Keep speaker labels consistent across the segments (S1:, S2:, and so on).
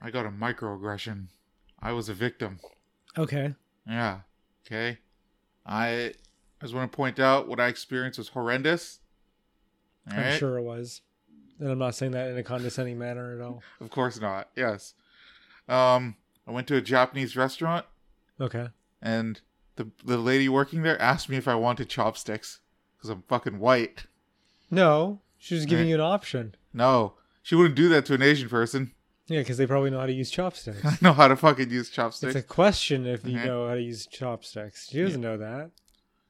S1: I got a microaggression. I was a victim.
S2: Okay.
S1: Yeah. Okay. I I just want to point out what I experienced was horrendous. All
S2: I'm
S1: right?
S2: sure it was. And I'm not saying that in a condescending manner at all.
S1: Of course not. Yes. Um, I went to a Japanese restaurant
S2: Okay.
S1: and the the lady working there asked me if I wanted chopsticks because I'm fucking white.
S2: No, she was giving
S1: Right.
S2: you an option.
S1: No, she wouldn't do that to an Asian person.
S2: Yeah, because they probably know how to use chopsticks.
S1: I know how to fucking use
S2: it's
S1: chopsticks.
S2: a question if you
S1: Mhm.
S2: know how to use chopsticks. She doesn't know that.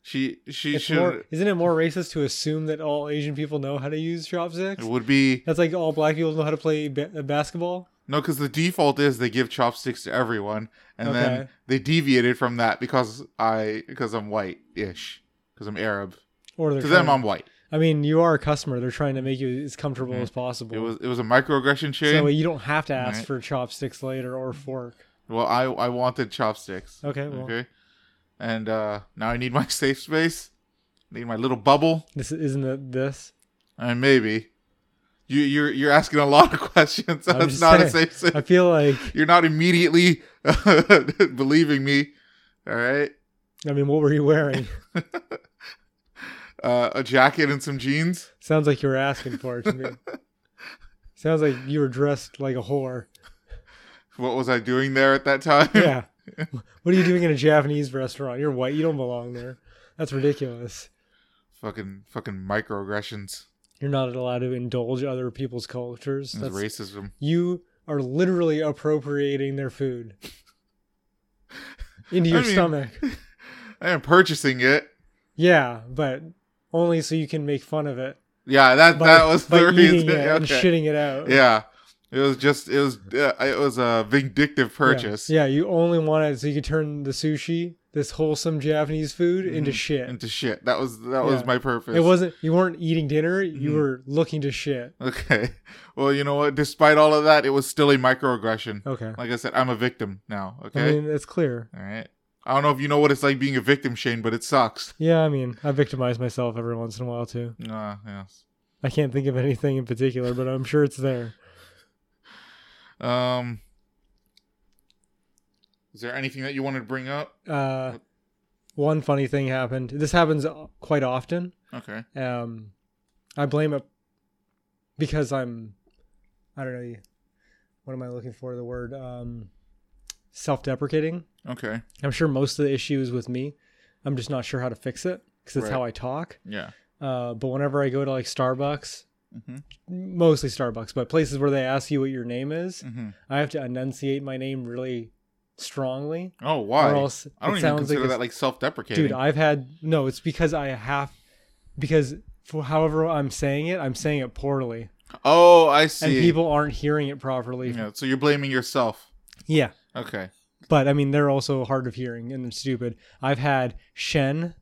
S1: she she
S2: It's
S1: should.
S2: more, isn't it more racist to assume that all Asian people know how to use
S1: It
S2: chopsticks?
S1: would be
S2: That's like all black people know how to play ba- uh, basketball.
S1: no, because the default is they give chopsticks to everyone, and then
S2: Okay.
S1: they deviated from that because I because I'm white-ish, because I'm Arab.
S2: Or they're
S1: To them,
S2: trying-
S1: I'm white.
S2: I mean, you are a customer. They're trying to make you as comfortable as possible.
S1: Mm-hmm. It was it was a microaggression
S2: so that way
S1: chain.
S2: you don't have to ask
S1: Right.
S2: for chopsticks later or fork.
S1: well, I I wanted chopsticks.
S2: Okay, well,
S1: Okay. And uh now I need my safe space. I need my little bubble.
S2: this isn't it this.
S1: And maybe. You you're you're asking a lot of questions.
S2: I'm
S1: That's
S2: just
S1: not a
S2: saying.
S1: safe space.
S2: I feel like
S1: You're not immediately believing me. All right.
S2: I mean, what were you wearing?
S1: Uh, a jacket and some jeans.
S2: Sounds like you were asking for it to me. Sounds like you were dressed like a whore.
S1: What was I doing there at that time?
S2: Yeah. what are you doing in a Japanese restaurant? You're white. You don't belong there. That's ridiculous.
S1: Fucking fucking microaggressions.
S2: You're not allowed to indulge other people's cultures.
S1: It's
S2: That's,
S1: racism.
S2: you are literally appropriating their food into your
S1: mean-
S2: stomach.
S1: I am purchasing it.
S2: Yeah, but only so you can make fun of it.
S1: Yeah, that
S2: By,
S1: that was
S2: by
S1: the
S2: eating
S1: reason.
S2: it and
S1: Okay.
S2: shitting it out.
S1: Yeah. It was just it was uh, it was a vindictive purchase.
S2: Yeah, you only want it so you can turn the sushi, this wholesome Japanese food, into shit.
S1: Mm-hmm. into shit. That was that was
S2: Yeah.
S1: my purpose.
S2: It wasn't you weren't eating dinner, you
S1: Mhm.
S2: were looking to shit.
S1: okay. Well, you know what? Despite all of that, it was still a microaggression.
S2: Okay.
S1: Like I said, I'm a victim now.
S2: I
S1: Okay.
S2: mean that's clear.
S1: all right. I don't know if you know what it's like being a victim, Shane, but it sucks.
S2: Yeah, I mean, I victimize myself every once in a while too.
S1: Ah, yes.
S2: I can't think of anything in particular, but I'm sure it's there.
S1: Um. Is there anything that you wanted to bring up?
S2: Uh one funny thing happened. This happens quite often.
S1: Okay.
S2: Um I blame it because I'm I don't know what am I looking for the word um self-deprecating.
S1: Okay.
S2: I'm sure most of the issue is with me. I'm just not sure how to fix it because it's
S1: Right.
S2: how I talk.
S1: Yeah.
S2: Uh, but whenever I go to like Starbucks,
S1: Mhm.
S2: mostly Starbucks, but places where they ask you what your name is,
S1: hmm
S2: I have to enunciate my name really strongly.
S1: Oh, why?
S2: Or else
S1: I don't
S2: it
S1: even
S2: sounds
S1: consider
S2: like,
S1: that
S2: it's-
S1: like self-deprecating.
S2: dude, I've had no. It's because I have because for however I'm saying it, I'm saying it poorly,
S1: oh, I see.
S2: and people aren't hearing it properly.
S1: Yeah, so you're blaming yourself.
S2: yeah.
S1: Okay.
S2: But I mean, they're also hard of hearing and stupid. I've had Shen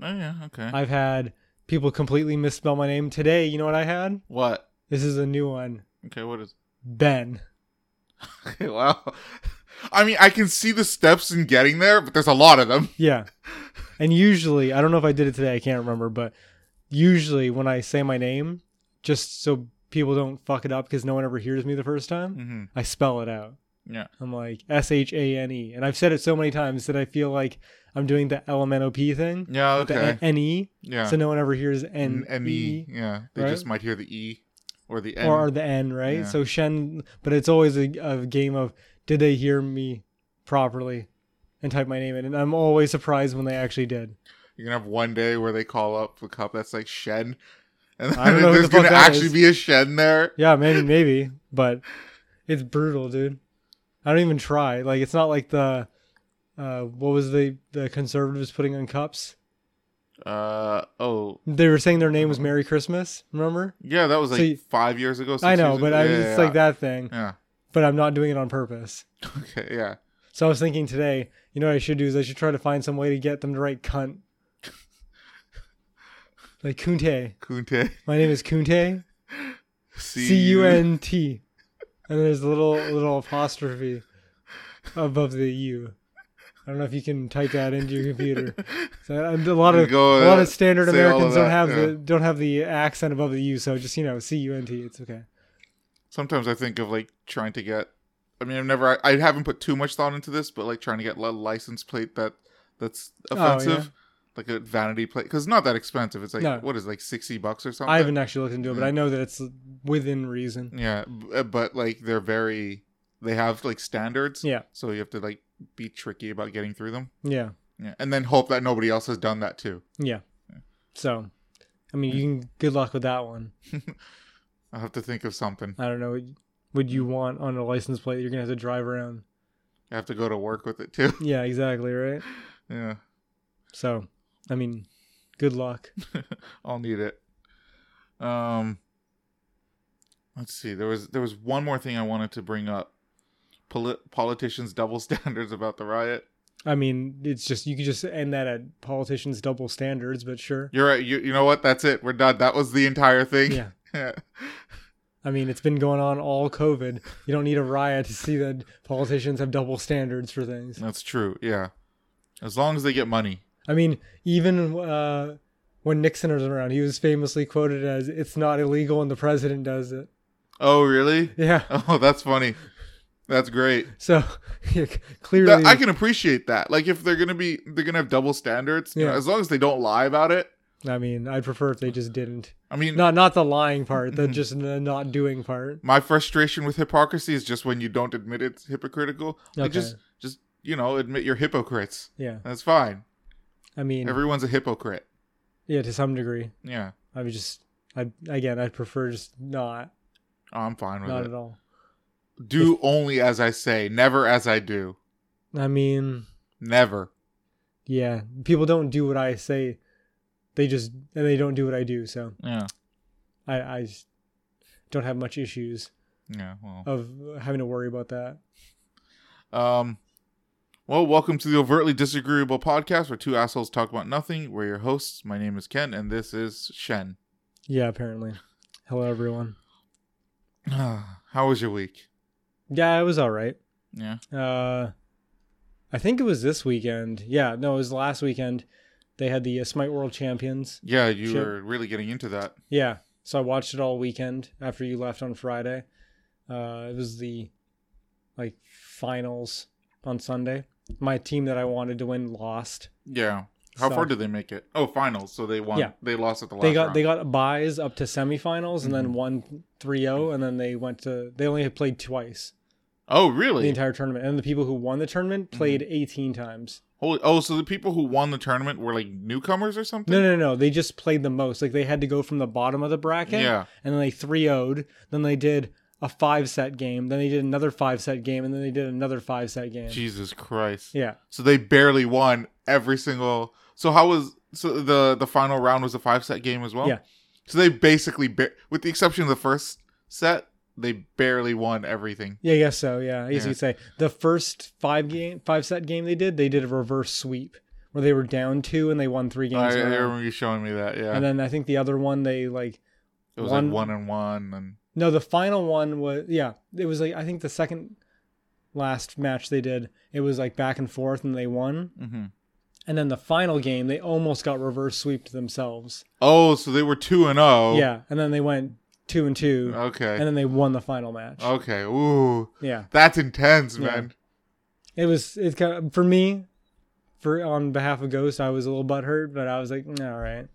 S1: Oh yeah. Okay.
S2: I've had people completely misspell my name today. You know what I had?
S1: what?
S2: This is a new one.
S1: Okay. What is?
S2: Ben.
S1: Okay, wow. I mean, I can see the steps in getting there, but there's a lot of them.
S2: Yeah. And usually, I don't know if I did it today. I can't remember, but usually when I say my name, just so people don't fuck it up because no one ever hears me the first time,
S1: Mm-hmm.
S2: I spell it out.
S1: Yeah.
S2: I'm like S H A N E, and I've said it so many times that I feel like I'm doing the L M N O P thing.
S1: Yeah.
S2: with The
S1: Okay.
S2: N E,
S1: Yeah.
S2: so no one ever hears N
S1: N- M E. Yeah. They
S2: right?
S1: just might hear the E or the N.
S2: or the N, right?
S1: Yeah.
S2: So Shen, but it's always a, a game of did they hear me properly and type my name in? And I'm always surprised when they actually did.
S1: You're gonna have one day where they call up the cup that's like Shen, and
S2: I don't
S1: then
S2: know who
S1: there's
S2: the fuck
S1: gonna
S2: that
S1: actually
S2: is.
S1: be a Shen there.
S2: Yeah, maybe, maybe, but it's brutal, dude. I don't even try. Like, it's not like the uh, what was the the conservatives putting on cups?
S1: Uh oh.
S2: They were saying their name
S1: Uh-huh.
S2: was Merry Christmas. Remember?
S1: Yeah, that was like
S2: So you-
S1: five years ago. Six
S2: I know,
S1: years
S2: but
S1: ago.
S2: I,
S1: yeah,
S2: it's
S1: yeah,
S2: like that thing.
S1: Yeah.
S2: But I'm not doing it on purpose.
S1: Okay. Yeah.
S2: So I was thinking today, you know what I should do is I should try to find some way to get them to write cunt. like Kunte.
S1: Kunte.
S2: My name is Kunte.
S1: C
S2: C U N T. And there's a little little apostrophe above the U. I don't know if you can type that into your computer. So I- a lot
S1: You
S2: of
S1: go uh,
S2: a lot
S1: there,
S2: of standard
S1: say all of
S2: Americans don't
S1: that,
S2: have
S1: yeah.
S2: the don't have the accent above the U. So just you know C U N T. It's okay.
S1: Sometimes I think of like trying to get I mean, I've never, I, I haven't put too much thought into this, but like trying to get a license plate that that's
S2: Oh,
S1: offensive,
S2: yeah.
S1: like a vanity plate, because it's not that expensive. It's like
S2: No.
S1: what is it, like sixty bucks or something.
S2: I haven't actually looked into it, but I know that it's within reason.
S1: Yeah, b- uh, but like they're very, they have like standards.
S2: Yeah.
S1: So you have to like be tricky about getting through them.
S2: Yeah.
S1: Yeah, and then hope that nobody else has done that too.
S2: Yeah. So, I mean, you can good luck with that one.
S1: I will have to think of something.
S2: I don't know. What would you want on a license plate? You're gonna have to drive around.
S1: I have to go to work with it too.
S2: Yeah, exactly, right.
S1: yeah,
S2: So, I mean, good luck.
S1: I'll need it. Um, let's see. There was there was one more thing I wanted to bring up. Poli- politicians' double standards about the riot.
S2: I mean, it's just you could just end that at politicians' double standards, but sure.
S1: You're right. You, you know what? That's it. We're done. That was the entire thing.
S2: Yeah.
S1: yeah.
S2: I mean, it's been going on all COVID. You don't need a riot to see that politicians have double standards for things.
S1: That's true. Yeah. As long as they get money.
S2: I mean, even uh, when Nixon was around, he was famously quoted as, "It's not illegal, and the president does it."
S1: Oh, really?
S2: Yeah.
S1: Oh, that's funny. That's great.
S2: So yeah, clearly,
S1: That- I can appreciate that. Like if they're gonna be, they're gonna have double standards. you know,
S2: Yeah.
S1: as long as they don't lie about it.
S2: I mean, I'd prefer if they just didn't.
S1: I mean,
S2: Not not the lying part, the just the not doing part.
S1: my frustration with hypocrisy is just when you don't admit it's hypocritical. Like
S2: Okay.
S1: just, just you know, admit you're hypocrites.
S2: Yeah,
S1: That's fine.
S2: I mean,
S1: Everyone's a hypocrite.
S2: yeah, to some degree.
S1: Yeah,
S2: I would just, I again, I'd prefer just not,
S1: Oh, I'm fine with
S2: not
S1: it.
S2: at all.
S1: Do only as I say, never as I do.
S2: I mean,
S1: Never.
S2: yeah, people don't do what I say; they just and they don't do what I do. So
S1: Yeah.
S2: I, I just don't have much issues
S1: Yeah. Well.
S2: of having to worry about that.
S1: Um, well, welcome to the Overtly Disagreeable podcast where two assholes talk about nothing. We're your hosts. My name is Ken, and this is Shen.
S2: Yeah, apparently. Hello, everyone.
S1: How was your week?
S2: Yeah, it was all right.
S1: Yeah.
S2: Uh, I think it was this weekend. Yeah, no, it was last weekend. They had the uh, Smite World Champions.
S1: Yeah, you
S2: Sure.
S1: were really getting into that.
S2: Yeah, so I watched it all weekend after you left on Friday. Uh, it was the like finals on Sunday. My team that I wanted to win lost.
S1: Yeah. How
S2: So-
S1: far did they make it? Oh, finals. So they won.
S2: Yeah.
S1: They lost at the last
S2: They got
S1: round.
S2: they got buys up to semifinals and then won 3-0 and then they went to they only had played twice
S1: oh, really?
S2: the entire tournament and the people who won the tournament played 18 times.
S1: Holy. Oh, so the people who won the tournament were like newcomers or something?
S2: No, no, no. They just played the most. Like they had to go from the bottom of the bracket.
S1: Yeah.
S2: And then they 3 0'd. Then they did a five set game. Then they did another five set game. And then they did another five set game.
S1: Jesus Christ.
S2: Yeah.
S1: So they barely won every single. So how was so the the final round was a five set game as well.
S2: Yeah.
S1: So they basically, ba- with the exception of the first set, they barely won everything.
S2: Yeah, I guess so. Yeah. I
S1: Yeah.
S2: guess you could say the first five game, five set game they did, they did a reverse sweep where they were down two and they won three games.
S1: I, I
S2: in a row.
S1: remember you showing me that. Yeah.
S2: And then I think the other one they like,
S1: it was
S2: one-
S1: like one and one, and
S2: no, the final one was, yeah, it was like, I think the second last match they did, it was like back and forth and they won.
S1: Mhm.
S2: And then the final game, they almost got reverse sweeped themselves.
S1: oh, so they were two and oh.
S2: Yeah, and then they went two and two,
S1: Okay.
S2: and then they won the final match.
S1: okay. Ooh,
S2: Yeah,
S1: that's intense,
S2: Yeah.
S1: man.
S2: it was it's kind of, for me, for on behalf of Ghost, I was a little butthurt, but I was like, "Mm, all right.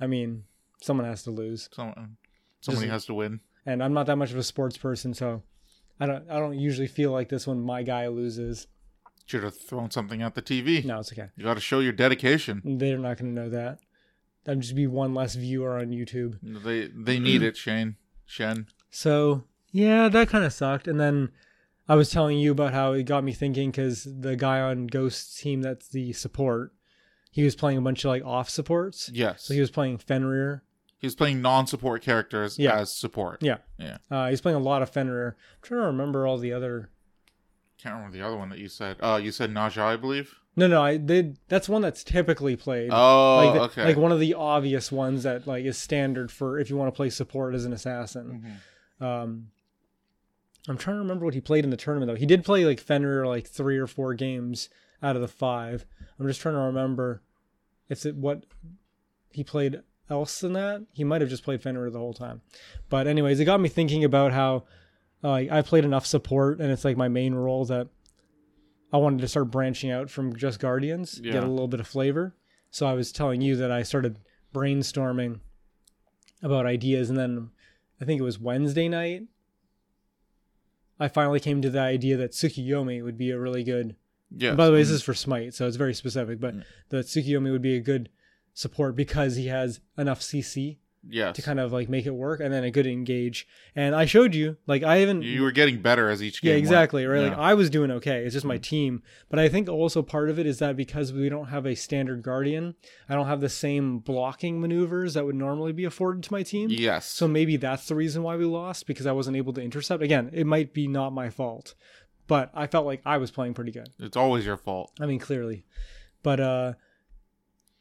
S2: I mean, someone has to lose,
S1: Someone, um, somebody
S2: Just-
S1: has to win.
S2: and I'm not that much of a sports person, so I don't I don't usually feel like this when my guy loses.
S1: Should have thrown something at the TV.
S2: No, it's okay.
S1: You got to show your dedication.
S2: They're not going to know that. That'd just be one less viewer on YouTube.
S1: They they need it, Shane. Shen.
S2: So yeah, that kind of sucked. And then I was telling you about how it got me thinking because the guy on Ghost's team that's the support, he was playing a bunch of like off supports.
S1: Yes.
S2: So he was playing Fenrir.
S1: He was playing non-support characters
S2: Yeah.
S1: as support.
S2: Yeah.
S1: Yeah.
S2: Uh, he's playing a lot of Fenrir. I'm trying to remember all the other.
S1: Can't remember the other one that you said. Uh, you said Naja, I believe.
S2: No, no, I did. That's one that's typically played.
S1: Oh,
S2: like the-
S1: okay.
S2: Like one of the obvious ones that like is standard for if you want to play support as an assassin.
S1: Mhm.
S2: Um, I'm trying to remember what he played in the tournament though. He did play like Fenrir like three or four games out of the five. I'm just trying to remember if it what he played else than that. He might have just played Fenrir the whole time. But anyways, it got me thinking about how uh, like I played enough support, and it's like my main role that I wanted to start branching out from just Guardians,
S1: Yeah.
S2: get a little bit of flavor. So I was telling you that I started brainstorming about ideas, and then I think it was Wednesday night. I finally came to the idea that Tsukiyomi would be a really good
S1: Yeah.
S2: by the way, this is for Smite, so it's very specific. But
S1: Mm.
S2: the Tsukiyomi would be a good support because he has enough CC
S1: Mm-hmm. yes.
S2: to kind of like make it work, and then a good engage. And I showed you, like I haven't,
S1: you were getting better as each game.
S2: yeah,
S1: went.
S2: exactly, right.
S1: Yeah. Mm.
S2: Like I was doing okay. It's just my team, but I think also part of it is that because we don't have a standard guardian, I don't have the same blocking maneuvers that would normally be afforded to my team.
S1: Yes.
S2: So maybe that's the reason why we lost because I wasn't able to intercept. Again, it might be not my fault, but I felt like I was playing pretty good.
S1: it's always your fault.
S2: I mean, clearly, but uh,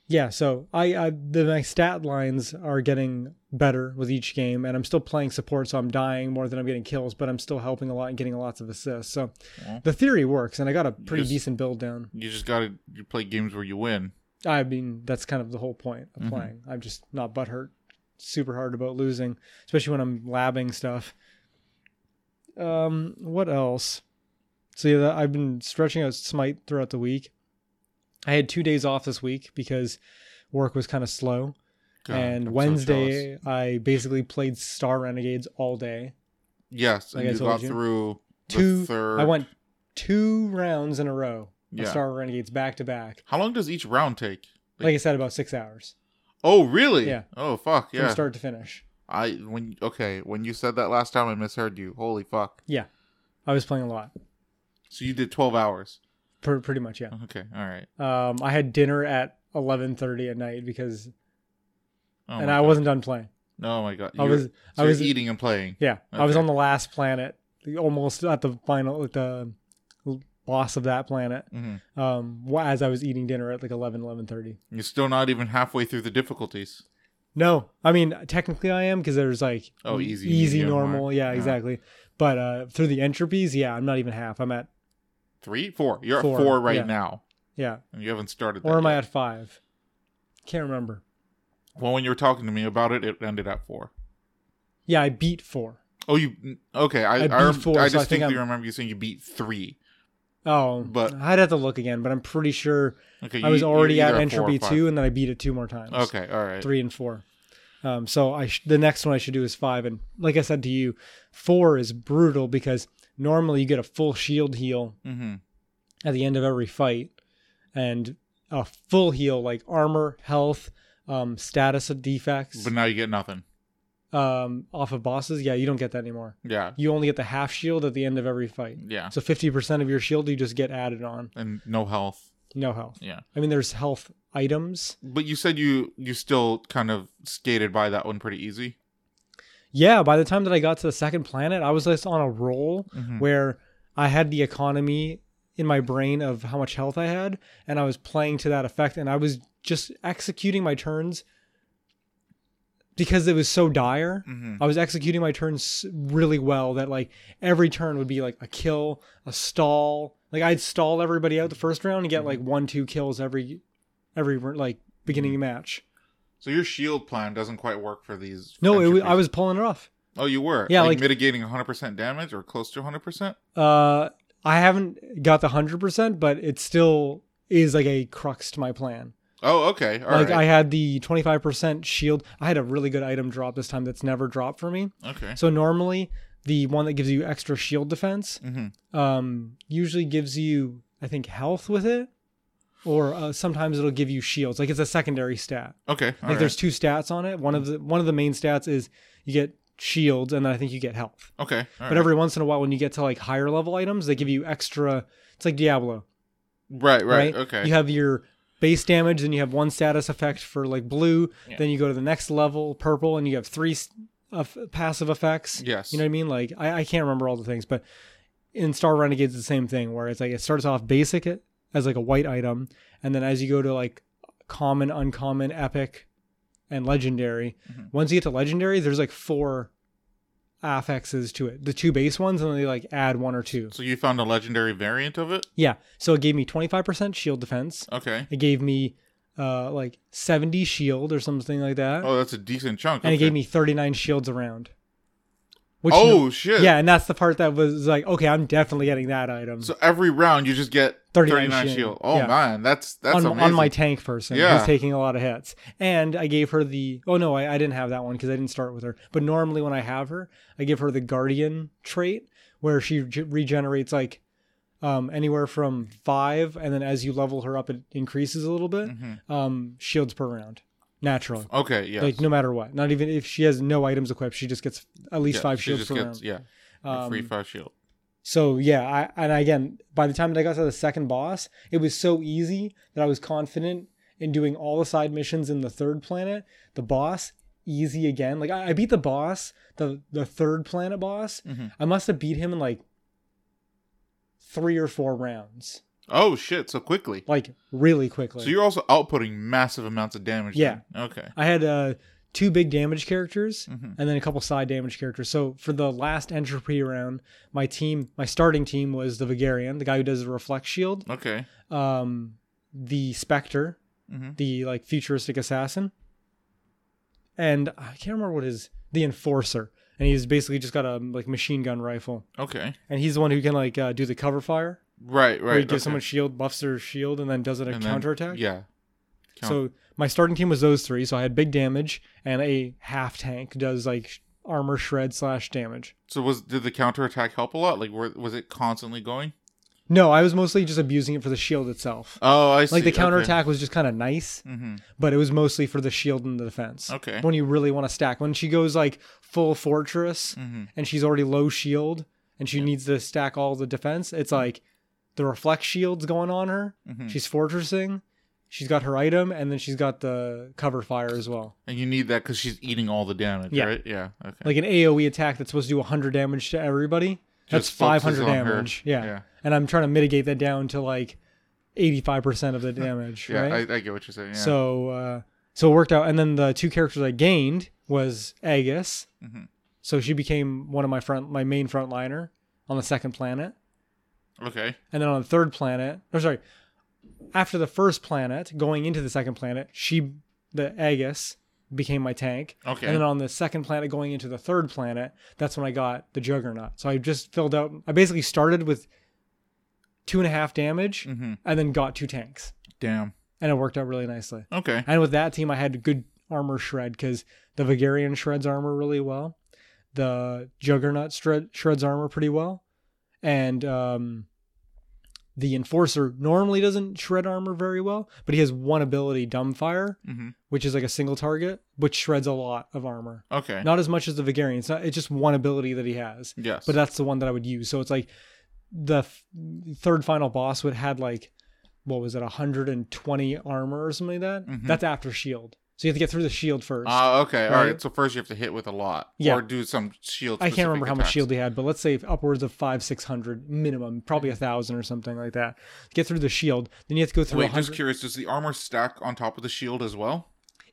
S2: yeah. So I, I the my stat lines are getting better with each game, and I'm still playing support, so I'm dying more than I'm getting kills, but I'm still helping a lot and getting lots of assists. So
S1: Yeah.
S2: the theory works, and I got a pretty
S1: Just-
S2: decent build down.
S1: You just gotta you play games where you win.
S2: I mean, that's kind of the whole point of
S1: Mhm.
S2: playing. I'm just not butthurt, super hard about losing, especially when I'm labbing stuff. Um, what else? So yeah, that- I've been stretching out Smite throughout the week. I had two days off this week because work was kind of slow,
S1: God, I'm
S2: and
S1: so jealous.
S2: Wednesday I basically played Star Renegades all day.
S1: yes, and
S2: like I
S1: you
S2: told
S1: got
S2: you,
S1: through the
S2: two-
S1: Third,
S2: I went two rounds in a row of
S1: Yeah.
S2: Star Renegades back to back.
S1: How long does each round take?
S2: Like I said, about six hours
S1: Oh, really?
S2: Yeah.
S1: Oh, fuck
S2: from
S1: yeah.
S2: start to finish.
S1: I when okay when you said that last time I misheard you. Holy fuck!
S2: I was playing a lot,
S1: So you did twelve hours.
S2: Pr- pretty much, yeah.
S1: Okay, all right.
S2: Um, I had dinner at eleven thirty at night because,
S1: Oh
S2: and
S1: my
S2: I
S1: God.
S2: wasn't done playing.
S1: Oh my god!
S2: I
S1: You-
S2: was,
S1: so
S2: I
S1: you're
S2: was,
S1: eating and playing.
S2: yeah, I was
S1: Okay.
S2: on the last planet, the- almost at the final, at the boss of that planet.
S1: hmm
S2: Um, wh- as I was eating dinner at like 11, 11.30.
S1: You're still not even halfway through the difficulties.
S2: No, I mean technically I am because there's like e-,
S1: Oh, easy,
S2: easy,
S1: medium,
S2: normal,
S1: hard.
S2: yeah,
S1: Yeah.
S2: exactly. But uh, through the entropies, yeah, I'm not even half. I'm at
S1: Three, four. You're
S2: Four,
S1: at four right
S2: yeah.
S1: now,
S2: yeah,
S1: and you haven't started.
S2: or
S1: that
S2: am I
S1: yet.
S2: at five? Can't remember.
S1: Well, when you were talking to me about it, it ended at four.
S2: Yeah, I beat four.
S1: Oh, you okay? I
S2: I
S1: I,
S2: beat
S1: rem-
S2: four,
S1: I
S2: so I
S1: just
S2: think
S1: distinctly
S2: I'm-
S1: remember you saying you beat three.
S2: Oh,
S1: But-
S2: but I'd have to look again. But I'm pretty sure
S1: Okay,
S2: I was
S1: you- you're
S2: already at
S1: either four or
S2: entropy
S1: five.
S2: two, and then I beat it two more times.
S1: Okay, all right.
S2: three and four. Um, so I sh- the next one I should do is five, and like I said to you, four is brutal because normally you get a full shield heal
S1: Mm-hmm.
S2: at the end of every fight, and a full heal like armor, health, um, status of defects,
S1: But now you get nothing.
S2: um, off of bosses. Yeah, you don't get that anymore.
S1: Yeah,
S2: You only get the half shield at the end of every fight.
S1: yeah,
S2: So fifty percent of your shield you just get added on.
S1: and no health.
S2: No health.
S1: Yeah.
S2: I mean, there's health items.
S1: But you said you you still kind of skated by that one pretty easy.
S2: Yeah, by the time that I got to the second planet, I was just on a roll
S1: Mhm.
S2: where I had the economy in my brain of how much health I had, and I was playing to that effect, and I was just executing my turns because it was so dire.
S1: Mhm.
S2: I was executing my turns really well that like every turn would be like a kill, a stall. Like I'd stall everybody out the first round and get like one, two kills every every like beginning match.
S1: So your shield plan doesn't quite work for these.
S2: No, it was,
S1: entropies.
S2: I was pulling it off.
S1: Oh, you were.
S2: Yeah,
S1: like,
S2: like-
S1: mitigating 100% damage or close to 100%.
S2: Uh, I haven't got the hundred percent, but it still is like a crux to my plan.
S1: Oh, okay. All
S2: like
S1: right.
S2: I had the twenty five percent shield. I had a really good item drop this time that's never dropped for me.
S1: Okay.
S2: So normally the one that gives you extra shield defense
S1: hmm
S2: um, usually gives you I think health with it, or uh, sometimes it'll give you shields. Like it's a secondary stat.
S1: Okay. all
S2: Like
S1: right.
S2: there's two stats on it. One of the one of the main stats is you get shields, and then I think you get health.
S1: Okay. all
S2: But
S1: right.
S2: every once in a while, when you get to like higher level items, they give you extra. It's like Diablo,
S1: Right, right.
S2: right?
S1: Okay.
S2: You have your base damage, then you have one status effect for like blue.
S1: Yeah.
S2: Then you go to the next level, purple, and you have three s- of passive effects.
S1: yes.
S2: You know what I mean? Like I, I can't remember all the things, but in Star Renegades, it's the same thing where it's like it starts off basic it- as like a white item, and then as you go to like common, uncommon, epic, and legendary,
S1: Mhm.
S2: once you get to legendary, there's like four affixes to it. The two base ones, and then they like add one or two.
S1: so you found a legendary variant of it?
S2: Yeah. So it gave me 25% shield defense.
S1: Okay.
S2: It gave me uh like 70 shield or something like that.
S1: Oh, that's a decent chunk.
S2: and it
S1: okay.
S2: gave me 39 shields around. Which
S1: oh shit!
S2: yeah, and that's the part that was like, okay, I'm definitely getting that item
S1: So every round you just get
S2: 39
S1: 39, shield.
S2: shield.
S1: Oh
S2: Yeah.
S1: man, that's that's
S2: on,
S1: amazing.
S2: on my tank person
S1: Yeah.
S2: who's taking a lot of hits. And I gave her the oh no, I, I didn't have that one because I didn't start with her. But normally when I have her, I give her the guardian trait where she g- regenerates like um, anywhere from five, and then as you level her up, it increases a little bit.
S1: Mhm.
S2: Um, shields per round, naturally.
S1: Okay, yeah.
S2: Like no matter what, not even if she has no items equipped, she just gets at least
S1: Yeah,
S2: five
S1: she
S2: shields
S1: just
S2: per
S1: gets-
S2: round.
S1: Yeah, a
S2: Um,
S1: free five shield.
S2: so yeah, I and again, by the time that I got to the second boss, it was so easy that I was confident in doing all the side missions in the third planet. The boss, easy again. Like I, I beat the boss, the the third planet boss.
S1: Mhm.
S2: I must have beat him in like three or four rounds,
S1: Oh shit! So quickly.
S2: like really quickly.
S1: So you're also outputting massive amounts of damage.
S2: Yeah.
S1: then. Okay.
S2: I had uh, two big damage characters
S1: Mhm.
S2: and then a couple side damage characters. So for the last entropy round, my team, my starting team was the Vigarian, the guy who does the reflect shield.
S1: Okay.
S2: um the specter
S1: Mhm.
S2: the like futuristic assassin and i can't remember what his the enforcer and he's basically just got a like machine gun rifle
S1: Okay.
S2: and he's the one who can like uh, do the cover fire
S1: Right.
S2: where
S1: Right.
S2: he gives
S1: okay.
S2: someone shield buffs their shield and then does it a
S1: And then-
S2: counterattack
S1: Yeah.
S2: so my starting team was those three so i had big damage and a half tank who does like sh- armor shred slash damage
S1: So was did the counterattack help a lot? Like, were, was it constantly going?
S2: no i was mostly just abusing it for the shield itself
S1: Oh, I see.
S2: like the
S1: Okay.
S2: counterattack was just kind of nice
S1: Mhm.
S2: but it was mostly for the shield and the defense.
S1: Okay.
S2: When you really want to stack. When she goes like full fortress
S1: Mhm.
S2: and she's already low shield and she needs to stack all the defense, it's
S1: Mm-hmm.
S2: like the reflect shield's going on her.
S1: Mhm.
S2: She's fortressing. She's got her item and then she's got the cover fire as well.
S1: And you need that because she's eating all the damage,
S2: Yeah.
S1: right? Yeah. Okay.
S2: Like an AoE attack that's supposed to do 100 damage to everybody. That's
S1: Just focuses
S2: 500
S1: on her.
S2: damage. Yeah.
S1: Yeah.
S2: And I'm trying to mitigate that down to like 85% of the damage,
S1: Yeah.
S2: right?
S1: I, I get what you're saying. Yeah.
S2: So uh, so it worked out. And then the two characters I gained was Agus.
S1: Mhm.
S2: So she became one of my front my main frontliner on the second planet.
S1: okay.
S2: And then on the third planet, or sorry, after the first planet, going into the second planet, she the Agus became my tank.
S1: Okay.
S2: And then on the second planet going into the third planet, that's when I got the juggernaut. So I just filled out I basically started with two and a half damage
S1: Mhm.
S2: and then got two tanks.
S1: Damn.
S2: And it worked out really nicely.
S1: Okay.
S2: And with that team, I had good armor shred because the Vigarian shreds armor really well, the Juggernaut shred, shreds armor pretty well, and um, the Enforcer normally doesn't shred armor very well, but he has one ability, Dumbfire,
S1: Mhm.
S2: which is like a single target, which shreds a lot of armor.
S1: Okay.
S2: Not as much as the Vigarian. It's, not, it's just one ability that he has
S1: yes.
S2: but that's the one that I would use. So it's like the f- third final boss would had like what was it 120 armor or something like that.
S1: Mhm.
S2: That's after shield. So you have to get through the shield first.
S1: Ah, okay. All
S2: right?
S1: right. So first you have to hit with a lot,
S2: Yeah.
S1: or do some shield.
S2: I can't remember how much
S1: attacks.
S2: shield he had, but let's say upwards of five, six hundred minimum, probably a
S1: Mm-hmm.
S2: thousand or something like that. Get through the shield, then you have to go through.
S1: Wait,
S2: 100
S1: just curious. Does the armor stack on top of the shield as well?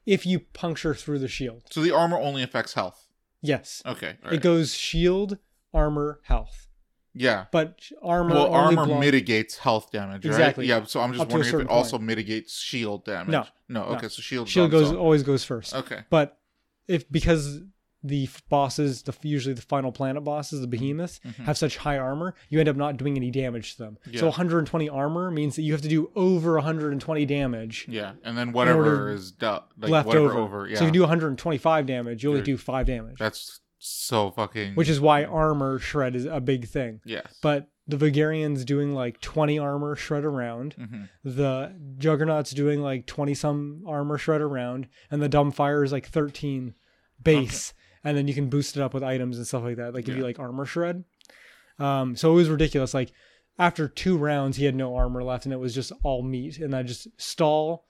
S2: if you puncture through the shield,
S1: So the armor only affects health.
S2: yes,
S1: Okay. all
S2: it
S1: right.
S2: goes shield, armor, health,
S1: yeah.
S2: but sh- armor.
S1: Well,
S2: only
S1: armor
S2: block-
S1: mitigates health damage, right?
S2: Exactly.
S1: Yeah. So I'm just
S2: Up to a
S1: wondering if it
S2: certain
S1: also mitigates shield damage.
S2: No.
S1: No.
S2: No.
S1: Okay. So shield.
S2: Shield
S1: on its
S2: goes
S1: own.
S2: always goes first.
S1: Okay.
S2: but if because the f- bosses the usually the final planet bosses the behemoths have such high armor you end up not doing any damage to them
S1: Mm-hmm. Yeah.
S2: so 120 armor means that you have to do over 120 damage
S1: Yeah. And then whatever
S2: order-
S1: is do- like
S2: left
S1: whatever
S2: over.
S1: over. Yeah.
S2: so if you do 125 damage you only
S1: Dude.
S2: do 5 damage
S1: That's so fucking.
S2: which is why armor shred is a big thing
S1: yes.
S2: but the Vigarian's doing like 20 armor shred around.
S1: Mhm.
S2: The Juggernaut's doing like 20 some armor shred around. And the Dumbfire is like 13 base. And then you can boost it up with items and stuff like that. Like if you
S1: Yeah.
S2: like armor shred. Um, so it was ridiculous. Like after two rounds, he had no armor left and it was just all meat. And I just stall,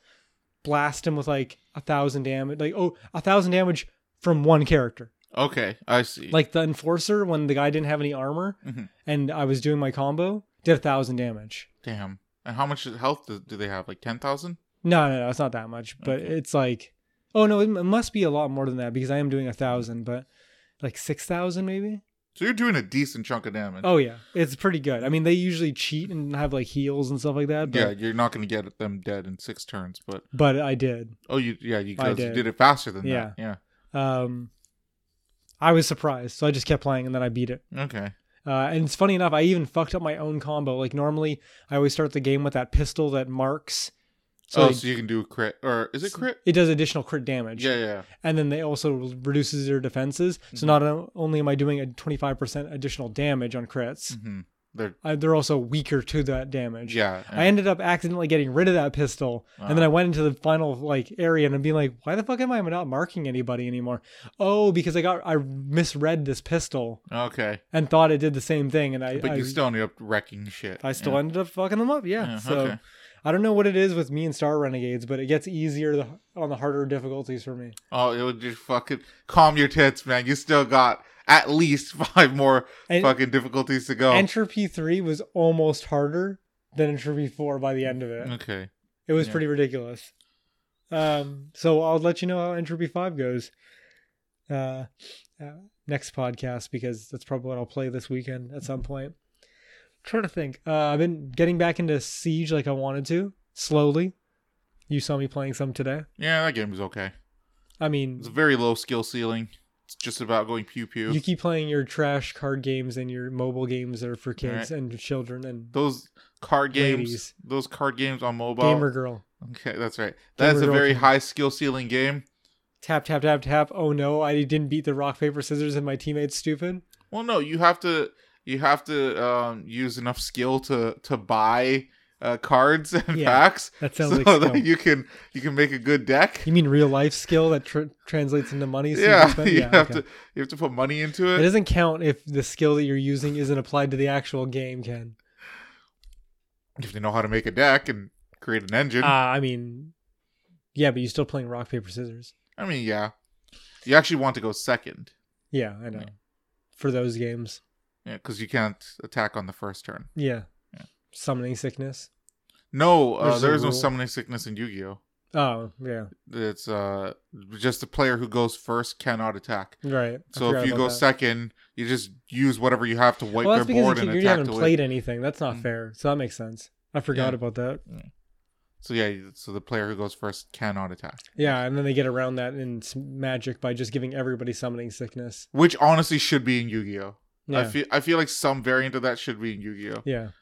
S2: blast him with like a thousand damage. Like, oh, a thousand damage from one character
S1: okay. I see.
S2: like the enforcer when the guy didn't have any armor
S1: Mhm.
S2: and I was doing my combo did a thousand damage.
S1: Damn. And how much health do, do they have? Like ten thousand?
S2: No, no, no, it's not that much, but
S1: Okay.
S2: it's like, oh no, it m- it must be a lot more than that because I am doing a thousand, but like six thousand maybe.
S1: So you're doing a decent chunk of damage.
S2: Oh yeah, it's pretty good. I mean, they usually cheat and have like heals and stuff like that, but
S1: yeah, you're not going to get them dead in six turns, but
S2: but I did.
S1: oh, you yeah, you,
S2: I
S1: 'cause you
S2: did.
S1: did it faster than
S2: Yeah.
S1: that. Yeah.
S2: Um, I was surprised, so I just kept playing and then I beat it.
S1: Okay.
S2: Uh, and it's funny enough, I even fucked up my own combo. Like normally, I always start the game with that pistol that marks.
S1: oh,
S2: like,
S1: so you can do crit or is it crit?
S2: it does additional crit damage,
S1: Yeah, Mm-hmm. yeah.
S2: and then they also reduces your defenses. So not o- only am I doing a twenty five percent additional damage on crits,
S1: Mm-hmm. They're
S2: I, they're also weaker to that damage.
S1: yeah.
S2: I ended up accidentally getting rid of that pistol, and then I went into the final like area and I'm being like, "Why the fuck am I not marking anybody anymore?" Oh, because I got I misread this pistol
S1: okay,
S2: and thought it did the same thing, and I
S1: but
S2: I,
S1: you still ended up wrecking shit.
S2: I still
S1: Yeah.
S2: ended up fucking them up. Yeah,
S1: Yeah,
S2: so
S1: okay.
S2: I don't know what it is with me and Star Renegades, but it gets easier the, on the harder difficulties for me.
S1: Oh, it would just fucking calm your tits, man. You still got at least five more
S2: And-
S1: fucking difficulties to go.
S2: Entropy three was almost harder than Entropy four by the end of it.
S1: okay.
S2: It was
S1: Yeah.
S2: pretty ridiculous. Um, so I'll let you know how Entropy 5 goes uh, uh, next podcast because that's probably what I'll play this weekend at some point. trying to think. Uh, I've been getting back into Siege like I wanted to, slowly. You saw me playing some today.
S1: Yeah, that game was okay.
S2: I mean,
S1: It's a very low skill ceiling. It's just about going pew pew.
S2: you keep playing your trash card games and your mobile games that are for kids and children and
S1: those card games,
S2: Ladies.
S1: those card games on mobile.
S2: Gamer Girl.
S1: Okay, that's right. That's a
S2: Gamer girl
S1: very
S2: can-
S1: high skill ceiling game.
S2: Tap, tap, tap, tap. Oh no, I didn't beat the rock, paper, scissors, and my teammate's stupid.
S1: Well, no, you have to you have to um, use enough skill to to buy uh, cards and
S2: Yeah,
S1: packs
S2: That
S1: so
S2: sounds like
S1: that
S2: skill.
S1: you can you can make a good deck.
S2: You mean real life skill that tr- translates into money? so you can
S1: yeah,
S2: spend-
S1: you have
S2: okay.
S1: to you have to put money into
S2: It
S1: it.
S2: doesn't count if the skill that you're using isn't applied to the actual game, Ken.
S1: If they know how to make a deck and create an engine,
S2: Ah, I mean, yeah, but you're still playing rock paper scissors.
S1: I mean, yeah, you actually want to go second,
S2: Yeah, I know.
S1: Yeah.
S2: For those games,
S1: because you can't attack on the first turn.
S2: yeah.
S1: Yeah.
S2: summoning sickness.
S1: No, uh,
S2: There's a
S1: there is no
S2: rule.
S1: summoning sickness in Yu-Gi-Oh.
S2: Oh yeah,
S1: It's uh just the player who goes first cannot attack.
S2: right. I
S1: So
S2: forgot
S1: if you
S2: about
S1: go
S2: that.
S1: second, you just use whatever you have to wipe
S2: well, that's
S1: their board
S2: because you,
S1: and
S2: you
S1: attack
S2: haven't
S1: to win.
S2: played anything. That's not
S1: Mm.
S2: fair. So that makes sense. I forgot
S1: Yeah.
S2: about that.
S1: So yeah, so the player who goes first cannot attack.
S2: Yeah, and then they get around that in s- magic by just giving everybody summoning sickness.
S1: Which honestly should be in Yu-Gi-Oh.
S2: Yeah.
S1: I feel I feel like some variant of that should be in Yu-Gi-Oh.
S2: Yeah.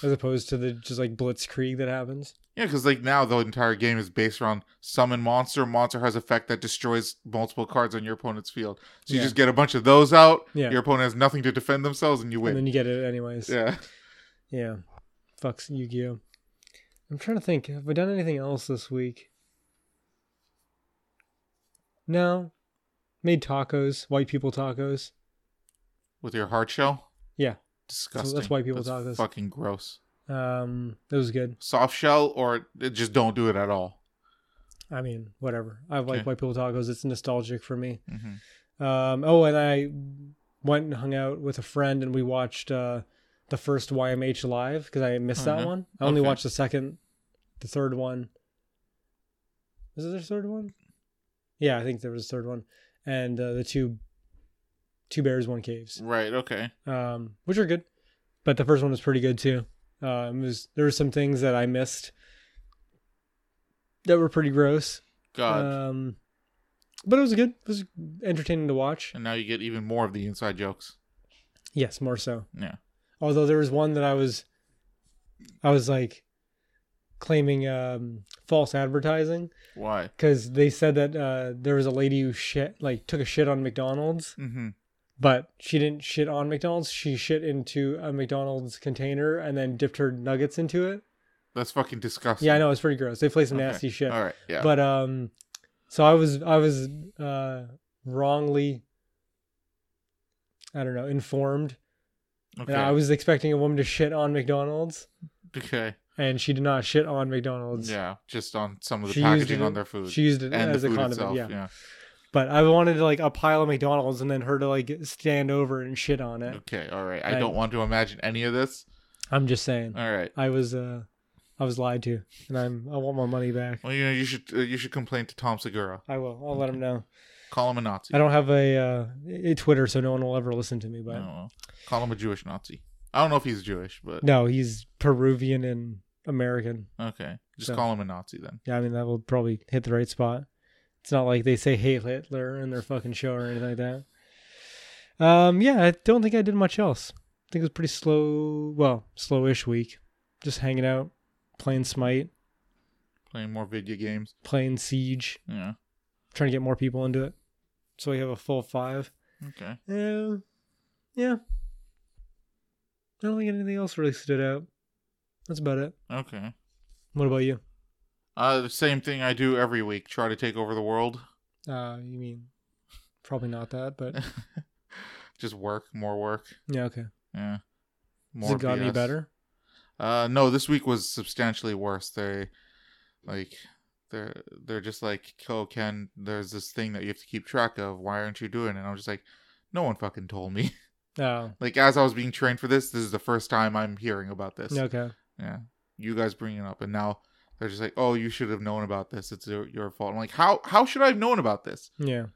S2: As opposed to the just like blitzkrieg that happens.
S1: Yeah, because like now the entire game is based around summon monster. Monster has effect that destroys multiple cards on your opponent's field. So you
S2: Yeah.
S1: just get a bunch of those out.
S2: Yeah.
S1: Your opponent has nothing to defend themselves, and you
S2: And
S1: win.
S2: then you get it anyways.
S1: yeah.
S2: Yeah. Fucks Yu Gi Oh! I'm trying to think. Have I done anything else this week? No. Made tacos, white people tacos.
S1: With your hard shell.
S2: Yeah.
S1: Disgusting.
S2: why people talk this.
S1: Fucking gross.
S2: Um, that was good.
S1: Soft shell, or just don't do it at all.
S2: I mean, whatever. I like
S1: Okay.
S2: white people tacos. It's nostalgic for me.
S1: Mm-hmm.
S2: Um, oh, and I went and hung out with a friend, and we watched uh, the first YMH live because I missed that
S1: Uh-huh.
S2: one. I only
S1: Okay.
S2: watched the second, the third one. Was it the third one? Yeah, I think there was a third one, and uh, the two, two bears, one caves,
S1: Right. Okay.
S2: um, which are good, but the first one was pretty good too. Uh, it was there were some things that I missed that were pretty gross,
S1: God.
S2: um, but it was good. It was entertaining to watch.
S1: and now you get even more of the inside jokes.
S2: Yes, more so.
S1: Yeah.
S2: Although there was one that I was, I was like, claiming um, false advertising
S1: Why?
S2: because they said that uh, there was a lady who shit like took a shit on McDonald's,
S1: Mm-hmm.
S2: but she didn't shit on McDonald's. She shit into a McDonald's container and then dipped her nuggets into it.
S1: That's fucking disgusting.
S2: Yeah, I know it's pretty gross. They play some
S1: Okay.
S2: nasty shit.
S1: All right. Yeah.
S2: But um, so I was I was uh wrongly, I don't know, informed
S1: okay.
S2: And I was expecting a woman to shit on McDonald's,
S1: okay.
S2: and she did not shit on McDonald's.
S1: Yeah. Just on some of the
S2: She used
S1: packaging
S2: it-
S1: on their food
S2: She used it
S1: and
S2: as
S1: the
S2: a
S1: food
S2: condiment,
S1: itself.
S2: yeah. But I wanted like a pile of McDonald's and then her to like stand over and shit on it.
S1: Okay. All right. I
S2: And-
S1: don't want to imagine any of this.
S2: I'm just saying,
S1: All right.
S2: I was uh, I was lied to, and I'm I want my money back.
S1: Well, you know, you should uh, you should complain to Tom Segura.
S2: I will. I'll let him know.
S1: Call him a Nazi.
S2: I don't have a uh, a Twitter, so no one will ever listen to me. But no,
S1: No. Call him a Jewish Nazi. I don't know if he's Jewish, but
S2: he's Peruvian and American.
S1: okay. Just
S2: So-
S1: call him a Nazi then.
S2: Yeah, I mean that will probably hit the right spot. It's not like they say "Hey Hitler" in their fucking show or anything like that. Um, yeah, I don't think I did much else. I think it was pretty slow. Well, slowish week. Just hanging out, playing Smite,
S1: Playing more video games.
S2: playing Siege,
S1: Yeah.
S2: trying to get more people into it. So we have a full five.
S1: Okay.
S2: Um, yeah. I don't think anything else really stood out. That's about it.
S1: Okay.
S2: What about you?
S1: Uh, the same thing I do every week. Try to take over the world.
S2: Uh, you mean probably not that, but
S1: Just work, more work.
S2: yeah, okay.
S1: Yeah.
S2: Has it got any
S1: BS.
S2: better?
S1: Uh, no, this week was substantially worse. They, like, they're they're just like, oh, Ken, there's this thing that you have to keep track of. Why aren't you doing it? And I was just like, no one fucking told me.
S2: Oh,
S1: like, as I was being trained for this, this is the first time I'm hearing about this.
S2: okay.
S1: Yeah, you guys bring it up, and now they're just like, oh, you should have known about this. It's your, your fault. I'm like, how how should I have known about this?
S2: Yeah.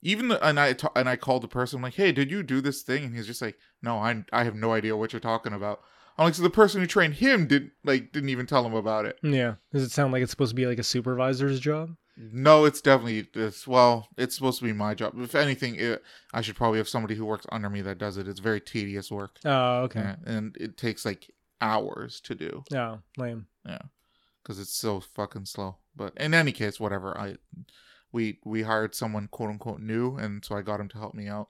S1: Even the, and I ta- and I called the person I'm like, hey, did you do this thing? And he's just like, no, I I have no idea what you're talking about. I'm like, so the person who trained him didn't like didn't even tell him about it.
S2: Yeah. Does it sound like it's supposed to be like a supervisor's job?
S1: No, it's definitely this. Well, it's supposed to be my job. If anything, it, I should probably have somebody who works under me that does it. It's very tedious work,
S2: Oh, okay.
S1: Yeah, and it takes like hours to do.
S2: Oh, lame.
S1: because it's so fucking slow. But in any case, whatever. I we we hired someone quote unquote new, and so I got him to help me out.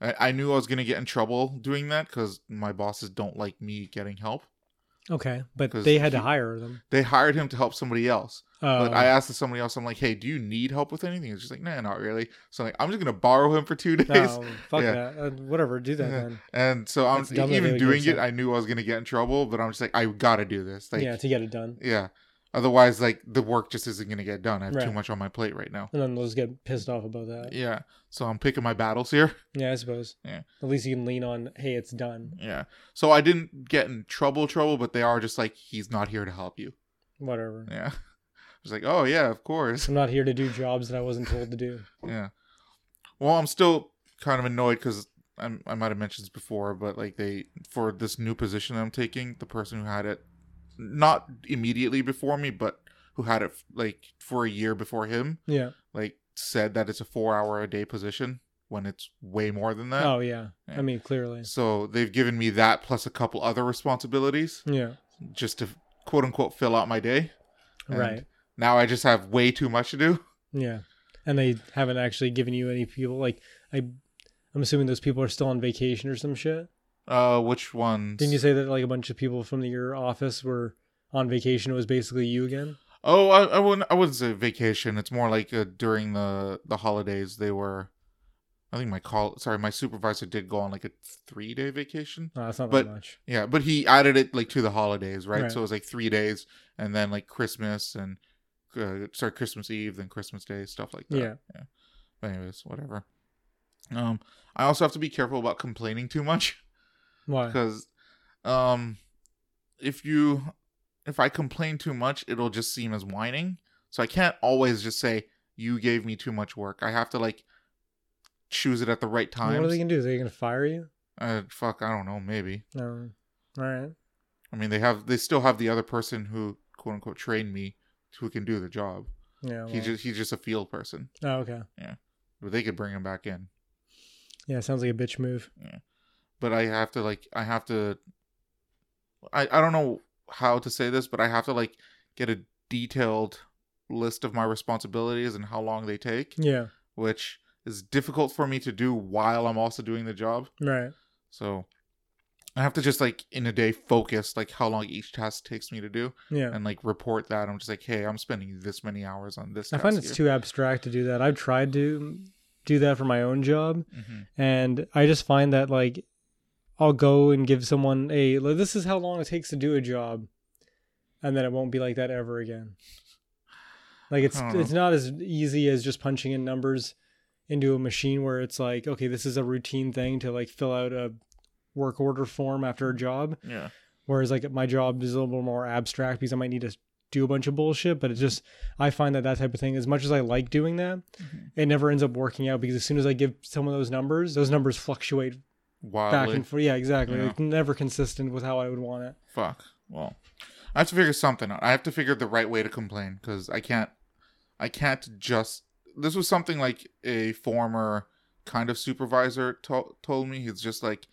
S1: I, I knew I was gonna get in trouble doing that because my bosses don't like me getting help.
S2: Okay, but
S1: 'Cause
S2: they had to
S1: he-
S2: hire them.
S1: They hired him to help somebody else,
S2: Oh,
S1: but I asked somebody else. I'm like, hey, do you need help with anything? It's just like, nah, not really. So I'm like, I'm just gonna borrow him for two days,
S2: no, Oh, fuck
S1: yeah.
S2: that. Uh, whatever, do that
S1: Yeah.
S2: then.
S1: and so I'm
S2: That's dumb that they
S1: even
S2: would
S1: doing
S2: do
S1: it.
S2: so.
S1: I knew I was gonna get in trouble, but I'm just like, I gotta do this. Like,
S2: yeah,
S1: yeah,
S2: to get it done,
S1: Otherwise, like the work just isn't gonna get done. I have too
S2: Right.
S1: much on my plate right now.
S2: and then they'll just get pissed off about that. Yeah,
S1: Yeah. So I'm picking my battles here.
S2: I suppose.
S1: Yeah.
S2: At least you can lean on, hey, it's done.
S1: Yeah. So I didn't get in trouble, trouble, but they are just like, he's not here to help you.
S2: Whatever.
S1: Yeah. I was like, oh, yeah, of course.
S2: I'm not here to do jobs that I wasn't told to do.
S1: Yeah. Well, I'm still kind of annoyed because I might have mentioned this before, but like they, for this new position I'm taking, the person who had it, not immediately before me, but who had it like for a year before him,
S2: Yeah.
S1: like said that it's a four hour a day position when it's way more than that.
S2: Oh yeah.
S1: yeah.
S2: I mean, clearly.
S1: So they've given me that plus a couple other responsibilities
S2: Yeah.
S1: just to quote unquote fill out my day. And
S2: Right.
S1: Now I just have way too much to do.
S2: Yeah. And they haven't actually given you any people like I. I'm assuming those people are still on vacation or some shit.
S1: Uh, which ones?
S2: Didn't you say that like a bunch of people from your office were on vacation? It was basically you again.
S1: oh, I, I wouldn't. I wouldn't say vacation. It's more like uh, during the the holidays they were. I think my call. Sorry, my supervisor did go on like a three day vacation.
S2: Oh, that's not
S1: But-
S2: that much.
S1: Yeah, but he added it like to the holidays, right?
S2: Right.
S1: So it was like three days, and then like Christmas and uh, sorry, Christmas Eve, then Christmas Day, stuff like that.
S2: Yeah.
S1: yeah. But anyways, whatever. Um, I also have to be careful about complaining too much.
S2: Why?
S1: because um if you if i complain too much it'll just seem as whining so i can't always just say you gave me too much work i have to like choose it at the right
S2: What are they
S1: time
S2: gonna do? Are they gonna fire you?
S1: uh, fuck i don't know maybe
S2: No. All right.
S1: i mean they have they still have the other person who quote unquote trained me who can do the job
S2: Yeah.
S1: he
S2: well.
S1: just he's just a field person
S2: Oh, okay.
S1: but they could bring him back in
S2: Yeah, sounds like a bitch move.
S1: but I have to like I have to I I don't know how to say this, but I have to like get a detailed list of my responsibilities and how long they take,
S2: Yeah.
S1: which is difficult for me to do while I'm also doing the job.
S2: Right.
S1: So I have to just like in a day focus like how long each task takes me to do
S2: Yeah.
S1: and like report that. I'm just like, "Hey, I'm spending this many hours on this."
S2: I find it's too abstract to do that. I've tried to do that for my own job,
S1: hmm
S2: and I just find that like I'll go and give someone a like, this is how long it takes to do a job, and then it won't be like that ever again. Like it's
S1: I don't
S2: it's not as easy as just punching in numbers into a machine where it's like okay this is a routine thing to like fill out a work order form after a job
S1: Yeah.
S2: whereas like my job is a little more abstract because i might need to do a bunch of bullshit but it just i find that that type of thing as much as i like doing that
S1: Mhm.
S2: it never ends up working out because as soon as i give someone those numbers those numbers fluctuate back
S1: Wildly.
S2: and forth yeah exactly
S1: Yeah.
S2: like never consistent with how i would want it
S1: Fuck. Well, I have to figure something out. I have to figure the right way to complain because I can't. I can't just. This was something like a former kind of supervisor to- told me. He's just like,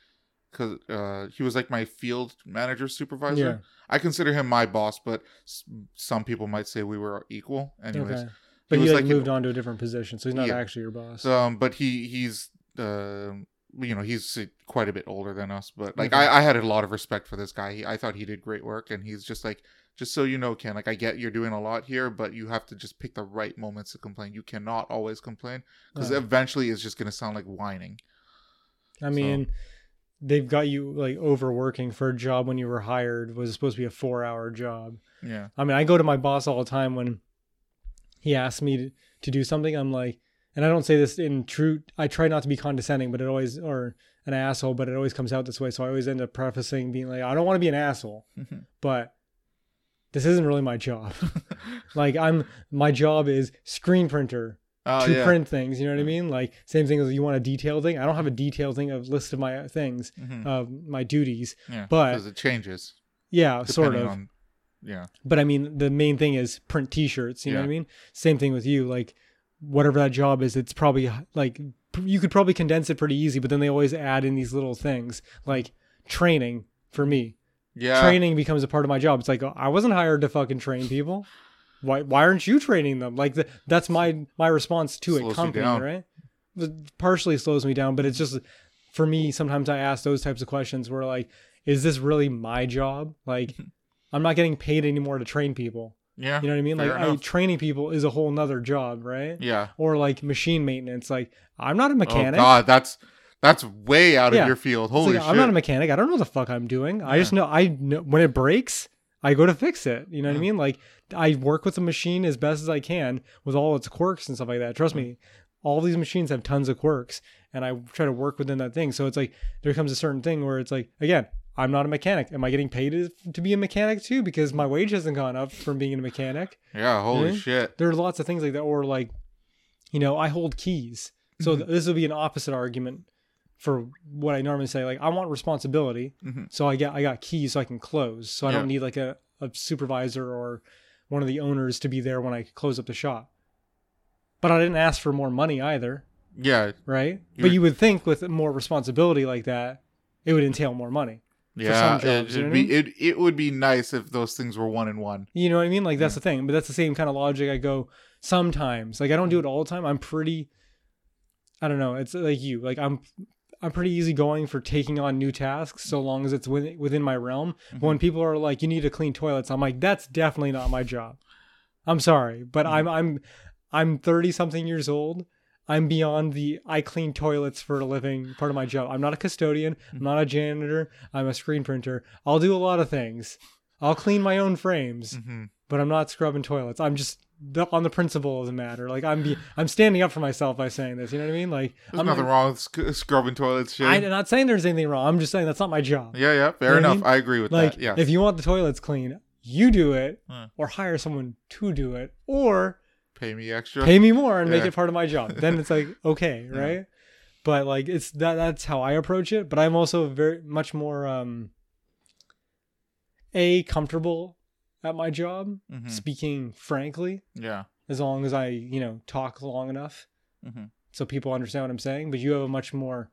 S1: cause uh, he was like my field manager supervisor.
S2: Yeah.
S1: I consider him my boss, but s- some people might say we were equal. Anyways,
S2: okay. But he,
S1: was
S2: like,
S1: like-
S2: moved on to a different position, so he's not
S1: Yeah.
S2: actually your boss.
S1: So, um, but he he's uh, you know he's uh, quite a bit older than us, but like
S2: Okay.
S1: I, I had a lot of respect for this guy. He, I thought he did great work, and he's just like just so you know, Ken. Like I get you're doing a lot here, but you have to just pick the right moments to complain. You cannot always complain because
S2: Uh,
S1: eventually it's just gonna sound like whining.
S2: I mean, they've got you like overworking for a job when you were hired was supposed to be a four hour job.
S1: Yeah,
S2: I mean, I go to my boss all the time when he asks me to, to do something. I'm like, and I don't say this in true, I try not to be condescending, but it always, or an asshole, but it always comes out this way. So I always end up prefacing being like, I don't want to be an asshole,
S1: Mm-hmm.
S2: but this isn't really my job. like, I'm, my job is screen printer
S1: oh
S2: to
S1: yeah,
S2: print things. You know what I
S1: Mm.
S2: mean? Like same thing as you want a detailed thing. I don't have a detailed thing of list of my things,
S1: Mhm.
S2: of my duties.
S1: yeah,
S2: uh, but-
S1: because it changes
S2: Yeah, sort
S1: depending
S2: of.
S1: on yeah.
S2: but I mean, the main thing is print T-shirts. You know what I
S1: Yeah.
S2: mean? Same thing with you. Like whatever that job is, it's probably like p- you could probably condense it pretty easy. But then they always add in these little things like training for me.
S1: Yeah,
S2: Training becomes a part of my job. It's like oh, I wasn't hired to fucking train people. Why, why aren't you training them? Like the, that's my my response to
S1: Slows
S2: it.
S1: you
S2: Company,
S1: down.
S2: right? But partially slows me down, but it's just for me. Sometimes I ask those types of questions where like, is this really my job? Like, I'm not getting paid anymore to train people.
S1: yeah,
S2: You know what I mean? Like,
S1: Fair
S2: I,
S1: enough.
S2: training people is a whole nother job, right?
S1: yeah.
S2: Or like machine maintenance. Like, I'm not a
S1: Oh
S2: mechanic.
S1: god, that's that's way out
S2: Yeah.
S1: of your field.
S2: It's
S1: Holy
S2: like,
S1: shit!
S2: I'm not a mechanic. I don't know what the fuck I'm doing. I just know I know when it breaks, I go to fix it. You know what I
S1: Yeah.
S2: mean? Like I work with the machine as best as I can with all its quirks and stuff like that. Trust me, all these machines have tons of quirks, and I try to work within that thing. So it's like there comes a certain thing where it's like again. I'm not a mechanic. Am I getting paid to- to be a mechanic too? Because my wage hasn't gone up from being a mechanic
S1: yeah, holy
S2: Really?
S1: shit.
S2: there are lots of things like that or like you know i hold keys so th- this would be an opposite argument for what i normally say like i want responsibility
S1: Mhm.
S2: so i got i got keys so i can close so i don't need like a, a supervisor or one of the owners to be there when i close up the shop but i didn't ask for more money either
S1: Yeah,
S2: right but
S1: You're-
S2: you would think with more responsibility like that it would entail more money
S1: Yeah,
S2: some jobs,
S1: it,
S2: you know
S1: would
S2: what I
S1: be it, it would be nice if those things were one and one.
S2: You know what I mean? Like that's the thing. But that's the same kind of logic I go sometimes. Like I don't do it all the time. I'm pretty I don't know. It's uh, like you. Like I'm I'm pretty easygoing for taking on new tasks so long as it's within, within my realm. But When people are like you need to clean toilets, I'm like that's definitely not my job. I'm sorry, but I'm I'm I'm 30 something years old. I'm beyond the I clean toilets for a living part of my job. I'm not a custodian. I'm not a janitor. I'm a screen printer. I'll do a lot of things. I'll clean my own frames
S1: hmm
S2: but I'm not scrubbing toilets. I'm just the, on the principle of the matter. Like I'm be, I'm standing up for myself by saying this. You know what I mean? Like
S1: There's
S2: I'm
S1: nothing wrong with sc- scrubbing toilets. Shit.
S2: I'm not saying there's anything wrong. I'm just saying that's not my job.
S1: yeah, yeah, fair
S2: You know what I
S1: enough. I,
S2: mean?
S1: agree with
S2: like
S1: that. Yeah,
S2: if you want the toilets clean, you do it,
S1: Huh.
S2: or hire someone to do it, or
S1: pay me extra.
S2: pay me more and make
S1: Yeah.
S2: it part of my job. Then it's like okay,
S1: Yeah.
S2: right? But like it's that that's how I approach it. But I'm also very much more um a comfortable at my job,
S1: Mhm.
S2: speaking frankly
S1: Yeah,
S2: as long as I, you know, talk long enough
S1: Mhm.
S2: so people understand what I'm saying. But you have a much more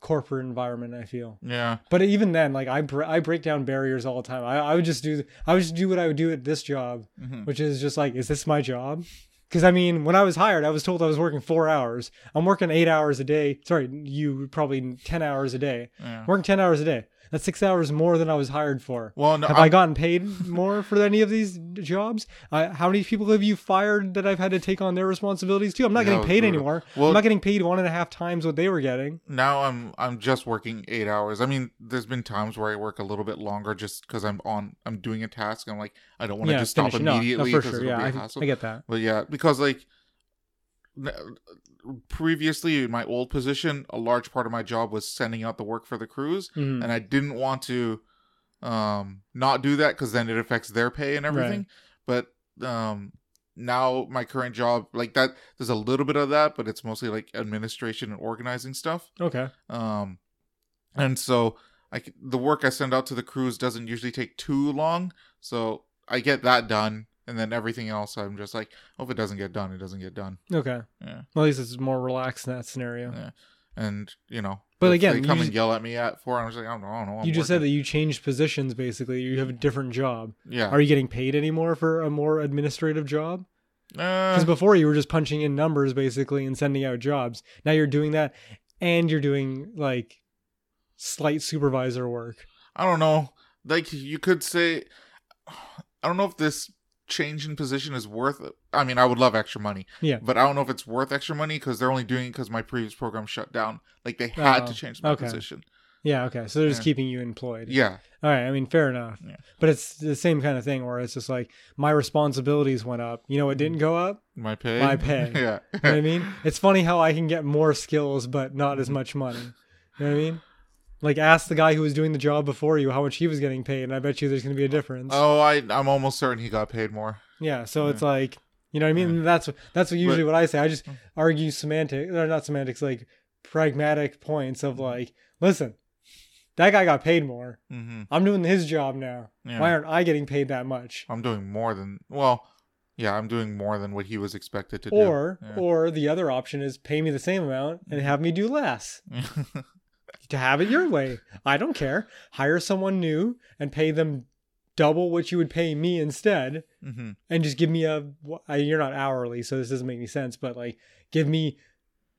S2: corporate environment, I feel.
S1: yeah,
S2: But even then, like I, br- I break down barriers all the time. I, I would just do, I would just do what I would do at this job,
S1: Mhm.
S2: which is just like, is this my job? Because I mean, when I was hired, I was told I was working four hours. I'm working eight hours a day. Sorry, you probably ten hours a day.
S1: yeah.
S2: working ten hours a day. That's six hours more than I was hired for.
S1: Well, no,
S2: Have
S1: I'm-
S2: I gotten paid more for any of these jobs? Uh, how many people have you fired that I've had to take on their responsibilities too? I'm not
S1: Yeah,
S2: getting paid
S1: brutal.
S2: anymore.
S1: Well-
S2: I'm not getting paid one and a half times what they were getting.
S1: now I'm I'm just working eight hours. I mean, there's been times where I work a little bit longer just because I'm on I'm doing a task. I'm like I don't want to just stop
S2: finish. No, no,
S1: immediately
S2: for
S1: because
S2: sure.
S1: it'll
S2: Yeah,
S1: be a
S2: I,
S1: hassle.
S2: I get that.
S1: But yeah, because like n- previously in my old position, a large part of my job was sending out the work for the crews,
S2: Mhm.
S1: and I didn't want to um not do that because then it affects their pay and everything. But um now my current job like that there's a little bit of that but it's mostly like administration and organizing stuff
S2: Okay.
S1: um and so i c- the work i send out to the crews doesn't usually take too long so i get that done and then everything else I'm just like, oh, if it doesn't get done, it doesn't get done.
S2: Okay.
S1: Yeah.
S2: Well, at least it's more relaxed in that scenario.
S1: Yeah. And you know,
S2: But
S1: if
S2: again,
S1: they
S2: you
S1: come and
S2: just-
S1: yell at me at four. I'm just like, I don't know. I don't know, I'm
S2: you just said
S1: working.
S2: that you changed positions basically. You have a different job.
S1: yeah.
S2: Are you getting paid anymore for a more administrative job?
S1: Uh,
S2: Because before you were just punching in numbers basically and sending out jobs. Now you're doing that and you're doing like slight supervisor work.
S1: I don't know. Like you could say, I don't know if this change in position is worth. I mean, I would love extra money.
S2: Yeah.
S1: But I don't know if it's worth extra money because they're only doing it because my previous program shut down. Like they had
S2: Oh,
S1: to change my
S2: okay.
S1: position.
S2: Yeah, okay. So they're just
S1: Yeah.
S2: keeping you employed.
S1: Yeah.
S2: All right, I mean fair enough.
S1: Yeah.
S2: But it's the same kind of thing where it's just like my responsibilities went up. You know what didn't go up?
S1: My pay.
S2: My pay.
S1: yeah.
S2: You know what I mean? It's funny how I can get more skills but not as much money. You know what I mean? Like ask the guy who was doing the job before you how much he was getting paid, and I bet you there's gonna be a difference.
S1: Oh, I I'm almost certain he got paid more.
S2: yeah, so it's like you know what I mean? That's that's what usually what I say. I just
S1: Mm.
S2: argue semantic or not semantics, like pragmatic points
S1: Mm.
S2: of like, listen, that guy got paid more.
S1: hmm
S2: I'm doing his job now.
S1: Yeah.
S2: Why aren't I getting paid that much?
S1: I'm doing more than well, yeah. I'm doing more than what he was expected to
S2: Or
S1: do.
S2: or the other option is pay me the same amount and
S1: Mm-hmm.
S2: have me do less.
S1: Or.
S2: to have it your way. I don't care. Hire someone new and pay them double what you would pay me instead,
S1: hmm
S2: and just give me a. I- You're not hourly, so this doesn't make any sense. But like, give me.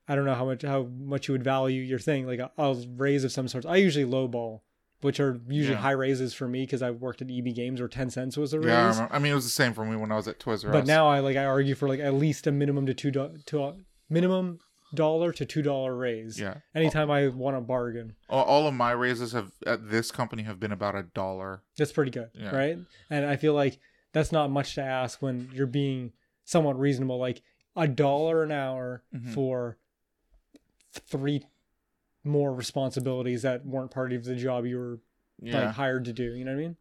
S2: I don't know how much how much you would value your thing. Like a, a raise of some sorts. I usually lowball, which are usually
S1: Yeah.
S2: high raises for me because I worked at EB Games where ten cents was a raise.
S1: Yeah, I, remember. I mean, it was the same for me when I was at Toys R Us.
S2: But now I like I argue for like at least a minimum to two do, to a minimum dollar to two dollar raise.
S1: yeah,
S2: Anytime I want to bargain.
S1: all, all of my raises have at this company have been about a dollar.
S2: That's pretty good,
S1: Yeah.
S2: right? And I feel like that's not much to ask when you're being somewhat reasonable, like a dollar an hour
S1: Mhm.
S2: for three more responsibilities that weren't part of the job you were
S1: Yeah,
S2: like hired to do. You know what I mean?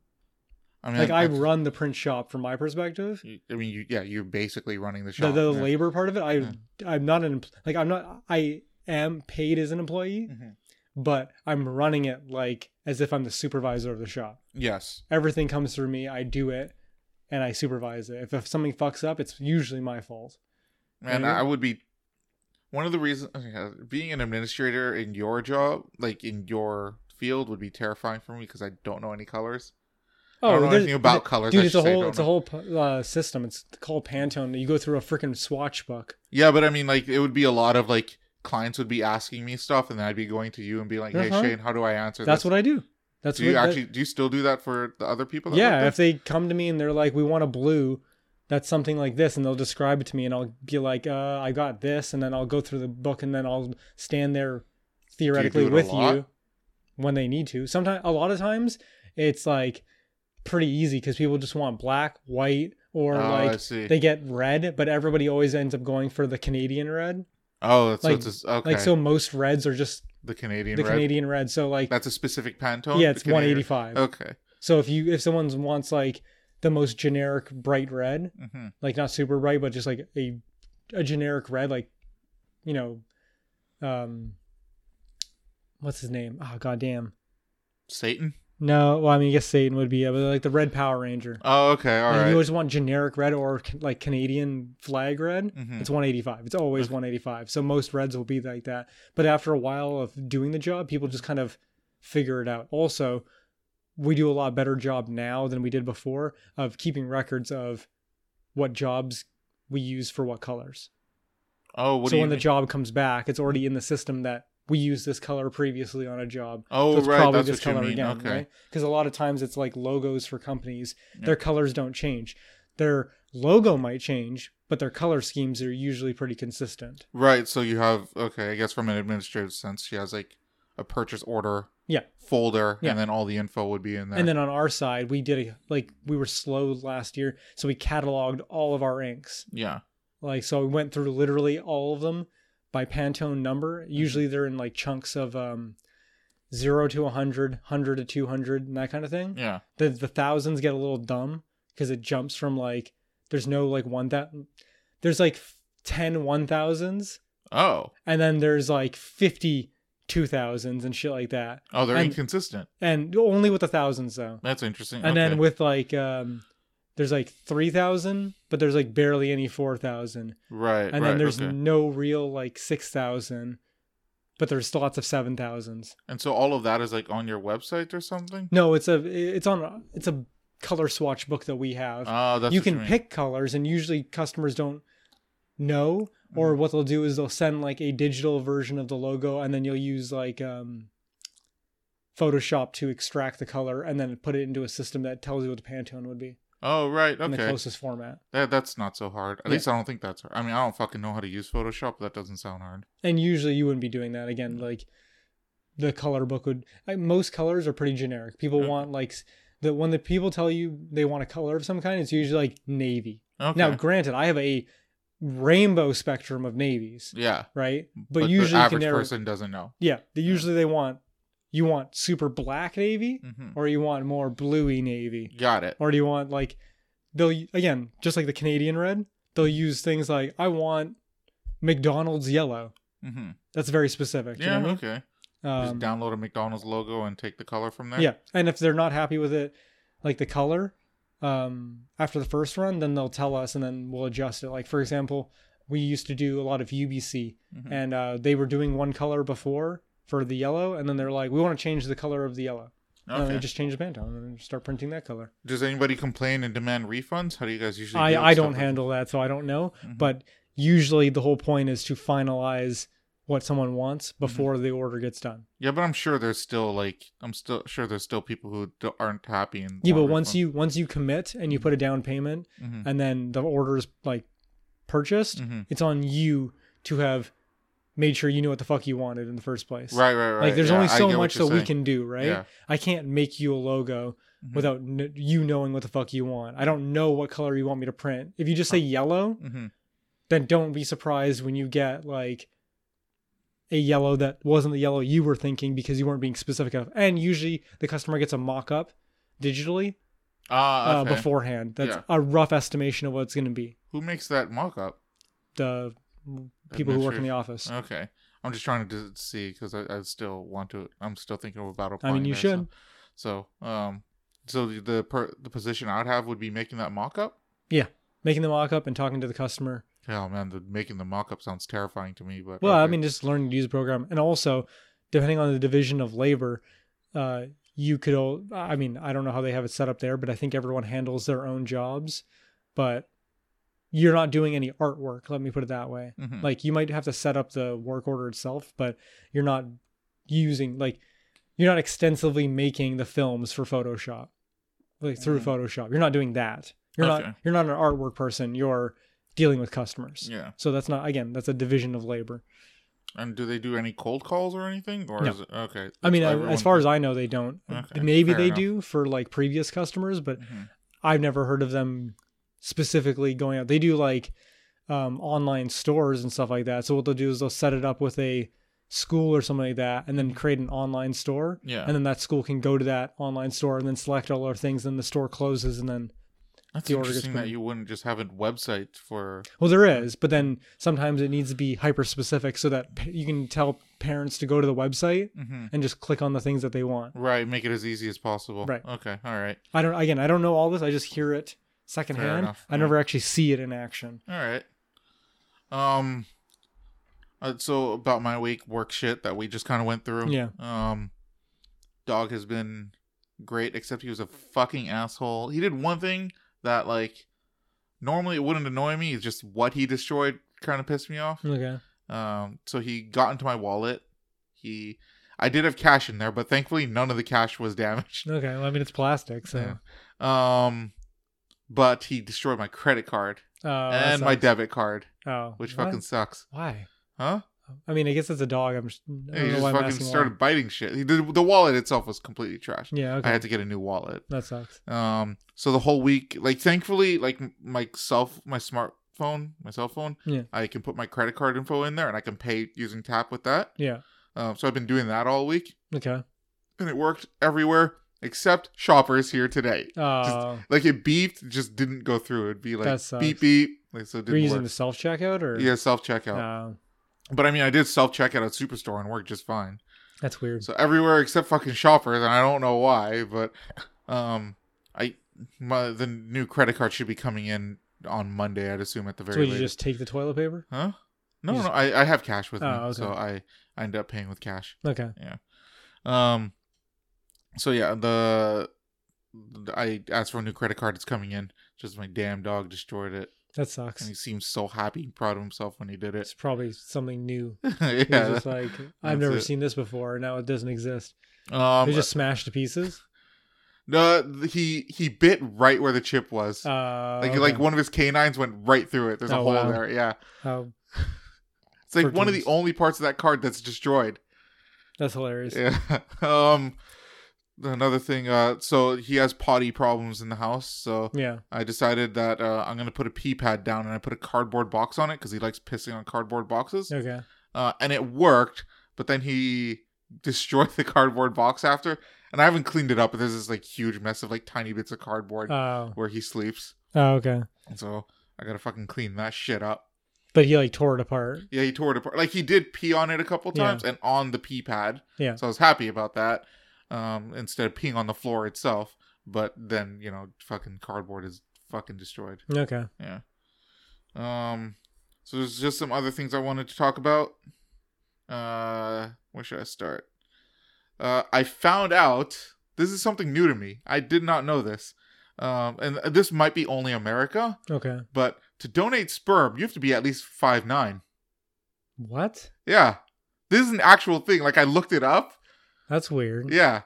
S1: I mean,
S2: like I
S1: that's-
S2: run the print shop from my perspective.
S1: you- I mean, you, yeah, you're basically running the
S2: The,
S1: shop.
S2: the
S1: yeah.
S2: labor part of it, I
S1: Yeah.
S2: I'm not an empl- like I'm not I am paid as an employee,
S1: Mhm.
S2: but I'm running it like as if I'm the supervisor of the shop.
S1: Yes,
S2: everything comes through me. I do it and I supervise it. If, if something fucks up, it's usually my fault.
S1: and
S2: Yeah.
S1: I would be one of the reasons uh, being an administrator in your job, like in your field, would be terrifying for me because I don't know any colors. I don't know
S2: Oh, there's-
S1: anything about colors.
S2: Dude,
S1: I
S2: it's
S1: should
S2: a
S1: say,
S2: whole
S1: don't
S2: it's
S1: know.
S2: a whole uh, system. It's called Pantone. You go through a freaking swatch book.
S1: Yeah, but I mean, like, it would be a lot of like clients would be asking me stuff, and then I'd be going to you and be like, "Hey,
S2: Uh-huh.
S1: Shane, how do I answer?"
S2: That's
S1: this?
S2: what I do. That's
S1: do you
S2: what, that-
S1: actually do. You still do that for the other people? That
S2: yeah.
S1: work
S2: If they come to me and they're like, "We want a blue," that's something like this, and they'll describe it to me, and I'll be like, uh, "I got this," and then I'll go through the book, and then I'll stand there theoretically
S1: it a
S2: with
S1: lot?
S2: you when they need to. Sometimes, a lot of times, it's like pretty easy because people just want black, white, or
S1: there? oh, I
S2: like
S1: see.
S2: they get red, but everybody always ends up going for the Canadian red.
S1: oh, that's
S2: like-
S1: so it's a, okay.
S2: Like so, most reds are just
S1: the Canadian
S2: the
S1: red.
S2: Canadian red. So like,
S1: That's a specific Pantone.
S2: yeah,
S1: The
S2: it's
S1: Canadian-
S2: one eighty five.
S1: Okay.
S2: So if you if someone wants like the most generic bright red,
S1: hmm
S2: like not super bright, but just like a a generic red, like you know, um, what's his name? Oh goddamn.
S1: Satan.
S2: No, well I mean I guess Satan would be, yeah, but like the Red Power Ranger.
S1: Oh, okay. All
S2: like
S1: right.
S2: you always want generic red or ca- like Canadian flag red.
S1: Mhm.
S2: It's 185. It's always 185. So most reds will be like that. But after a while of doing the job, people just kind of figure it out. Also, we do a lot better job now than we did before of keeping records of what jobs we use for what colors.
S1: oh, what
S2: so
S1: do you?
S2: when the
S1: mean?
S2: job comes back, it's already in the system that we used this color previously on a job. So
S1: oh,
S2: it's
S1: right.
S2: probably
S1: That's what
S2: this
S1: you
S2: color
S1: mean.
S2: again,
S1: okay.
S2: right? Because a lot of times it's like logos for companies.
S1: Yeah.
S2: Their colors don't change. Their logo might change, but their color schemes are usually pretty consistent.
S1: Right. So you have okay. I guess from an administrative sense, she has like a purchase order.
S2: Yeah.
S1: Folder,
S2: Yeah.
S1: and then all the info would be in there.
S2: And then on our side, we did a, like we were slow last year, so we cataloged all of our inks.
S1: yeah.
S2: Like so, we went through literally all of them by Pantone
S1: Mm-hmm.
S2: number. Usually they're in like chunks of um, zero to 100, 100 to two hundred, and that kind of thing.
S1: Yeah.
S2: the the thousands get a little dumb because it jumps from like there's no like one that there's like 10 one thousands
S1: Oh.
S2: and then there's like 50 two thousands and shit like that
S1: Oh, they're
S2: And-
S1: inconsistent.
S2: and only with the thousands though
S1: That's interesting.
S2: and
S1: okay.
S2: then with like um there's like 3000 but there's like barely any 4000
S1: Right.
S2: and
S1: Eh, right.
S2: then there's
S1: okay.
S2: no real like 6000 but there's lots of 7000s
S1: and so all of that is like on your website or something.
S2: no it's a it's on a, it's a color swatch book that we have
S1: Oh, that's
S2: you
S1: what
S2: can
S1: mean.
S2: pick colors and usually customers don't know or
S1: Mm.
S2: what they'll do is they'll send like a digital version of the logo and then you'll use like um photoshop to extract the color and then put it into a system that tells you what the pantone would be
S1: Oh, right.
S2: in the
S1: Okay.
S2: closest format
S1: That, that's not so hard. At
S2: Yeah.
S1: least I don't think that's hard. I mean, I don't fucking know how to use Photoshop. But that doesn't sound hard.
S2: and usually you wouldn't be doing that
S1: Mm.
S2: again like the color book would like, most colors are pretty generic people
S1: Okay.
S2: want like s- the when the people tell you they want a color of some kind it's usually like navy
S1: Okay.
S2: now granted i have a rainbow spectrum of navies
S1: yeah.
S2: right?
S1: But,
S2: But,
S1: the
S2: usually you
S1: average
S2: can narrow,
S1: person doesn't know.
S2: yeah, they, usually they want you want super black navy
S1: hmm
S2: or you want more bluey navy
S1: Got it.
S2: or do you want like they'll again just like the Canadian red they'll use things like I want McDonald's yellow.
S1: hmm
S2: That's very specific.
S1: Yeah.
S2: you know what
S1: Okay.
S2: I mean?
S1: Just
S2: Um,
S1: download a McDonald's logo and take the color from there.
S2: yeah, and if they're not happy with it, like the color, um, after the first run, then they'll tell us and then we'll adjust it. Like for example, we used to do a lot of UBC
S1: Mhm.
S2: and uh, they were doing one color before for the yellow, and then they're like, "We want to change the color of the yellow," and then
S1: Okay.
S2: they uh, just change the Pantone and start printing that color.
S1: Does anybody complain and demand refunds? How do you guys usually? do
S2: I
S1: with
S2: I
S1: stuff
S2: don't
S1: like-
S2: handle that, so I don't know.
S1: Mhm.
S2: But usually, the whole point is to finalize what someone wants
S1: Mm-hmm.
S2: before the order gets done.
S1: Yeah, but I'm sure there's still like I'm still sure there's still people who d- aren't happy and
S2: Yeah, but once you once you commit and you put
S1: Mm-hmm.
S2: a down payment,
S1: hmm
S2: and then the order is like purchased,
S1: hmm
S2: it's on you to have made sure you knew what the fuck you wanted in the first place.
S1: right, right, right.
S2: Like, there's
S1: yeah,
S2: only
S1: I
S2: so
S1: get what
S2: much that
S1: you're
S2: we
S1: saying.
S2: can do, right?
S1: Yeah.
S2: I can't make you a logo
S1: Mhm.
S2: without kn- you knowing what the fuck you want. I don't know what color you want me to print. If you just say yellow,
S1: hmm
S2: then don't be surprised when you get like a yellow that wasn't the yellow you were thinking because you weren't being specific enough. And usually the customer gets a mock up digitally
S1: Ah,
S2: uh,
S1: okay.
S2: beforehand. That's
S1: Yeah.
S2: a rough estimation of what it's going to be.
S1: who makes that mock-up?
S2: The people who work in the office.
S1: Okay, I'm just trying to d- see because I, I still want to. I'm still thinking about
S2: I
S1: applying.
S2: mean, you
S1: there,
S2: should.
S1: So, so um, so the the, per, the position I'd have would be making that mock-up.
S2: Making the mock up and talking to the customer.
S1: Oh man, the making the mock-up sounds terrifying to me. But
S2: Well, I
S1: okay.
S2: mean, just learning to use the program, and also depending on the division of labor, uh, you could. al- I mean, I don't know how they have it set up there, but I think everyone handles their own jobs. But you're not doing any artwork. Let me put it that way.
S1: Mhm.
S2: Like you might have to set up the work order itself, but you're not using like you're not extensively making the films for Photoshop, like through
S1: Mhm.
S2: Photoshop. You're not doing that. You're
S1: Okay.
S2: not. You're not an artwork person. You're dealing with customers.
S1: yeah.
S2: So that's not again. That's a division of labor.
S1: And do they do any cold calls or anything? Or
S2: No.
S1: is it okay?
S2: I mean,
S1: so
S2: I-
S1: everyone-
S2: as far as I know, they don't.
S1: Okay,
S2: Maybe
S1: fair
S2: they
S1: enough.
S2: do for like previous customers, but
S1: Mhm.
S2: I've never heard of them specifically going out. They do like um, online stores and stuff like that. So what they'll do is they'll set it up with a school or something like that, and then create an online store,
S1: yeah,
S2: and then that school can go to that online store and then select all our things. Then the store closes, and then
S1: That's
S2: the order gets
S1: interesting
S2: put
S1: that
S2: in.
S1: you wouldn't just have a website for.
S2: well, there is, but then sometimes it needs to be hyper specific so that pa- you can tell parents to go to the website
S1: Mhm.
S2: and just click on the things that they want.
S1: Right, make it as easy as possible.
S2: Right.
S1: Okay. All right.
S2: I don't again I don't know all this. I just hear it
S1: Fair
S2: secondhand.
S1: enough,
S2: I never actually see it in action.
S1: All right. Um. uh, so about my week work shit that we just kind of went through.
S2: Yeah.
S1: Um. Dog has been great, except he was a fucking asshole. He did one thing that like normally it wouldn't annoy me. It's just what he destroyed kind of pissed me off.
S2: Okay.
S1: Um, so he got into my wallet. He, I did have cash in there, but thankfully none of the cash was damaged.
S2: Okay. Well, I mean it's plastic,
S1: Yeah.
S2: so
S1: Um, but he destroyed my credit card
S2: oh, that
S1: and my
S2: sucks.
S1: debit card,
S2: oh,
S1: which
S2: what?
S1: fucking sucks,
S2: why?
S1: huh?
S2: I mean, I guess it's a dog. I'm. Just, I
S1: Yeah, he
S2: don't know
S1: just
S2: why I'm
S1: fucking
S2: asking why.
S1: started biting shit. He did, the wallet itself was completely trashed.
S2: Yeah. Okay.
S1: I had to get a new wallet.
S2: that sucks.
S1: Um, so the whole week, like, thankfully, like m- my self, my smartphone, my cell phone,
S2: Yeah.
S1: I can put my credit card info in there and I can pay using tap with that.
S2: Yeah.
S1: Um, so I've been doing that all week.
S2: Okay.
S1: and it worked everywhere except shoppers here today.
S2: Uh,
S1: Like it beeped, it just didn't go through. It'd be like
S2: That sucks.
S1: beep beep. Like so it
S2: we're you
S1: didn't
S2: using
S1: work.
S2: the self checkout or
S1: yeah, self checkout.
S2: Oh,
S1: But I mean I did self checkout at Superstore and worked just fine.
S2: that's weird.
S1: So everywhere except fucking shoppers, and I don't know why, but um I my the new credit card should be coming in on Monday. I'd assume at the very
S2: So would you
S1: latest.
S2: just take the toilet paper?
S1: huh? No,
S2: you just-
S1: no, I, I have cash with me,
S2: Oh, okay.
S1: so I I end up paying with cash.
S2: Okay.
S1: Um. So yeah, the I asked for a new credit card. It's coming in. Just my damn dog destroyed it,
S2: That
S1: and
S2: sucks.
S1: he seems so happy, and proud of himself when he did it.
S2: It's probably something new. He was
S1: yeah.
S2: just like,
S1: that's
S2: I've never
S1: it.
S2: seen this before. Now it doesn't exist.
S1: um.
S2: they just smashed to pieces.
S1: no, he he bit right where the chip was.
S2: Uh,
S1: like
S2: okay.
S1: like one of his canines went right through it. There's a
S2: Oh,
S1: hole
S2: wow.
S1: there. Yeah.
S2: How-
S1: It's like
S2: For
S1: one of the
S2: games.
S1: only parts of that card that's destroyed.
S2: that's hilarious.
S1: Yeah. um. Another thing. Uh. So he has potty problems in the house. So.
S2: Yeah.
S1: I decided that uh, I'm gonna put a pee pad down and I put a cardboard box on it because he likes pissing on cardboard boxes.
S2: Okay.
S1: Uh, and it worked, but then he destroyed the cardboard box after, and I haven't cleaned it up. But there's this like huge mess of like tiny bits of cardboard
S2: Oh.
S1: where he sleeps,
S2: oh. Okay.
S1: and so I gotta fucking clean that shit up.
S2: But he like tore it apart.
S1: Yeah, he tore it apart. Like he did pee on it a couple
S2: Yeah.
S1: times and on the pee pad.
S2: Yeah.
S1: So I was happy about that. Um, instead of peeing on the floor itself, but then you know, fucking cardboard is fucking destroyed.
S2: Okay.
S1: Um, so there's just some other things I wanted to talk about. Uh, where should I start? Uh, I found out this is something new to me. I did not know this. Um, and this might be only America,
S2: Okay.
S1: but to donate sperm, you have to be at least five nine.
S2: What?
S1: Yeah, this is an actual thing. Like I looked it up.
S2: That's weird.
S1: Yeah.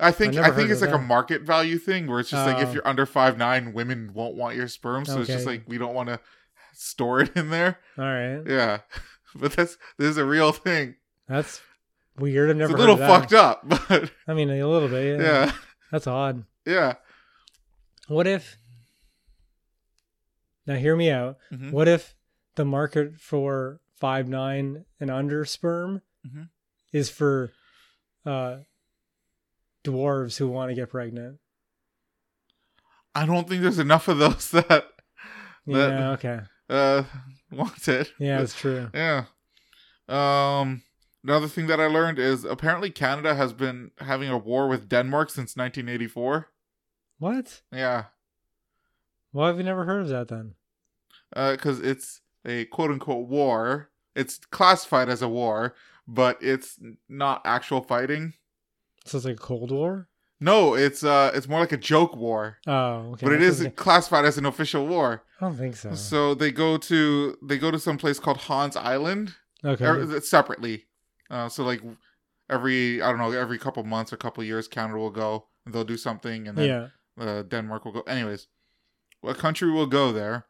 S1: I think
S2: Mm. never
S1: I think
S2: heard
S1: it's
S2: of
S1: like a
S2: that.
S1: market value thing where it's just like
S2: Oh.
S1: if you're under five nine, women won't want your sperm, so it's just
S2: Okay.
S1: like we don't want to store it in there.
S2: All right.
S1: Yeah, but that's this is a real thing.
S2: That's weird. I've never
S1: it's a little
S2: heard of that.
S1: fucked up, but
S2: I mean, a little bit. Yeah.
S1: yeah,
S2: That's odd.
S1: yeah.
S2: What if? Now, hear me out.
S1: Mhm.
S2: What if the market for five nine and under sperm
S1: Mhm.
S2: is for uh, dwarves who want to get pregnant?
S1: I don't think there's enough of those that
S2: Yeah.
S1: That-
S2: okay.
S1: uh want it.
S2: Yeah, that's true.
S1: yeah. Um, another thing that I learned is apparently Canada has been having a war with Denmark since 1984.
S2: What?
S1: Yeah,
S2: Why have you never heard of that then?
S1: because Uh, it's a quote unquote war. It's classified as a war, but it's not actual fighting.
S2: So it's like a Cold War.
S1: No, it's uh, it's more like a joke war.
S2: Oh, okay.
S1: but it
S2: that Uh-huh.
S1: is
S2: doesn't-
S1: classified as an official war.
S2: I don't think so.
S1: So they go to they go to some place called Hans Island
S2: okay.
S1: er, separately. Uh, so like every I don't know every couple months or couple years, Canada will go. and They'll do something, and then
S2: yeah.
S1: uh, Denmark will go. Anyways, a country will go there.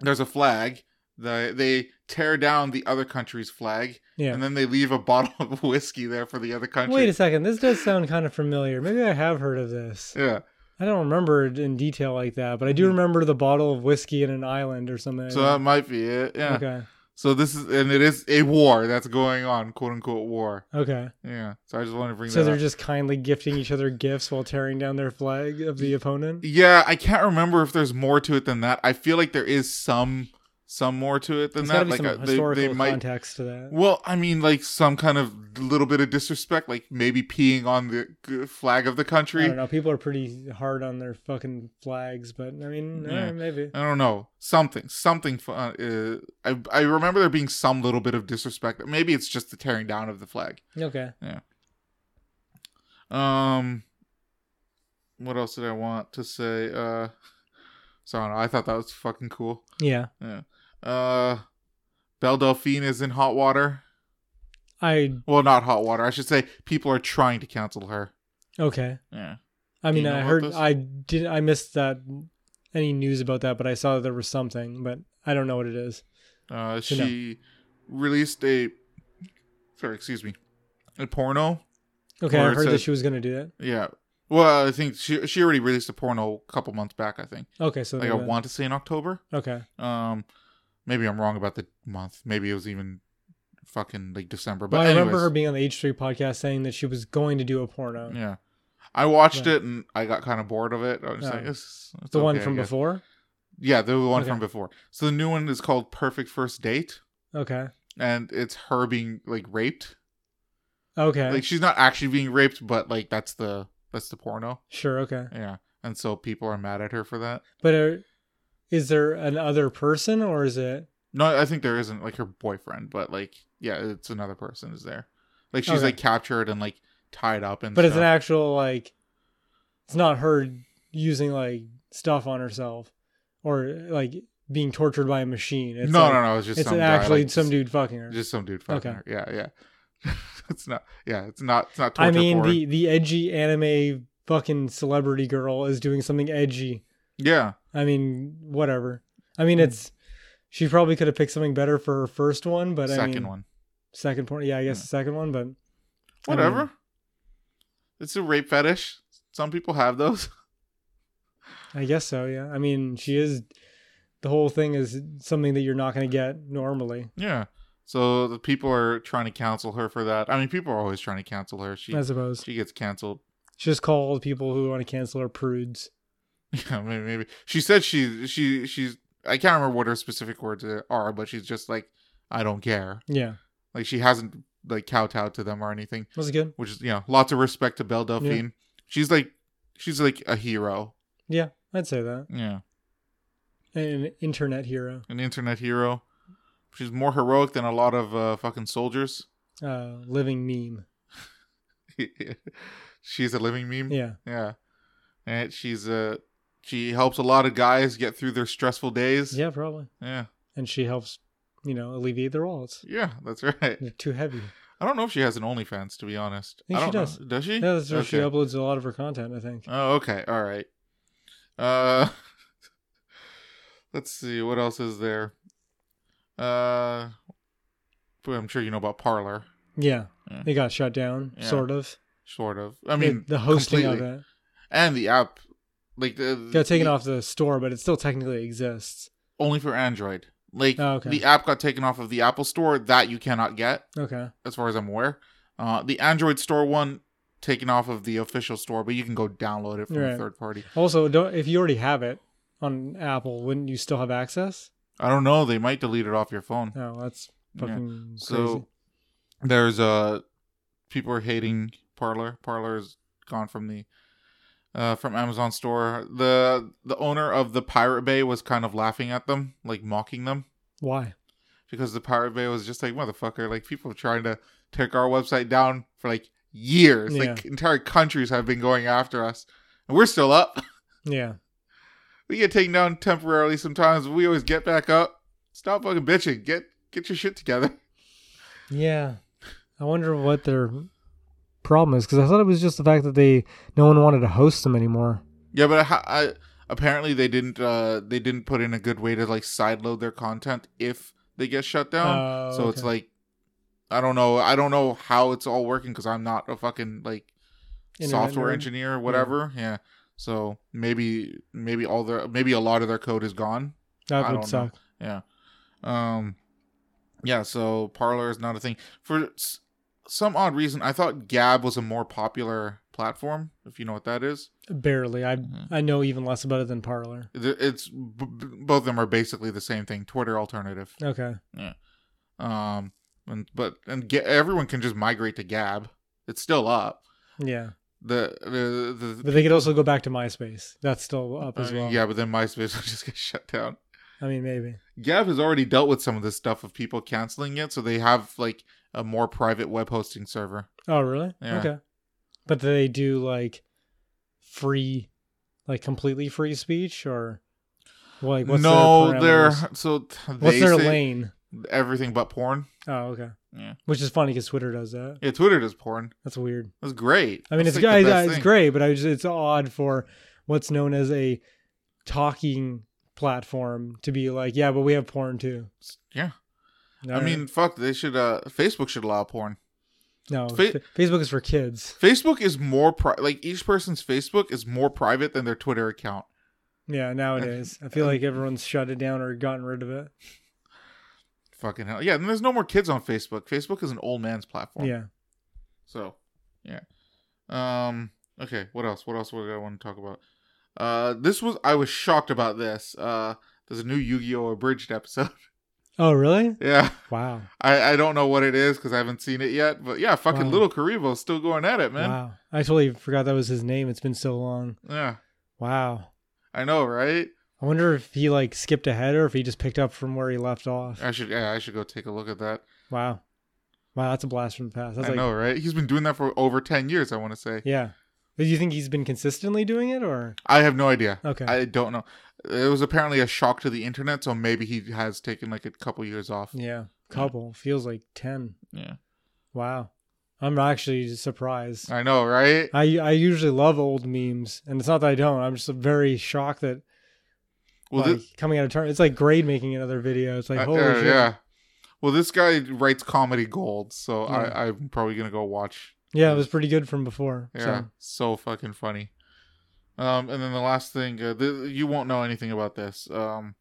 S1: There's a flag. They they tear down the other country's flag,
S2: Yeah.
S1: and then they leave a bottle of whiskey there for the other country.
S2: Wait a second. This does sound kind of familiar. Maybe I have heard of this.
S1: yeah.
S2: I don't remember it in detail like that, but I do
S1: Mhm.
S2: remember the bottle of whiskey in an island or something. like
S1: So
S2: that.
S1: that might be it. Yeah.
S2: Okay.
S1: So this is and it is a war that's going on, quote unquote war.
S2: Okay.
S1: Yeah. So I just wanted to bring
S2: So
S1: that
S2: they're
S1: up.
S2: just kindly gifting each other gifts while tearing down their flag of
S1: E-
S2: the opponent.
S1: yeah, I can't remember if there's more to it than that. I feel like there is some some more to it than
S2: There's
S1: that.
S2: got to be
S1: Like
S2: some
S1: uh, they,
S2: historical
S1: they might.
S2: context to that.
S1: Well, I mean, like some kind of little bit of disrespect, like maybe peeing on the g- flag of the country.
S2: I don't know. People are pretty hard on their fucking flags, but I mean,
S1: Yeah.
S2: eh, maybe.
S1: I don't know. Something, something. fu- Uh, I I remember there being some little bit of disrespect. Maybe it's just the tearing down of the flag.
S2: Okay.
S1: Um, what else did I want to say? Uh, so I, don't know, I thought that was fucking cool.
S2: Yeah.
S1: Uh, Belle Delphine is in hot water.
S2: I
S1: Well, not hot water. I should say people are trying to cancel her.
S2: okay.
S1: Yeah.
S2: I
S1: Do you
S2: mean,
S1: know
S2: I
S1: about
S2: heard
S1: this?
S2: I did I missed that any news about that, but I saw that there was something, but I don't know what it is.
S1: Uh,
S2: Good to know.
S1: she released a sorry, excuse me, a porno.
S2: Okay,
S1: Or
S2: I
S1: it
S2: heard that
S1: said-
S2: she was gonna do that.
S1: Yeah. Well, I think she she already released a porno a couple months back. I think
S2: Okay, so
S1: like I
S2: maybe that-
S1: want to say in October.
S2: okay,
S1: Um, maybe I'm wrong about the month. Maybe it was even fucking like December. But
S2: well, I
S1: anyways,
S2: remember her being on the H three podcast saying that she was going to do a porno,
S1: yeah, I watched
S2: Yeah.
S1: it and I got kind of bored of it. I was just
S2: Oh.
S1: like, it's, it's
S2: the one
S1: okay, I
S2: from
S1: guess.
S2: before.
S1: Yeah, the one
S2: Okay.
S1: from before. So the new one is called Perfect First Date,
S2: Okay,
S1: and it's her being like raped.
S2: okay,
S1: Like she's not actually being raped, but like that's the that's the porno.
S2: sure, okay.
S1: Yeah, and so people are mad at her for that.
S2: But are, is there an other person or is it?
S1: No, I think there isn't like her boyfriend, but like yeah, it's another person is there. Like she's
S2: Okay.
S1: like captured and like tied up and
S2: But it's an
S1: stuff.
S2: actual like. It's not her using like stuff on herself, or like being tortured by a machine. It's
S1: no,
S2: like,
S1: no, no. It's just
S2: It's
S1: some guy,
S2: actually
S1: like,
S2: some
S1: just-
S2: dude fucking her.
S1: Just some dude fucking
S2: Okay.
S1: her. Yeah, yeah. it's not. Yeah, it's not. It's not torture
S2: I mean,
S1: porn.
S2: the the edgy anime fucking celebrity girl is doing something edgy.
S1: yeah,
S2: I mean, whatever. I
S1: Hmm.
S2: mean, it's she probably could have picked something better for her first one, but
S1: second
S2: I mean,
S1: one. Hmm.
S2: second porn. Yeah, I guess
S1: Yeah.
S2: the second one, but I mean-
S1: Whatever. it's a rape fetish. Some people have those.
S2: I guess so. Yeah, I mean, she is. The whole thing is something that you're not going to get normally.
S1: yeah. So the people are trying to cancel her for that. I mean, people are always trying to cancel her. She
S2: I suppose
S1: she gets canceled.
S2: she just called people who want to cancel her prudes.
S1: Yeah, maybe, maybe. She said she she she's. I can't remember what her specific words are, but she's just like, I don't care.
S2: Yeah,
S1: Like she hasn't like kowtowed to them or anything.
S2: was it good?
S1: which is you know lots of respect to Belle Delphine. She's like she's like a hero.
S2: I'd say that
S1: Yeah,
S2: an internet hero,
S1: an internet hero. She's more heroic than a lot of uh, fucking soldiers.
S2: uh, living meme.
S1: she's a living meme.
S2: Yeah,
S1: Yeah. and she's uh, she helps a lot of guys get through their stressful days.
S2: yeah, probably.
S1: yeah,
S2: And she helps, you know, alleviate their wallets.
S1: yeah. That's right.
S2: They're too heavy.
S1: I don't know if she has an OnlyFans to be honest.
S2: I think
S1: I
S2: she
S1: don't know.
S2: does.
S1: Does she?
S2: Yeah, that's where she
S1: Okay.
S2: uploads a lot of her content, I think.
S1: Oh, okay. All right. Uh Let's see what else is there. Uh boy, I'm sure you know about Parlor,
S2: Yeah,
S1: Yeah.
S2: they got shut down,
S1: Yeah.
S2: sort of.
S1: sort of. I mean,
S2: the, the hosting
S1: completely.
S2: of it
S1: and the app like the
S2: got taken
S1: the-
S2: off the store, but it still technically exists.
S1: only for Android. Like
S2: Oh, okay.
S1: the app got taken off of the Apple Store that you cannot get
S2: Okay,
S1: as far as I'm aware. Uh the Android Store one taken off of the official store, but you can go download it from a
S2: Right.
S1: third party.
S2: Also, don't if you already have it on Apple, wouldn't you still have access?
S1: I don't know, they might delete it off your phone.
S2: No, that's
S1: Yeah.
S2: fucking crazy.
S1: So there's uh people are hating Parlor. Parlor is gone from the uh from Amazon store. The the owner of the Pirate Bay was kind of laughing at them, like mocking them
S2: Why?
S1: because the Pirate Bay was just like motherfucker, like people are trying to take our website down for like years. Like entire countries have been going after us. And we're still up.
S2: Yeah,
S1: We get taken down temporarily sometimes, but we always get back up. Stop fucking bitching. Get get your shit together.
S2: yeah. I wonder what their problem is because I thought it was just the fact that they no one wanted to host them anymore.
S1: Yeah, but I, ha- I, apparently they didn't. Uh, they didn't put in a good way to like sideload their content if they get shut down.
S2: Oh,
S1: so it's
S2: okay.
S1: like, I don't know. I don't know how it's all working because I'm not a fucking like
S2: Internet
S1: software
S2: nerd.
S1: engineer or whatever. Yeah. So maybe maybe all their maybe a lot of their code is gone. I
S2: That
S1: don't know.
S2: would suck.
S1: Um, yeah. So Parlor is not a thing for s- some odd reason. I thought Gab was a more popular platform. If you know what that is.
S2: Barely. I
S1: Mhm.
S2: I know even less about it than Parlor.
S1: Th- it's b- b- both of them are basically the same thing twitter alternative
S2: Okay.
S1: um and but and ga- everyone can just migrate to gab it's still up
S2: Yeah.
S1: the the, the,
S2: But they could also go back to MySpace. That's still up as
S1: I mean,
S2: well.
S1: yeah but then myspace will just get shut down
S2: I mean, maybe.
S1: gab has already dealt with some of this stuff of people canceling it so they have like a more private web hosting server
S2: Oh, really?
S1: Yeah.
S2: Okay. But do they do like free, like completely free speech or like what's
S1: no
S2: their
S1: they're
S2: parameters?
S1: so t- they
S2: what's their
S1: say
S2: lane?
S1: everything but porn
S2: Oh, okay.
S1: Yeah.
S2: Which is funny because Twitter does that.
S1: yeah twitter does porn
S2: That's weird.
S1: that's great
S2: I mean,
S1: That's,
S2: it's
S1: like, the
S2: I- I-
S1: best
S2: it's
S1: thing.
S2: great, but I just, it's odd for what's known as a talking platform to be like, yeah, but we have porn too.
S1: yeah
S2: No,
S1: i mean fuck they should uh facebook should allow porn
S2: no,
S1: Fa-
S2: Fa- Facebook is for kids.
S1: Facebook is more pri- like each person's Facebook is more private than their Twitter account.
S2: Yeah, nowadays I feel like everyone's shut it down or gotten rid of it.
S1: Fucking hell. Yeah, and there's no more kids on Facebook. Facebook is an old man's platform.
S2: Yeah,
S1: So, yeah. Um okay, what else? What else would I want to talk about? Uh this was I was shocked about this. Uh there's a new Yu-Gi-Oh abridged episode.
S2: Oh, really?
S1: yeah.
S2: Wow.
S1: I I don't know what it is cuz I haven't seen it yet, but yeah, fucking
S2: Wow.
S1: little Karibo's still going at it, man.
S2: Wow. I totally forgot that was his name. It's been so long.
S1: Yeah.
S2: Wow.
S1: I know, right?
S2: I wonder if he like skipped ahead or if he just picked up from where he left off.
S1: I should yeah, I should go take a look at that.
S2: Wow. Wow, that's a blast from the past. That's
S1: I
S2: like
S1: know, right? He's been doing that for over 10 years, I want to say.
S2: yeah. Do you think he's been consistently doing it or
S1: I have no idea.
S2: okay?
S1: I don't know. It was apparently a shock to the internet, so maybe he has taken like a couple years off.
S2: yeah, couple feels like ten.
S1: Yeah.
S2: Wow. I'm actually just surprised.
S1: I know, right?
S2: I I usually love old memes, and it's not that I don't. I'm just very shocked that
S1: Well,
S2: like,
S1: this,
S2: coming out of turn, it's like grade making another video. It's like
S1: uh,
S2: holy
S1: uh,
S2: shit.
S1: yeah. Well, this guy writes comedy gold, so
S2: Yeah.
S1: I, I'm probably gonna go watch.
S2: Yeah, it was pretty good from before.
S1: Yeah,
S2: So
S1: so fucking funny. Um, and then the last thing, uh, th- you won't know anything about this. Um,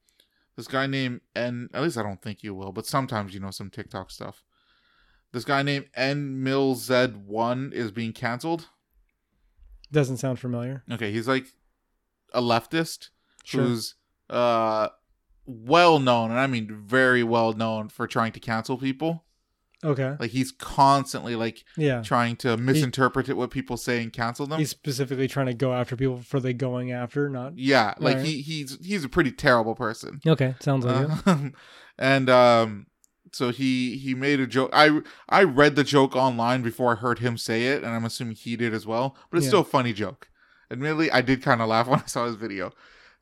S1: this guy named N. At least I don't think you will, but sometimes you know some TikTok stuff. This guy named N Mill Z One is being canceled.
S2: doesn't sound familiar.
S1: Okay, he's like a leftist
S2: Sure.
S1: who's uh well known, and I mean very well known for trying to cancel people.
S2: okay.
S1: Like he's constantly like
S2: Yeah.
S1: trying to misinterpret it, what people say and cancel them.
S2: He's specifically trying to go after people for they going after, not
S1: Yeah, like
S2: Alright.
S1: he he's he's a pretty terrible person.
S2: Okay, sounds like it.
S1: Um, and um so he he made a joke. I I read the joke online before I heard him say it, and I'm assuming he did as well. But it's
S2: Yeah.
S1: still a funny joke. Admittedly, I did kind of laugh when I saw his video.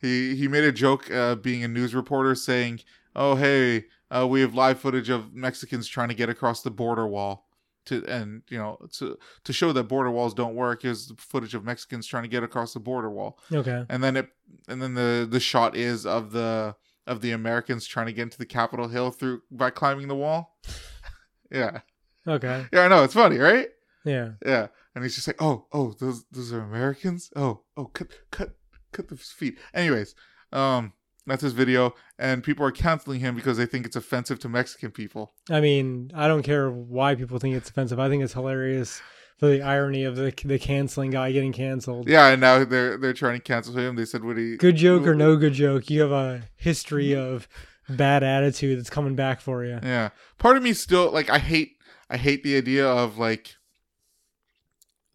S1: He he made a joke uh, being a news reporter saying, "Oh hey, uh, we have live footage of Mexicans trying to get across the border wall." To, and you know to to show that border walls don't work is footage of Mexicans trying to get across the border wall
S2: Okay.
S1: and then it and then the the shot is of the of the Americans trying to get into the Capitol Hill through by climbing the wall. yeah,
S2: Okay.
S1: yeah, I know it's funny, right?
S2: Yeah.
S1: Yeah, and he's just like, oh, oh, those those are Americans. Oh, oh, cut, cut, cut the feet. Anyways, um, that's his video, and people are canceling him because they think it's offensive to Mexican people.
S2: I mean, I don't care why people think it's offensive. I think it's hilarious for the irony of the the canceling guy getting canceled.
S1: Yeah, and now they're they're trying to cancel him. They said, would he?
S2: Good joke or no good joke, you have a history of bad attitude that's coming back for you.
S1: Yeah. Part of me still like I hate I hate the idea of like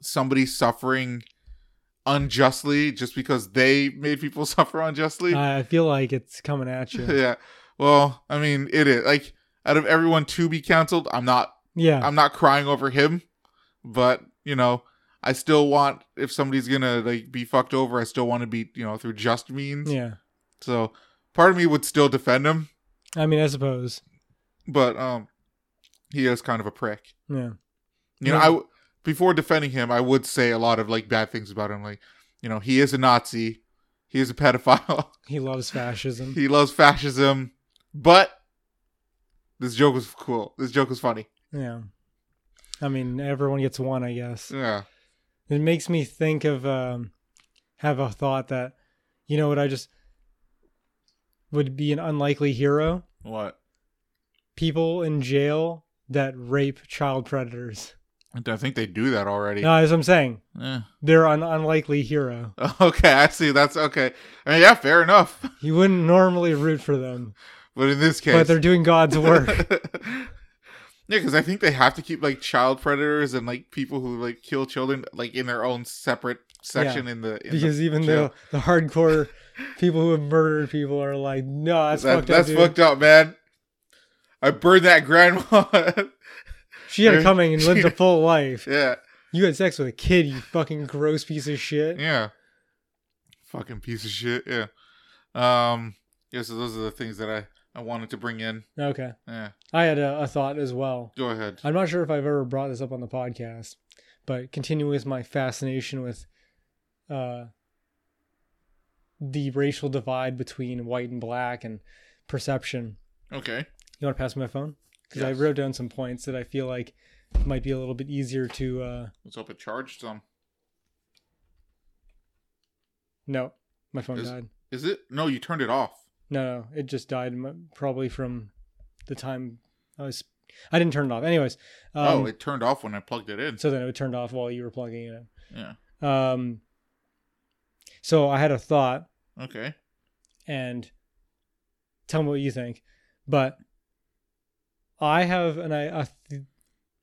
S1: somebody suffering unjustly just because they made people suffer unjustly.
S2: I I feel like it's coming at you.
S1: yeah. Well, I mean, it is like out of everyone to be canceled, I'm not
S2: Yeah.
S1: I'm not crying over him, but you know, I still want if somebody's going to like be fucked over, I still want to be, you know, through just means.
S2: Yeah.
S1: So, part of me would still defend him,
S2: I mean, I suppose.
S1: but um he is kind of a prick.
S2: Yeah.
S1: You know, I w- before defending him, I would say a lot of like bad things about him. Like, you know, he is a Nazi, he is a pedophile,
S2: He loves fascism.
S1: he loves fascism, but this joke was cool. This joke was funny.
S2: Yeah. I mean, everyone gets one, I guess.
S1: Yeah,
S2: It makes me think of um, have a thought that, you know, what I just would be an unlikely hero.
S1: what?
S2: People in jail that rape child predators.
S1: I think they do that already.
S2: No, as I'm saying,
S1: Eh.
S2: they're an unlikely hero.
S1: Okay, I see. That's okay. I mean, yeah, fair enough.
S2: You wouldn't normally root for them,
S1: But in this case,
S2: but they're doing God's work.
S1: yeah, because I think they have to keep like child predators and like people who like kill children like in their own separate section in the in the
S2: because even
S1: jail.
S2: though the hardcore people who have murdered people are like, no, that's
S1: That-
S2: fucked up.
S1: that's
S2: dude.
S1: fucked up, man. I burned that grandma.
S2: She had it coming and lived a full life.
S1: yeah,
S2: You had sex with a kid, you fucking gross piece of shit.
S1: yeah. Fucking piece of shit. Yeah. Um. Yeah. So those are the things that I I wanted to bring in.
S2: Okay.
S1: Yeah.
S2: I had a, a thought as well.
S1: Go ahead.
S2: I'm not sure if I've ever brought this up on the podcast, but continuing with my fascination with uh, the racial divide between white and black and perception.
S1: Okay.
S2: You want to pass me my phone? Because I
S1: Yes.
S2: wrote down some points that I feel like might be a little bit easier to. Uh,
S1: Let's hope it charged some.
S2: no, my phone
S1: Is-
S2: died.
S1: Is it? No, you turned it off.
S2: No, no, it just died m- probably from the time I was. I didn't turn it off. Anyways, um,
S1: oh, it turned off when I plugged it in.
S2: so then it turned off while you were plugging it
S1: Yeah.
S2: in. Um, so I had a thought,
S1: Okay.
S2: and tell me what you think. But I have an I- a, th-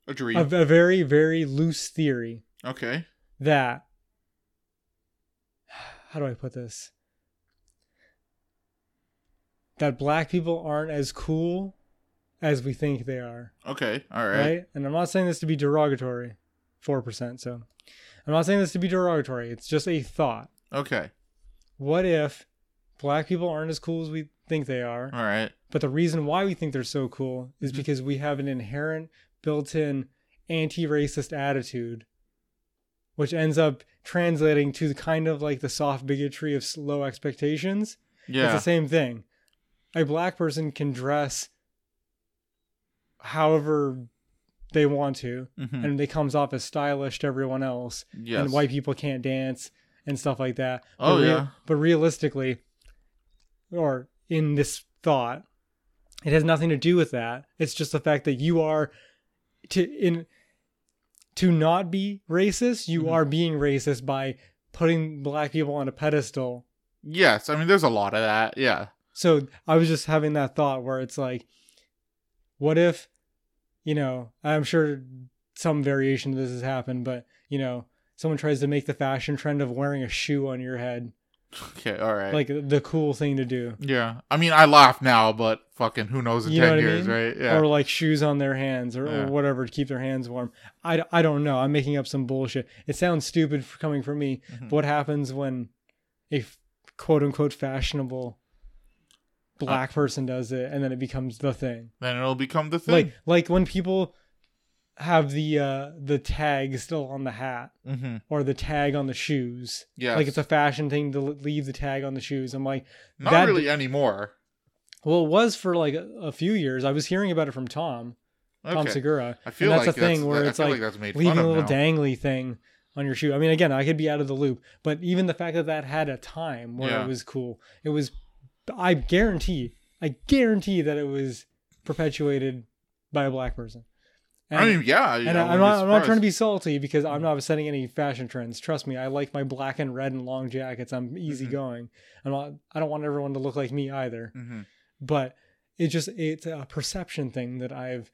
S1: A dream.
S2: a, a very very loose theory
S1: okay.
S2: that how do I put this? That black people aren't as cool as we think they are,
S1: Okay. All right.
S2: right? And I'm not saying this to be derogatory, 4%. So I'm not saying this to be derogatory. It's just a thought.
S1: Okay.
S2: What if black people aren't as cool as we think they are?
S1: All right.
S2: But the reason why we think they're so cool is
S1: Mhm.
S2: because we have an inherent built in anti racist attitude, which ends up translating to the kind of like the soft bigotry of s- low expectations. It's
S1: Yeah.
S2: the same thing. A black person can dress however they want to,
S1: hmm
S2: and they comes off as stylish to everyone else,
S1: Yes.
S2: and white people can't dance and stuff like that.
S1: Oh,
S2: rea-
S1: yeah.
S2: But realistically, or in this thought, it has nothing to do with that. It's just the fact that you are to in to not be racist. You
S1: Mhm.
S2: are being racist by putting black people on a pedestal.
S1: Yes. I mean, there's a lot of that. Yeah.
S2: So I was just having that thought where it's like, what if, you know, I'm sure some variation of this has happened, but you know, someone tries to make the fashion trend of wearing a shoe on your head,
S1: Okay. All right.
S2: like the cool thing to do.
S1: yeah. I mean, I laugh now, but fucking who knows in
S2: You
S1: 10
S2: know what I
S1: years,
S2: mean?
S1: right? Yeah.
S2: or like shoes on their hands or,
S1: Yeah.
S2: or whatever to keep their hands warm. I, d- I don't know. I'm making up some bullshit. It sounds stupid for coming from me.
S1: Mhm.
S2: But what happens when a f- quote unquote fashionable
S1: Uh,
S2: black person does it and then it becomes the thing?
S1: then it'll become the thing.
S2: Like like when people have the uh the tag still on the hat
S1: mm-hmm.
S2: or the tag on the shoes.
S1: Yeah.
S2: Like it's a fashion thing to l- leave the tag on the shoes. I'm like,
S1: Not
S2: that-
S1: really anymore.
S2: well, it was for like a, a few years. I was hearing about it from Tom, Tom
S1: Okay.
S2: Segura.
S1: I feel
S2: and that's
S1: like
S2: a thing where
S1: that- I
S2: it's
S1: feel
S2: like
S1: that's made
S2: leaving
S1: fun
S2: a
S1: of
S2: little
S1: now.
S2: dangly thing on your shoe. I mean, again, I could be out of the loop, but even the fact that that had a time where
S1: Yeah.
S2: it was cool, it was, I guarantee, I guarantee that it was perpetuated by a black person. And,
S1: I mean, yeah.
S2: and I, am not, I'm not trying to be salty because I'm not setting any fashion trends. Trust me, I like my black and red and long jackets. I'm easygoing. I'm not, I don't want everyone to look like me either
S1: Mm-hmm.
S2: but it just it's a perception thing that I've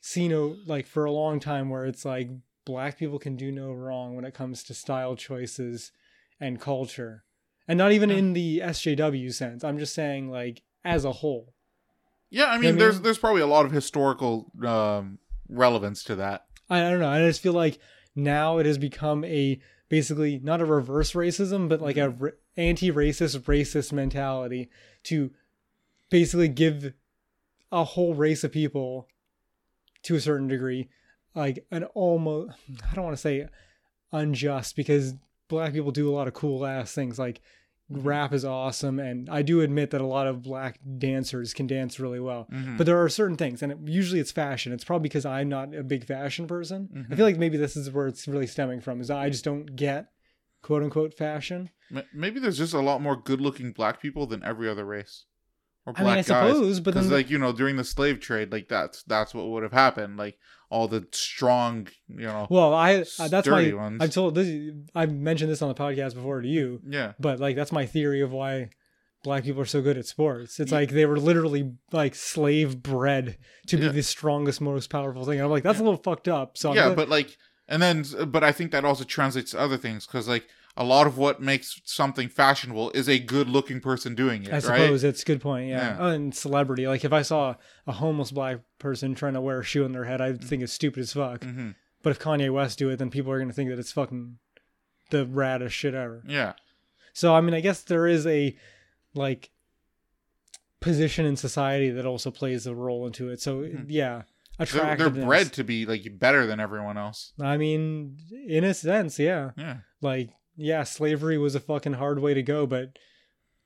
S2: seen o- like for a long time where it's like black people can do no wrong when it comes to style choices and culture and not even in the SJW sense I'm just saying like as a whole
S1: Yeah, I mean,
S2: mean-
S1: there's there's probably a lot of historical um, relevance to that.
S2: I, I don't know I just feel like now it has become a basically not a reverse racism but like a ra- anti-racist racist mentality to basically give a whole race of people to a certain degree like an almost i don't want to say unjust because black people do a lot of cool ass things like rap is awesome and i do admit that a lot of black dancers can dance really well
S1: Mhm.
S2: but there are certain things and it, usually it's fashion it's probably because i'm not a big fashion person i
S1: Mhm.
S2: feel like maybe this is where it's really stemming from is i just don't get quote unquote fashion
S1: M- Maybe there's just a lot more good-looking black people than every other race, or
S2: i mean i
S1: black guys.
S2: suppose but
S1: Because
S2: then
S1: like you know, during the slave trade, like that's that's what would have happened. Like all the strong, you know,
S2: Well, I uh, that's my
S1: sturdy ones.
S2: I've told this I've mentioned this on the podcast before to you,
S1: yeah,
S2: but like that's my theory of why black people are so good at sports. It's
S1: Ye-
S2: like they were literally like slave bred to be
S1: Yeah.
S2: the strongest, most powerful thing. And I'm like, that's a little fucked up. So I'm
S1: yeah.
S2: gl-
S1: But like, and then but I think that also translates to other things because like a lot of what makes something fashionable is a good-looking person doing it,
S2: I
S1: right?
S2: suppose that's a good point. Yeah.
S1: Yeah.
S2: Oh, and celebrity. Like if I saw a homeless black person trying to wear a shoe on their head, I'd
S1: Mm.
S2: think it's stupid as fuck.
S1: hmm
S2: But if Kanye West do it, then people are gonna think that it's fucking the raddest shit ever.
S1: Yeah.
S2: So I mean, I guess there is a like position in society that also plays a role into it. So
S1: Mhm.
S2: yeah,
S1: They're, they're
S2: attractiveness.
S1: bred to be like better than everyone else.
S2: I mean, in a sense, yeah.
S1: Yeah.
S2: Like yeah, slavery was a fucking hard way to go, but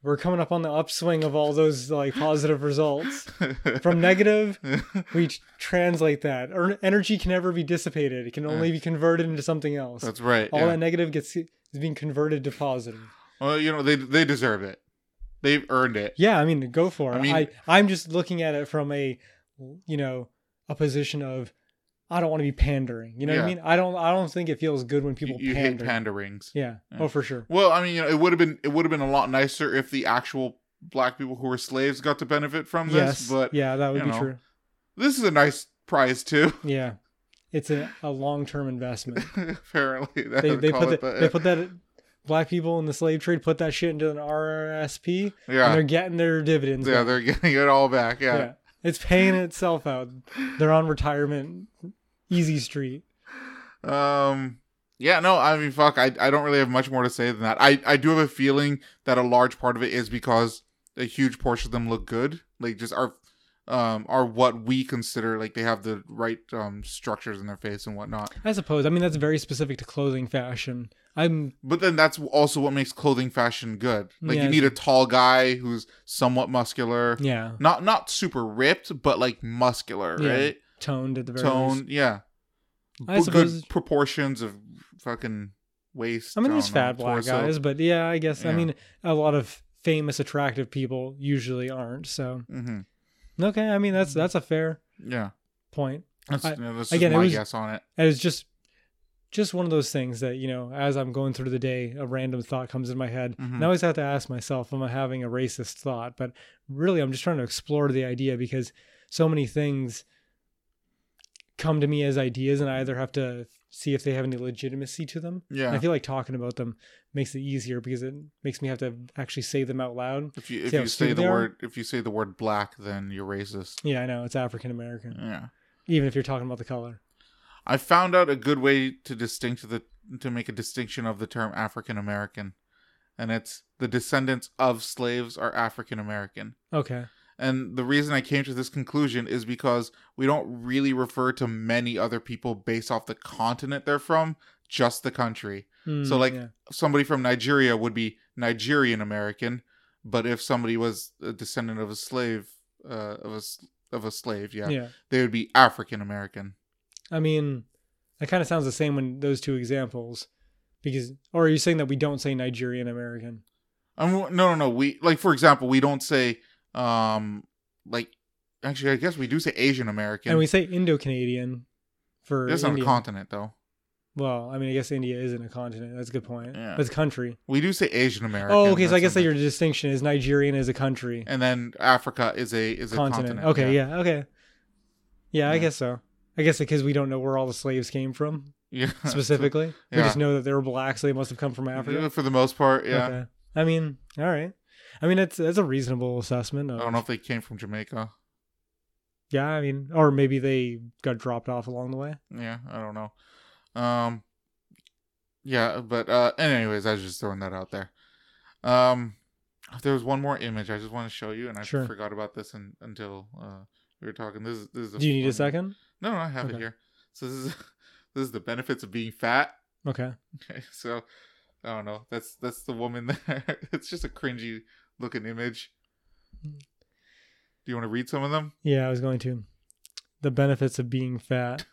S2: we're coming up on the upswing of all those like positive results. From negative, we t- translate that. Er- energy can never be dissipated; it can
S1: Yeah.
S2: only be converted into something else.
S1: That's right.
S2: all
S1: yeah.
S2: that negative gets is being converted to positive.
S1: Well, you know they they deserve it. They've earned it.
S2: Yeah, I mean, go for it.
S1: I
S2: I
S1: mean-
S2: I, am just looking at it from a, you know, a position of, I don't want to be pandering. You know what I
S1: Yeah.
S2: mean? I don't. I don't think it feels good when
S1: You,
S2: people
S1: you hate
S2: pander.
S1: panderings.
S2: yeah.
S1: Yeah.
S2: Oh, for sure.
S1: Well, I mean, you know, it would have been it would have been a lot nicer if the actual black people who were slaves got to benefit from this.
S2: Yes.
S1: But
S2: yeah, that would
S1: you
S2: be
S1: know.
S2: true.
S1: this is a nice prize too.
S2: Yeah, it's a, a long term investment.
S1: Apparently,
S2: They they put
S1: it, uh,
S2: that they put that black people in the slave trade put that shit into an RRSP and
S1: Yeah,
S2: they're getting their dividends.
S1: yeah,
S2: back.
S1: they're getting it all back. Yeah,
S2: yeah. It's paying itself out. They're on retirement easy street.
S1: Um. Yeah. No. I mean, fuck. I I don't really have much more to say than that. I I do have a feeling that a large part of it is because a huge portion of them look good. Like just are, um, are what we consider like they have the right um structures in their face and whatnot.
S2: I suppose. I mean, that's very specific to clothing fashion. I'm
S1: But then that's also what makes clothing fashion good. Like
S2: Yeah.
S1: you need a tall guy who's somewhat muscular,
S2: yeah,
S1: not not super ripped, but like muscular,
S2: Yeah,
S1: right?
S2: toned at the very
S1: Tone.
S2: least.
S1: Yeah.
S2: I
S1: Bu-
S2: suppose-
S1: good proportions of fucking waist.
S2: I mean, there's
S1: don't know,
S2: fat black
S1: torso.
S2: guys, but yeah, I guess. I
S1: Yeah.
S2: mean, a lot of famous, attractive people usually aren't. So
S1: Mm-hmm.
S2: okay, I mean,
S1: Mm.
S2: that's that's a fair
S1: Yeah,
S2: point.
S1: that's,
S2: I-
S1: you know, that's
S2: again, it
S1: just my
S2: was-
S1: guess on it.
S2: And it's just just one of those things that you know, as I'm going through the day, a random thought comes in my head.
S1: Mhm.
S2: And I always have to ask myself, am I having a racist thought? But really, I'm just trying to explore the idea because so many things come to me as ideas, and I either have to see if they have any legitimacy to them. And
S1: Yeah,
S2: I feel like talking about them makes it easier because it makes me have to actually say them out loud.
S1: if you if
S2: see how
S1: you say
S2: stupid
S1: the
S2: they are?
S1: word if you say the word black, then you're racist.
S2: Yeah, I know it's African American,
S1: Yeah,
S2: even if you're talking about the color.
S1: I found out a good way to distinct the to make a distinction of the term African American, and it's the descendants of slaves are African American.
S2: Okay,
S1: And the reason I came to this conclusion is because we don't really refer to many other people based off the continent they're from, just the country.
S2: Hmm,
S1: So, like,
S2: yeah.
S1: somebody from Nigeria would be Nigerian American, but if somebody was a descendant of a slave, uh, of a s- of a slave, yeah,
S2: yeah,
S1: they would be African American.
S2: I mean, that kind of sounds the same when those two examples, because or are you saying that we don't say Nigerian American?
S1: I'm no, no, no. We like, for example, we don't say, um, like, actually, I guess we do say Asian American.
S2: And we say Indo-Canadian for
S1: That's not a
S2: India.
S1: continent, though.
S2: well, I mean, I guess India isn't a continent. That's a good point.
S1: Yeah.
S2: That's a country.
S1: We do say Asian American.
S2: oh, okay. So I
S1: that's
S2: guess that
S1: something.
S2: your distinction is Nigerian is a country
S1: And then Africa is a is a
S2: continent.
S1: continent.
S2: Okay. Yeah. Okay. Yeah, I
S1: Yeah.
S2: guess so. I guess because we don't know where all the slaves came from
S1: yeah. Yeah.
S2: specifically. We
S1: Yeah.
S2: just know that they were blacks. So they must have come from Africa.
S1: For the most part, yeah.
S2: Okay. I mean, all right. I mean, that's that's a reasonable assessment. Of,
S1: I don't know if they came from Jamaica.
S2: Yeah, I mean, or maybe they got dropped off along the way.
S1: Yeah, I don't know. Um Yeah, but uh anyways, I was just throwing that out there. Um there was one more image I just want to show you and I
S2: Sure.
S1: forgot about this un until uh we were talking. This is this is
S2: Do you need a
S1: fun-
S2: second?
S1: No, no, I have it
S2: Okay.
S1: here. So this is this is the benefits of being fat.
S2: Okay.
S1: Okay, so I don't know. That's that's the woman there. it's just a cringy looking image.
S2: Mm.
S1: Do you want to read some of them?
S2: Yeah, I was going to. The benefits of being fat.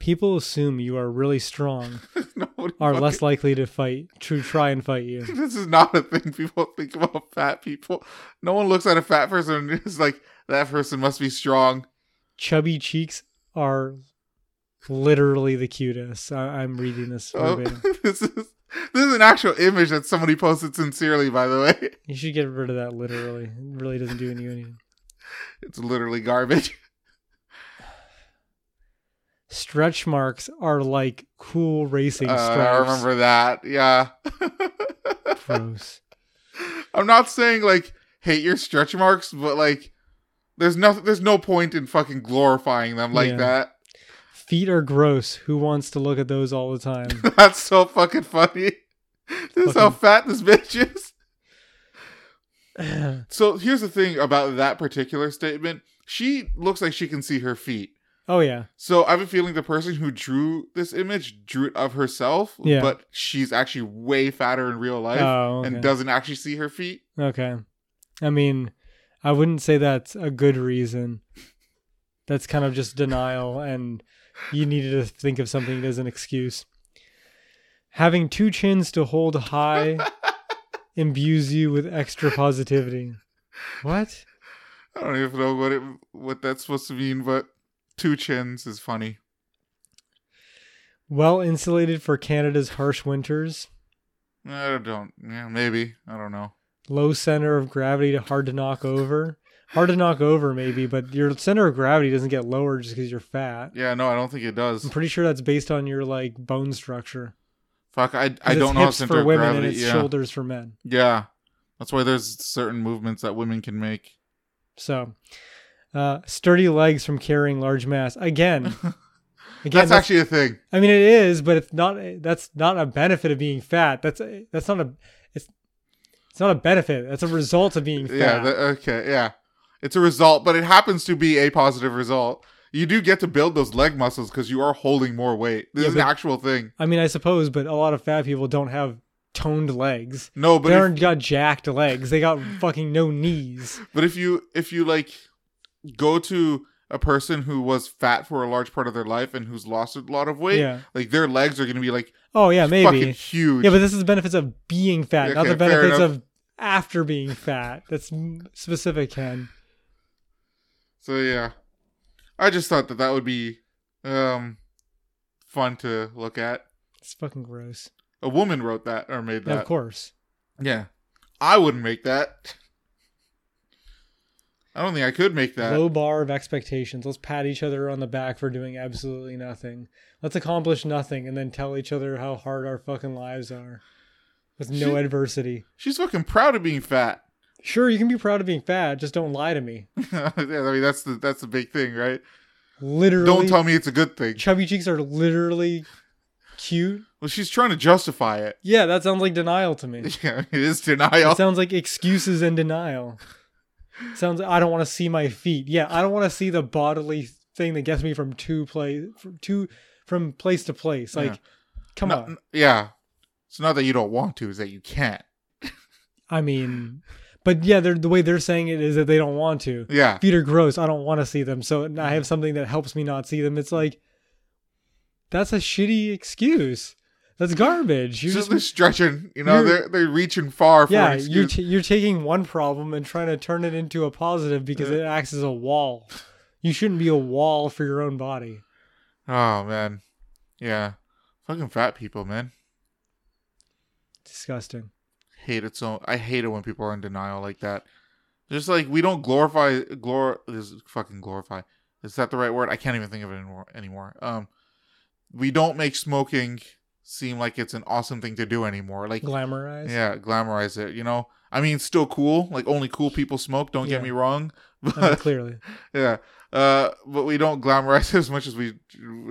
S2: People assume you are really strong,
S1: no, what the
S2: are
S1: fuck?
S2: less likely to fight, to try and fight you.
S1: this is not a thing people think about fat people. No one looks at a fat person and is like, that person must be strong.
S2: Chubby cheeks are literally the cutest. I- I'm reading this.
S1: So,
S2: verbatim.
S1: Oh, this is this is an actual image that somebody posted sincerely, by the way.
S2: You should get rid of that literally. It really doesn't do you any good.
S1: It's literally garbage.
S2: Stretch marks are like cool racing
S1: Uh,
S2: stripes.
S1: I remember that. Yeah.
S2: Gross.
S1: I'm not saying like hate your stretch marks, but like there's nothing there's no point in fucking glorifying them like
S2: Yeah.
S1: that.
S2: Feet are gross. Who wants to look at those all the time?
S1: That's so fucking funny. This is how
S2: Fucking-
S1: fat this bitch is. So here's the thing about that particular statement. She looks like she can see her feet.
S2: oh yeah.
S1: So I have a feeling the person who drew this image drew it of herself,
S2: Yeah.
S1: but she's actually way fatter in real life
S2: oh, okay.
S1: and doesn't actually see her feet.
S2: Okay. I mean, I wouldn't say that's a good reason. That's kind of just denial, and you needed to think of something as an excuse. Having two chins to hold high imbues you with extra positivity. What?
S1: I don't even know what it what that's supposed to mean, but two chins is funny.
S2: Well insulated for Canada's harsh winters,
S1: I don't yeah, maybe. I don't know.
S2: low center of gravity to hard to knock over. Hard to knock over, maybe, but your center of gravity doesn't get lower just because you're fat.
S1: Yeah, no, I don't think it does.
S2: I'm pretty sure that's based on your like bone structure.
S1: Fuck, I I
S2: 'Cause it's
S1: don't know how
S2: hips
S1: center
S2: for
S1: of
S2: women
S1: gravity.
S2: and it's
S1: yeah,
S2: shoulders for men.
S1: yeah. That's why there's certain movements that women can make.
S2: So, uh, sturdy legs from carrying large mass. Again, again,
S1: that's, actually a thing.
S2: I mean, it is, but it's not. That's not a benefit of being fat. That's a, that's not a. It's it's not a benefit. That's a result of being fat.
S1: Yeah. tha- okay. Yeah. It's a result, but it happens to be a positive result. You do get to build those leg muscles because you are holding more weight. This
S2: Yeah,
S1: is
S2: but-
S1: an actual thing.
S2: I mean, I suppose, but a lot of fat people don't have toned legs.
S1: No, but
S2: they
S1: if-
S2: aren't got jacked legs. They got fucking no knees.
S1: But if you if you like go to a person who was fat for a large part of their life and who's lost a lot of weight,
S2: Yeah.
S1: like their legs are gonna be like
S2: Oh yeah,
S1: fucking
S2: maybe.
S1: huge.
S2: Yeah, but this is the benefits of being fat, not
S1: Okay,
S2: the
S1: fair
S2: benefits
S1: enough.
S2: of after being fat. That's m- specific, Ken.
S1: so yeah, I just thought that that would be um fun to look at.
S2: It's fucking gross.
S1: A woman wrote that or made
S2: Yeah,
S1: that.
S2: of course.
S1: Yeah, I wouldn't make that. I don't think I could make that.
S2: Low bar of expectations. Let's pat each other on the back for doing absolutely nothing. Let's accomplish nothing and then tell each other how hard our fucking lives are with no
S1: She-
S2: adversity.
S1: She's fucking proud of being fat.
S2: Sure, you can be proud of being fat, just don't lie to me.
S1: yeah, I mean that's the that's the big thing, right?
S2: Literally,
S1: Don't tell me it's a good thing.
S2: chubby cheeks are literally cute.
S1: Well, she's trying to justify it.
S2: Yeah, that sounds like denial to me.
S1: Yeah, it is denial.
S2: It sounds like excuses and denial. sounds like I don't want to see my feet. Yeah, I don't want to see the bodily thing that gets me from two place from two from place to place. Like,
S1: Yeah.
S2: come
S1: No-
S2: on.
S1: n- yeah. It's not that you don't want to, it's that you can't.
S2: I mean, but yeah, they're, the way they're saying it is that they don't want to.
S1: Yeah.
S2: Feet are gross. I don't want to see them. So I have something that helps me not see them. It's like that's a shitty excuse. That's garbage. You
S1: It's just
S2: just
S1: they're stretching, you know,
S2: you're-
S1: they're they're reaching far for an
S2: yeah, you're
S1: excuse.
S2: t- you're taking one problem and trying to turn it into a positive because
S1: Yeah.
S2: it acts as a wall. You shouldn't be a wall for your own body.
S1: oh man. Yeah. Fucking fat people, man.
S2: Disgusting.
S1: Hate it so I hate it when people are in denial like that. Just like we don't glorify glor this is fucking glorify. Is that the right word? I can't even think of it anymore anymore. Um we don't make smoking seem like it's an awesome thing to do anymore. Like
S2: Glamorized.
S1: Yeah, glamorize it. You know, I mean, it's still cool. Like only cool people smoke. Don't
S2: Yeah.
S1: get me wrong.
S2: I mean,
S1: But
S2: clearly.
S1: yeah, uh, but we don't glamorize it as much as we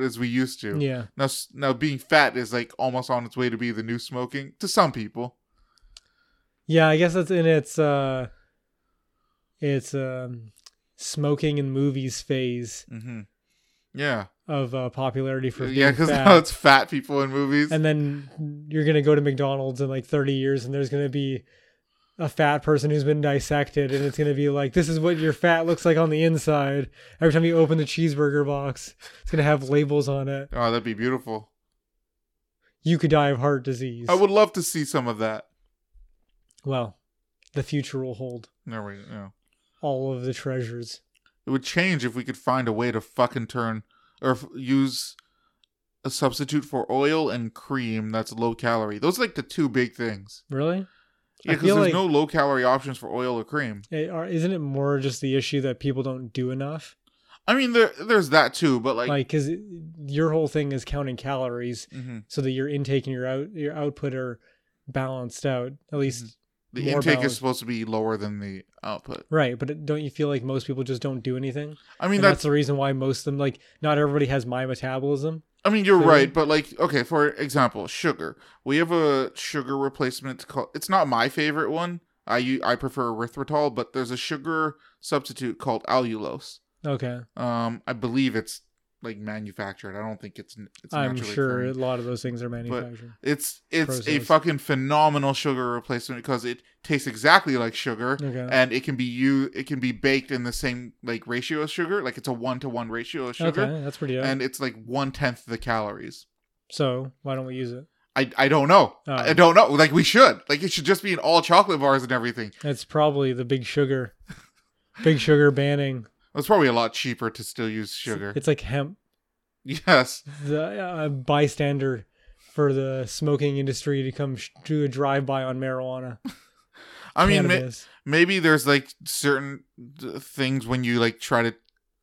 S1: as we used to.
S2: Yeah.
S1: Now, s- now being fat is like almost on its way to be the new smoking to some people.
S2: Yeah, I guess that's in its uh its um smoking in movies phase
S1: hmm Yeah,
S2: of uh, popularity Mm-hmm. for
S1: yeah,
S2: yeah,
S1: because now it's fat people in movies.
S2: and then you're gonna go to McDonald's in like 30 years, and there's gonna be a fat person who's been dissected, and it's gonna be like, this is what your fat looks like on the inside. Every time you open the cheeseburger box, it's gonna have labels on it.
S1: oh, that'd be beautiful.
S2: You could die of heart disease.
S1: I would love to see some of that.
S2: well, the future will hold
S1: There we go.
S2: all of the treasures.
S1: It would change if we could find a way to fucking turn or f- use a substitute for oil and cream that's low calorie. Those are like the two big things.
S2: Really?
S1: Yeah,
S2: I
S1: because
S2: feel
S1: there's
S2: like-
S1: no low calorie options for oil or cream.
S2: It, are, isn't it more just the issue that people don't do enough?
S1: I mean, there there's that too, but like,
S2: Like, because your whole thing is counting calories
S1: mhm.
S2: so that your intake and your out your output are balanced out at least
S1: mm-hmm. the
S2: more
S1: intake
S2: balanced.
S1: is supposed to be lower than the output.
S2: Right, but it- don't you feel like most people just don't do anything?
S1: Mm-hmm. I mean,
S2: and that's,
S1: that's,
S2: the reason why most of them, like, not everybody has my metabolism.
S1: I mean, you're
S2: food.
S1: right, but like, okay, for example, sugar. We have a sugar replacement called. It's not my favorite one. I u- I prefer erythritol, but there's a sugar substitute called allulose.
S2: Okay,
S1: Um, I believe it's like manufactured. I don't think it's it's
S2: I'm
S1: naturally
S2: sure
S1: occurring.
S2: a lot of those things are manufactured.
S1: it's it's a
S2: processed.
S1: fucking phenomenal sugar replacement because it tastes exactly like sugar
S2: okay,
S1: and it can be you it can be baked in the same like ratio of sugar. Like it's a one to one ratio of sugar,
S2: okay, that's pretty. Dope.
S1: and it's like one tenth the calories.
S2: so why don't we use it?
S1: I, I don't know.
S2: Oh.
S1: I don't know. Like we should. Like it should just be in all chocolate bars and everything.
S2: That's probably the big sugar, big sugar banning.
S1: It's probably a lot cheaper to still use sugar.
S2: It's like hemp.
S1: yes.
S2: The uh, bystander for the smoking industry to come sh- do a drive by on marijuana.
S1: I mean, ma-
S2: Cannabis.
S1: maybe there's like certain d- things when you like try to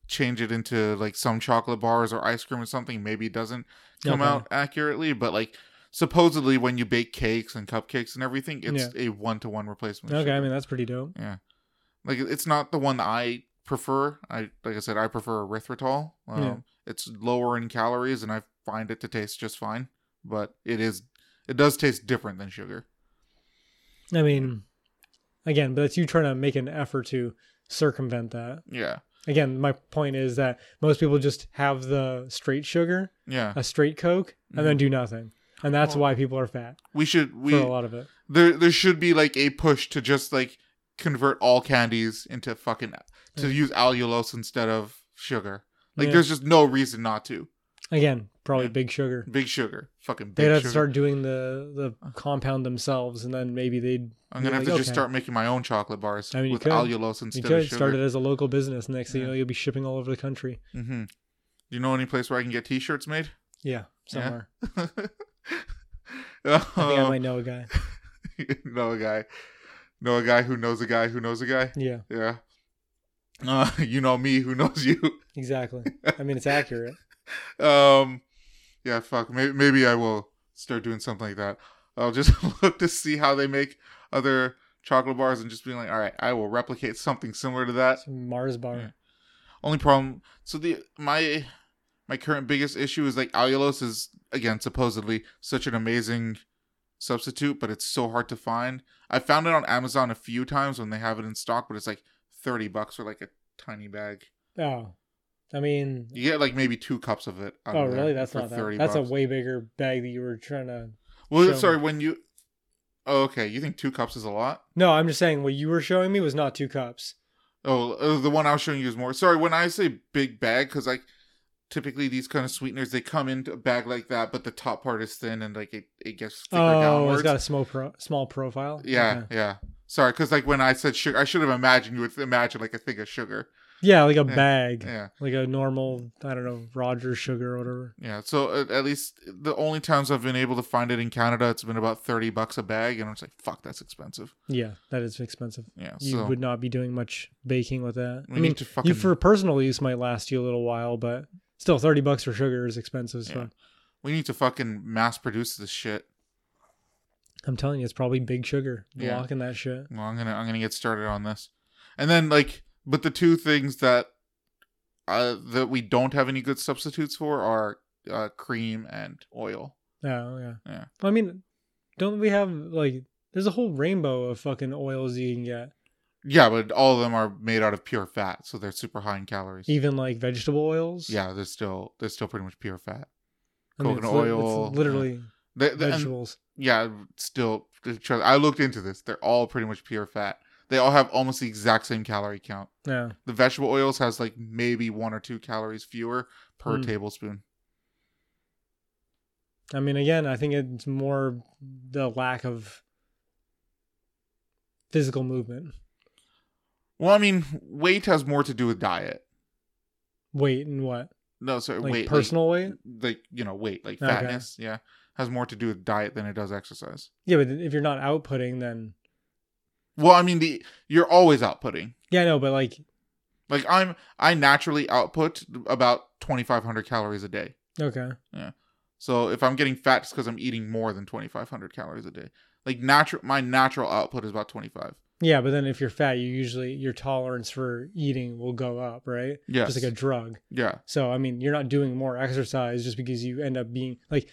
S1: change it into like some chocolate bars or ice cream or something maybe it doesn't come
S2: Okay.
S1: out accurately but like supposedly when you bake cakes and cupcakes and everything, it's a one to one replacement. of
S2: Okay, I
S1: sugar.
S2: mean that's pretty dope.
S1: yeah, like it's not the one that I prefer. I like I said, I prefer erythritol. Um,
S2: Yeah.
S1: It's lower in calories, and I find it to taste just fine. But it is, it does taste different than sugar.
S2: I mean, again, but that's you trying to make an effort to circumvent that.
S1: Yeah,
S2: Again, my point is that most people just have the straight sugar,
S1: yeah.
S2: a straight Coke, and then do nothing, and that's
S1: Mm-hmm. Well,
S2: why people are fat
S1: We should we
S2: for a lot of it.
S1: there there should be like a push to just like convert all candies into fucking to use allulose instead of sugar. Like
S2: Yeah.
S1: there's just no reason not to.
S2: Again, probably
S1: Yeah.
S2: big sugar.
S1: Big sugar, fucking big
S2: They'd have
S1: sugar. Uh.
S2: to start doing the the compound themselves, and then maybe they'd.
S1: I'm gonna
S2: yeah,
S1: have to
S2: like,
S1: just
S2: okay.
S1: start making my own chocolate bars
S2: I mean, you
S1: with
S2: could.
S1: allulose
S2: You
S1: instead of
S2: could
S1: sugar.
S2: start it as a local business. Next thing you
S1: Yeah.
S2: know, you'll be shipping all over the country.
S1: mm-hmm. Do you know any place where I can get T-shirts made? Yeah.
S2: Yeah, somewhere. I think I
S1: um,
S2: might know a guy.
S1: know a guy, know a guy who knows a guy who knows a guy.
S2: Yeah,
S1: Yeah. Uh, you know me, who knows you.
S2: exactly. I mean, it's accurate.
S1: Um, yeah, fuck. Maybe, maybe I will start doing something like that. I'll just look to see how they make other chocolate bars and just being like, all right, I will replicate something similar to that.
S2: It's Mars bar.
S1: Yeah. Only problem. So the my my current biggest issue is like allulose is again supposedly such an amazing substitute, but it's so hard to find. I found it on Amazon a few times when they have it in stock, but it's like thirty bucks for like a tiny bag.
S2: Oh, I mean,
S1: You get like maybe two cups of it. out
S2: oh
S1: of there
S2: really? That's
S1: for
S2: not that. That's
S1: bucks.
S2: a way bigger bag that you were trying to.
S1: Well,
S2: Show
S1: sorry, when you. Oh, okay. You think two cups is a lot?
S2: No, I'm just saying what you were showing me was not two cups.
S1: Oh, uh, the one I was showing you is more. Sorry, when I say big bag, because like typically these kind of sweeteners they come in a bag like that, but the top part is thin and like it, it gets thicker
S2: oh,
S1: downwards.
S2: it's got a small pro- small profile.
S1: yeah,
S2: Okay.
S1: yeah. Sorry, because like when I said sugar, I should have imagined you would imagine like a thing of sugar.
S2: yeah, like a
S1: Yeah,
S2: bag,
S1: Yeah,
S2: like a normal. I don't know, Roger sugar or whatever.
S1: yeah. So at, at least the only times I've been able to find it in Canada, it's been about thirty bucks a bag, and I'm just like, fuck, that's expensive.
S2: Yeah, that is expensive.
S1: Yeah.
S2: You
S1: so
S2: would not be doing much baking with that.
S1: we
S2: I mean,
S1: need to fucking.
S2: you for personal use might last you a little while, but still, thirty bucks for sugar is expensive as
S1: Yeah.
S2: fuck.
S1: we need to fucking mass produce this shit.
S2: I'm telling you, it's probably big sugar
S1: Yeah.
S2: blocking that shit.
S1: Well, I'm gonna I'm gonna get started on this, and then like, but the two things that uh that we don't have any good substitutes for are uh cream and oil.
S2: Oh yeah.
S1: Yeah.
S2: I mean, don't we have like there's a whole rainbow of fucking oils you can get.
S1: Yeah, but all of them are made out of pure fat, so they're super high in calories.
S2: Even like vegetable oils.
S1: Yeah, they're still they're still pretty much pure fat.
S2: I mean,
S1: coconut
S2: it's, li-
S1: oil,
S2: It's literally
S1: They, they, and,
S2: vegetables.
S1: yeah, still. trust- I looked into this. They're all pretty much pure fat. They all have almost the exact same calorie count.
S2: Yeah.
S1: The vegetable oils has like maybe one or two calories fewer per
S2: Mm.
S1: tablespoon.
S2: I mean, again, I think it's more the lack of physical movement,
S1: Well, I mean, weight has more to do with diet.
S2: weight, and what
S1: No, sorry,
S2: like
S1: weight.
S2: personal weight.
S1: like, like you know, weight, like
S2: Okay.
S1: fatness. Yeah, has more to do with diet than it does exercise.
S2: Yeah, but if you're not outputting, then
S1: Well, I mean, the you're always outputting.
S2: yeah, I know. But like,
S1: Like I'm, I naturally output about 2,500 calories a day.
S2: okay,
S1: So if I'm getting fat, it's because I'm eating more than 2,500 calories a day. Like natural, my natural output is about 25.
S2: yeah, but then if you're fat, you usually your tolerance for eating will go up, right?
S1: Yes.
S2: Just like a drug.
S1: yeah.
S2: So I mean, you're not doing more exercise just because you end up being like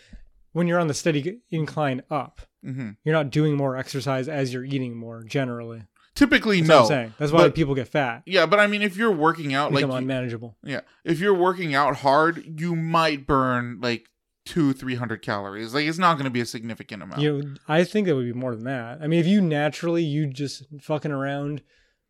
S2: when you're on the steady incline up,
S1: Mm-hmm.
S2: you're not doing more exercise as you're eating more generally.
S1: Typically,
S2: That's what I'm
S1: no.
S2: saying. That's why
S1: but-
S2: people get fat.
S1: Yeah, but I mean, if you're working out, like
S2: become
S1: you-
S2: unmanageable.
S1: Yeah. If you're working out hard, you might burn like two, three hundred calories. Like it's not gonna be a significant amount.
S2: You know, I think that would be more than that. I mean, if you naturally you just fucking around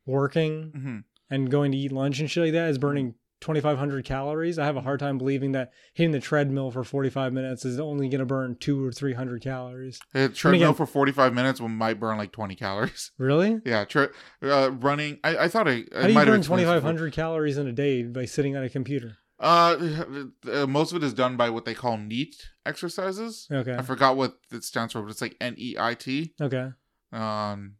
S2: working
S1: hmm
S2: and going to eat lunch and shit like that is burning 2500 calories, I have a hard time believing that hitting the treadmill for 45 minutes is only going to burn 2 or 300 calories.
S1: A Uh, treadmill
S2: again-
S1: for forty five minutes will might burn like twenty calories.
S2: Really?
S1: yeah, tre- uh, running. I, I thought I, I
S2: How do you
S1: might have
S2: burn
S1: explained this before.
S2: 2500 calories in a day by sitting at a computer?
S1: Uh, uh, most of it is done by what they call NEAT exercises.
S2: Okay.
S1: I forgot what it stands for, but it's like N E I T.
S2: Okay.
S1: Um,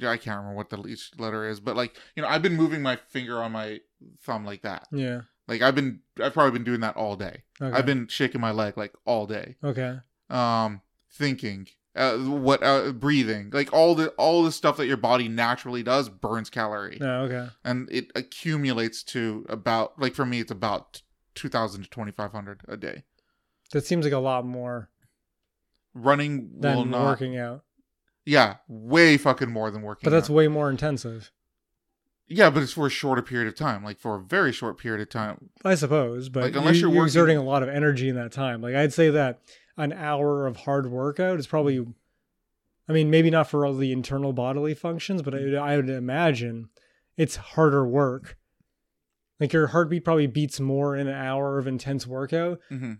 S1: yeah, I can't remember what the each letter is, but like you know, I've been moving my finger on my thumb like that.
S2: Yeah.
S1: Like I've been, I've probably been doing that all day.
S2: Okay.
S1: I've been shaking my leg like all day.
S2: Okay.
S1: Um, thinking, uh, what uh, breathing, like all the all the stuff that your body naturally does burns calorie,
S2: Oh, okay.
S1: and it accumulates to about like for me it's about two thousand to twenty five hundred a day.
S2: That seems like a lot more
S1: Running
S2: than
S1: will not,
S2: working out.
S1: yeah, way fucking more than working.
S2: But that's
S1: out.
S2: way more intensive,
S1: yeah, but it's for a shorter period of time, like for a very short period of time.
S2: I suppose. But
S1: Like, unless
S2: you-
S1: you're
S2: you're,
S1: working-
S2: exerting a lot of energy in that time. Like I'd say that an hour of hard workout is probably, I mean, maybe not for all the internal bodily functions, but I would, I would imagine it's harder work. Like your heartbeat probably beats more in an hour of intense workout.
S1: hmm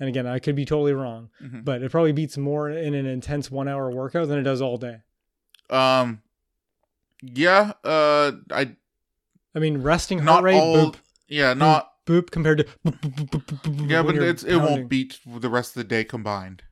S2: And again, I could be totally wrong,
S1: hmm
S2: but it probably beats more in an intense one hour workout than it does all day.
S1: Um, yeah, uh, I
S2: I mean, resting heart
S1: not
S2: rate,
S1: all.
S2: boop,
S1: Yeah, not
S2: boop, compared to boop, boop, boop, boop, boop, boop
S1: yeah,
S2: when
S1: but
S2: you're
S1: it's it
S2: pounding.
S1: won't beat the rest of the day combined.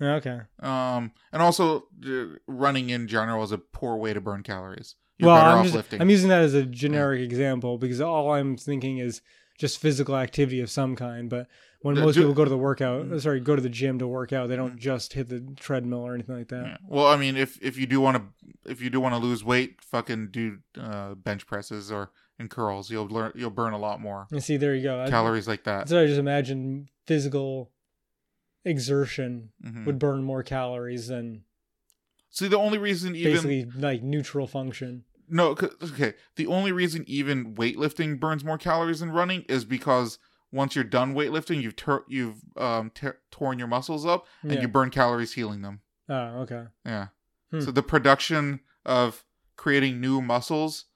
S2: Yeah, Okay.
S1: Um, and also uh, running in general is a poor way to burn calories. You're
S2: Well,
S1: better
S2: I'm
S1: off
S2: just
S1: lifting.
S2: I'm using that as a generic example because all I'm thinking is just physical activity of some kind. But when
S1: The-
S2: most
S1: do-
S2: people go to the workout,
S1: Mm.
S2: sorry, go to the gym to work out, they don't
S1: Mm.
S2: just hit the treadmill or anything like that.
S1: Yeah. Well, I mean, if if you do want to if you do want to lose weight, fucking do uh, bench presses or and curls. You'll learn you'll burn a lot more
S2: And see, there you go. I-
S1: calories like that.
S2: That's what I just imagine physical exertion
S1: Mhm.
S2: would burn more calories than
S1: See, the only reason even
S2: basically like neutral function.
S1: No, c- okay. The only reason even weightlifting burns more calories than running is because once you're done weightlifting, you've tur you've um te- torn your muscles up and
S2: Yeah.
S1: you burn calories healing them.
S2: Oh, okay.
S1: Yeah.
S2: Hmm.
S1: So the production of creating new muscles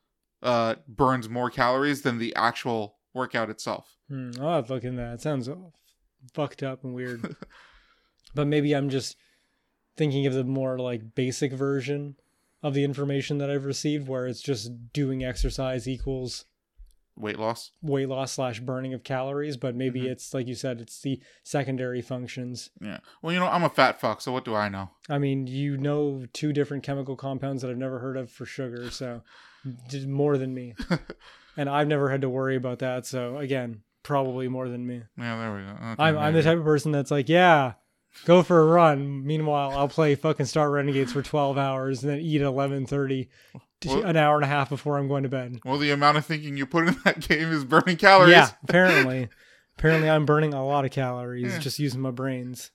S1: uh burns more calories than the actual workout itself.
S2: Hmm, I'll have to look into that. It sounds fucked up and weird. but maybe I'm just thinking of the more like basic version of the information that I've received where it's just doing exercise equals
S1: Weight loss.
S2: weight loss slash burning of calories, but maybe
S1: Mhm.
S2: it's like you said, it's the secondary functions.
S1: Yeah. Well, you know, I'm a fat fuck, so what do I know?
S2: I mean, you know two different chemical compounds that I've never heard of for sugar, so d- more than me. and I've never had to worry about that, so again, probably more than me.
S1: Yeah, there we go. Okay,
S2: I'm I'm the
S1: maybe.
S2: type of person that's like, yeah, go for a run. Meanwhile, I'll play fucking Star Renegades for twelve hours and then eat at eleven thirty,
S1: Well-
S2: an hour and a half before I'm going to bed.
S1: Well, the amount of thinking you put in that game is burning calories.
S2: Yeah, apparently, apparently I'm burning a lot of calories
S1: Yeah.
S2: just using my brains.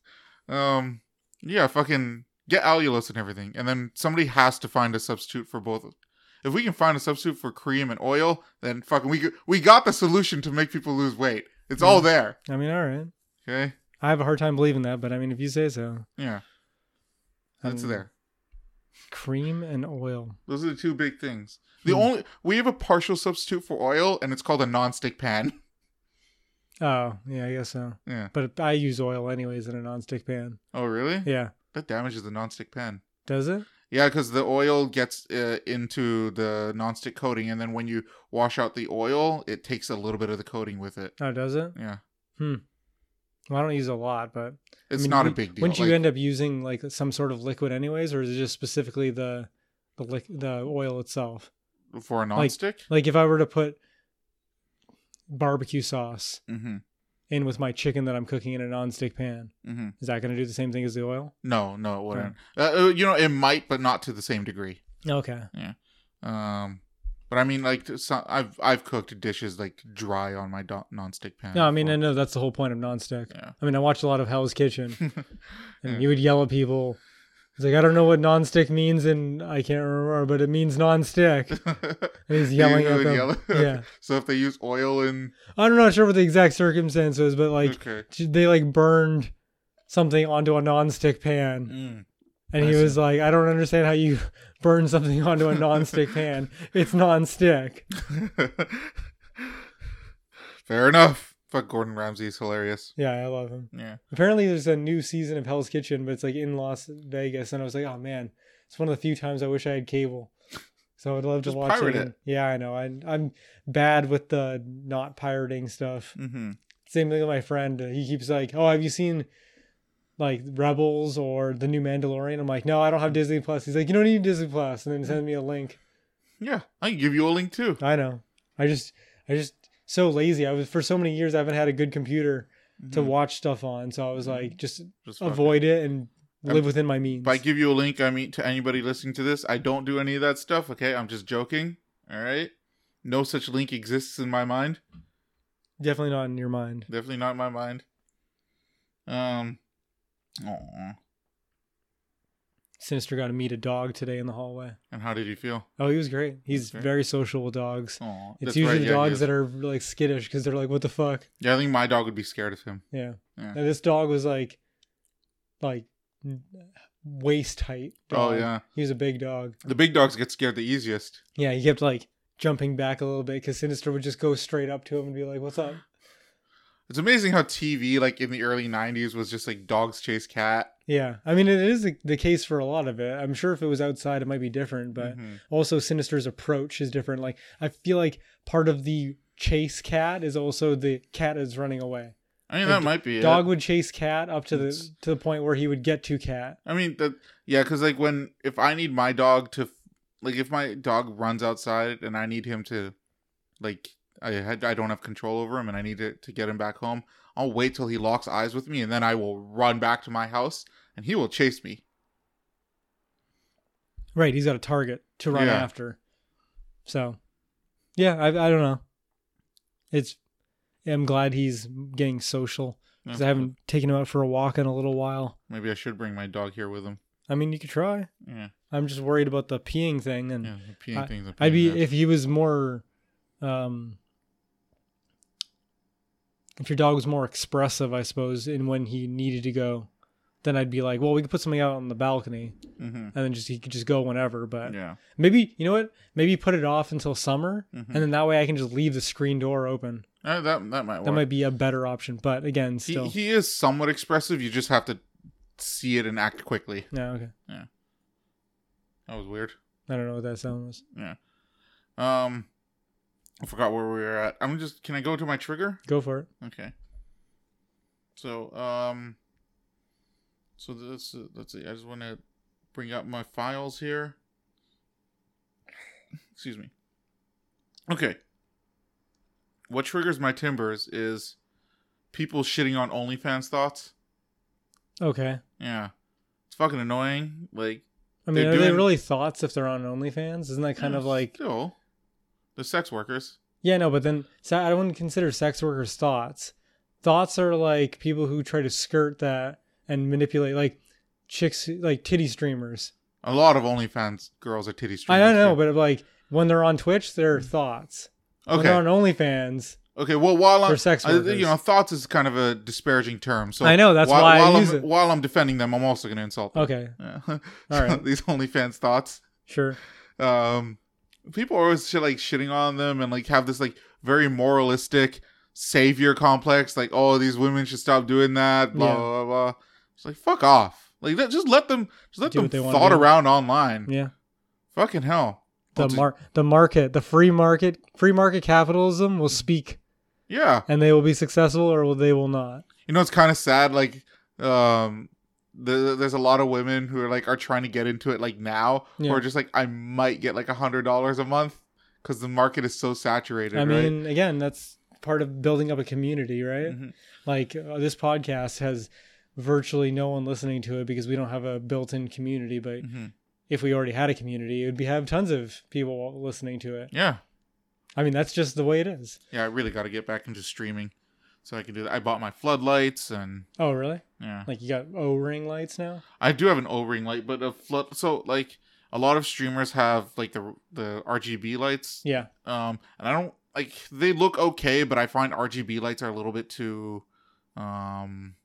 S1: Um, yeah, fucking get allulose and everything, and then somebody has to find a substitute for both. If we can find a substitute for cream and oil, then fucking we we got the solution to make people lose weight. It's all
S2: Hmm.
S1: there.
S2: I mean, all right,
S1: Okay,
S2: I have a hard time believing that, but I mean, if you say so,
S1: yeah, it's
S2: Um,
S1: there.
S2: Cream and oil.
S1: Those are the two big things. The
S2: Hmm.
S1: only we have a partial substitute for oil, and it's called a non-stick pan.
S2: Oh, yeah, I guess so.
S1: Yeah.
S2: But I use oil anyways in a nonstick pan.
S1: Oh, really?
S2: Yeah,
S1: That damages the non-stick pan.
S2: does it?
S1: Yeah, because the oil gets uh, into the non-stick coating, and then when you wash out the oil, it takes a little bit of the coating with it.
S2: Oh, does it?
S1: Yeah.
S2: Well, I don't use a lot, but
S1: It's
S2: I mean,
S1: not a
S2: wou-
S1: big deal.
S2: Wouldn't you
S1: Like,
S2: end up using like some sort of liquid anyways, or is it just specifically the the lic- the oil itself?
S1: for a nonstick?
S2: Like if I were to put barbecue sauce
S1: mm-hmm.
S2: in with my chicken that I'm cooking in a nonstick pan,
S1: Mm-hmm.
S2: is that going to do the same thing as the oil?
S1: No, no, it wouldn't. Uh, uh, you know, it might, but not to the same degree.
S2: Okay.
S1: Um, but I mean, like, to some, I've I've cooked dishes like dry on my do- nonstick pan.
S2: No, I mean I
S1: before.
S2: know that's the whole point of nonstick.
S1: Yeah.
S2: I mean I watched a lot of Hell's Kitchen, and
S1: Yeah.
S2: you would yell at people. It's like I don't know what nonstick means, and I can't remember, but it means nonstick. And he's
S1: You
S2: yelling
S1: would
S2: at them.
S1: yell-
S2: Yeah,
S1: so if they use oil in,
S2: I'm not sure what the exact circumstance was, but like
S1: okay.
S2: they like burned something onto a nonstick pan
S1: Mm.
S2: and
S1: I
S2: he
S1: see.
S2: was like i don't understand how you burn something onto a nonstick pan it's nonstick
S1: Fair enough. Fuck Gordon Ramsay is hilarious.
S2: yeah i love him
S1: Yeah.
S2: apparently there's a new season of hell's kitchen but it's like in las vegas and i was like oh man it's one of the few times i wish i had cable so i would love
S1: Just
S2: to watch
S1: pirate
S2: it,
S1: it.
S2: and- yeah i know I, i'm bad with the not pirating stuff
S1: Mm-hmm.
S2: same thing with my friend. He keeps like, "Oh, have you seen like Rebels or the new Mandalorian?" I'm like, "No, I don't have Disney Plus." He's like, "You don't need Disney Plus," and then he sends me a link.
S1: Yeah, I can give you a link too.
S2: I know. I just, I just so lazy. I was for so many years I haven't had a good computer to
S1: Mhm.
S2: watch stuff on. So I
S1: Mm.
S2: was like, just
S1: Just fucking-
S2: avoid it and live
S1: I'm-
S2: within my means.
S1: If I give you a link, I mean to anybody listening to this, I don't do any of that stuff. Okay, I'm just joking. All right, no such link exists in my mind.
S2: Definitely not in your mind.
S1: Definitely not in my mind. Um, aw.
S2: Sinister got to meet a dog today in the hallway.
S1: and how did you feel?
S2: Oh, he was great. He's
S1: Okay.
S2: very social with dogs.
S1: Aw,
S2: It's
S1: that's
S2: usually
S1: right,
S2: the
S1: yeah, he
S2: dogs
S1: is.
S2: that are like skittish because they're like, "What the fuck?"
S1: Yeah, I think my dog would be scared of him.
S2: Yeah.
S1: Yeah.
S2: And this dog was like, like n- waist height.
S1: Oh
S2: dog.
S1: yeah,
S2: He was a big dog.
S1: the big dogs get scared the easiest.
S2: Yeah, he kept like jumping back a little bit because Sinister would just go straight up to him and be like, "What's up?"
S1: It's amazing how TV, like in the early '90s, was just like dogs chase cat.
S2: Yeah, I mean it is the- the case for a lot of it. I'm sure if it was outside, it might be different, but
S1: Mhm.
S2: also Sinister's approach is different. Like I feel like part of the chase cat is also the cat is running away.
S1: I mean,
S2: Like,
S1: that might be it.
S2: Dog would chase cat up to the
S1: It's-
S2: to the point where he would get to cat.
S1: I mean that yeah, because like when if I need my dog to like if my dog runs outside and I need him to like I had I don't have control over him and I need to, to get him back home, I'll wait till he locks eyes with me and then I will run back to my house and he will chase me.
S2: Right, he's got a target to run
S1: Yeah.
S2: after. So, yeah, I I don't know. It's I'm glad he's getting social because I haven't taken him out for a walk in a little while.
S1: Maybe I should bring my dog here with him.
S2: I mean, you could try.
S1: Yeah,
S2: I'm just worried about the peeing thing and.
S1: yeah. the Peeing things. and
S2: Mm. I'd
S1: peeing
S2: be
S1: that.
S2: if he was more, um, if your dog was more expressive, I suppose, in when he needed to go, then I'd be like, well, we could put something out on the balcony,
S1: Mhm.
S2: and then just he could just go whenever. But
S1: Yeah.
S2: maybe you know what? Maybe put it off until summer,
S1: Mhm.
S2: and then that way I can just leave the screen door open.
S1: Uh, that that might work.
S2: That might be a better option. But again,
S1: he,
S2: still,
S1: he is somewhat expressive. You just have to see it and act quickly.
S2: no, okay.
S1: That was weird.
S2: I don't know what that sound was.
S1: Um, I forgot where we were at. I'm just. Can I go to my trigger?
S2: Go for it.
S1: Okay. So um. So this uh, let's see. I just want to bring up my files here. Excuse me. Okay. What triggers my timbers is people shitting on OnlyFans thoughts.
S2: Okay.
S1: Yeah, it's fucking annoying. Like
S2: I mean,
S1: They're
S2: are they
S1: doing-
S2: really thoughts if they're on OnlyFans? Isn't that kind of like
S1: still the sex workers.
S2: Yeah, no, but then so I wouldn't consider sex workers thoughts. Thoughts are like people who try to skirt that and manipulate, like chicks, like titty streamers.
S1: A lot of OnlyFans girls are titty
S2: I
S1: streamers.
S2: don't know,
S1: too.
S2: but like when they're on Twitch, they're thoughts. When
S1: okay,
S2: they're on OnlyFans,
S1: Okay, well, while I'm,
S2: For sex
S1: I-
S2: workers.
S1: you know, thoughts is kind of a disparaging term. So
S2: I know, that's
S1: while,
S2: why I
S1: while
S2: use
S1: am
S2: it.
S1: while I'm defending them, I'm also going to insult them.
S2: okay,
S1: Yeah.
S2: All right.
S1: These OnlyFans thoughts,
S2: sure.
S1: um, people are always shit, like shitting on them and like have this like very moralistic savior complex, like oh these women should stop doing that, blah
S2: Yeah.
S1: blah blah. blah. It's like fuck off, like that, just let them just let
S2: Do what they
S1: them
S2: wanna
S1: thought
S2: do.
S1: around online.
S2: Yeah,
S1: Fucking hell.
S2: the
S1: Well, to-
S2: mar- the market, the free market, free market capitalism will speak,
S1: yeah.
S2: and they will be successful or will- they will not.
S1: you know it's kind of sad like um the, there's a lot of women who are like are trying to get into it like now
S2: Yeah.
S1: or just like i might get like a hundred dollars a month because the market is so saturated
S2: I
S1: right?
S2: mean, again, that's part of building up a community, right?
S1: Mhm.
S2: like uh, this podcast has virtually no one listening to it because we don't have a built-in community but
S1: Mhm.
S2: if we already had a community it would be have tons of people listening to it
S1: yeah
S2: i mean that's just the way it is
S1: yeah i really got to get back into streaming so i can do that i bought my floodlights and
S2: oh really
S1: yeah
S2: like you got o-ring lights now
S1: i do have an o-ring light but a flood so like a lot of streamers have like the the rgb lights
S2: yeah
S1: um and i don't like they look okay but i find rgb lights are a little bit too um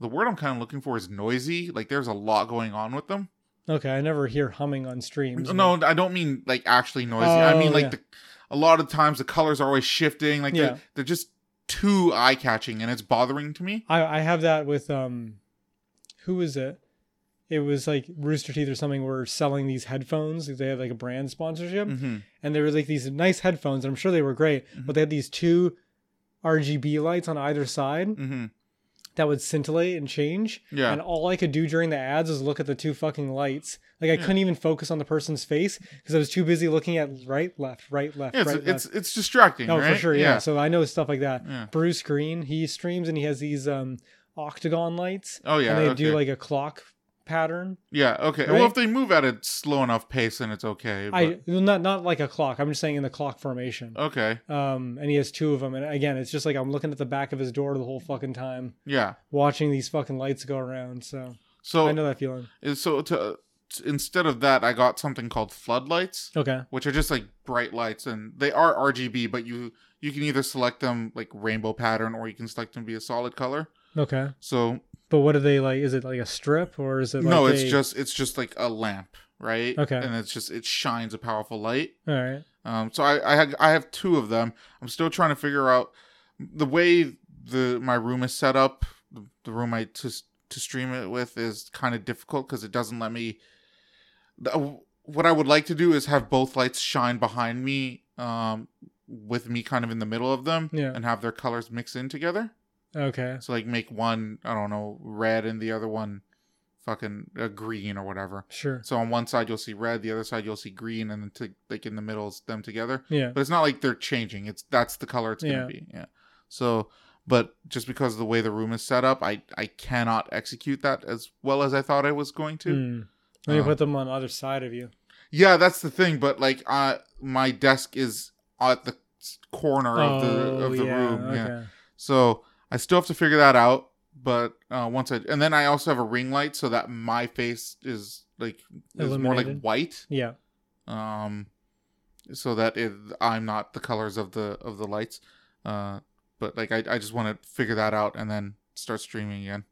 S1: the word i'm kind of looking for is noisy like there's a lot going on with them
S2: okay i never hear humming on streams
S1: no i don't mean like actually noisy i
S2: Oh,
S1: mean like
S2: yeah.
S1: the, a lot of times the colors are always shifting like
S2: Yeah.
S1: they're, they're just too eye-catching and it's bothering to me
S2: I, I have that with um who was it it was like rooster teeth or something were selling these headphones they had like a brand sponsorship
S1: mm-hmm.
S2: and they were like these nice headphones and i'm sure they were great but they had these two rgb lights on either side
S1: Mm-hmm.
S2: that would scintillate and change.
S1: Yeah.
S2: And all I could do during the ads was look at the two fucking lights. Like I
S1: Yeah.
S2: couldn't even focus on the person's face because I was too busy looking at right, left, right, left,
S1: Yeah, it's,
S2: right, left.
S1: it's it's distracting,
S2: No,
S1: right?
S2: for sure. Yeah. So I know stuff like that.
S1: Yeah.
S2: Bruce Green, he streams and he has these um octagon lights.
S1: Oh yeah.
S2: and they
S1: okay.
S2: do like a clock pattern.
S1: yeah. Okay.
S2: right?
S1: Well, if they move at a slow enough pace, then it's okay. But,
S2: I well, not not like a clock. I'm just saying in the clock formation.
S1: okay.
S2: Um, and he has two of them. And again, it's just like I'm looking at the back of his door the whole fucking time,
S1: Yeah.
S2: watching these fucking lights go around. So I
S1: So
S2: know that feeling.
S1: so to instead of that, I got something called floodlights,
S2: Okay.
S1: which are just like bright lights, and they are RGB, but you you can either select them like rainbow pattern, or you can select them to be a solid color.
S2: Okay.
S1: So
S2: But what are they like? Is it like a strip or is it like
S1: no, it's
S2: a-
S1: just it's just like a lamp, right?
S2: Okay.
S1: And it's just it shines a powerful light.
S2: all right.
S1: Um, so I I, had, I have two of them. I'm still trying to figure out the way the my room is set up. The, the room I to to stream it with is kind of difficult because it doesn't let me. the- uh, What I would like to do is have both lights shine behind me, um, with me kind of in the middle of them,
S2: Yeah.
S1: and have their colors mix in together.
S2: Okay.
S1: So like make one I don't know red and the other one, fucking uh, green or whatever.
S2: Sure.
S1: So on one side you'll see red, the other side you'll see green, and then to, like in the middle is them together
S2: Yeah.
S1: but it's not like they're changing it's that's the color it's
S2: Yeah.
S1: gonna be yeah so but just because of the way the room is set up i i cannot execute that as well as i thought i was going to
S2: Hmm. Let me
S1: Um,
S2: put them on either side of you.
S1: yeah that's the thing but like uh my desk is at the s- corner of the of the room yeah
S2: Oh, okay.
S1: so i still have to figure that out but uh once i and then i also have a ring light so that my face is like is more like
S2: Illuminated.
S1: white
S2: Yeah.
S1: um so that it, i'm not the colors of the of the lights uh but like i, I just want to figure that out and then start streaming again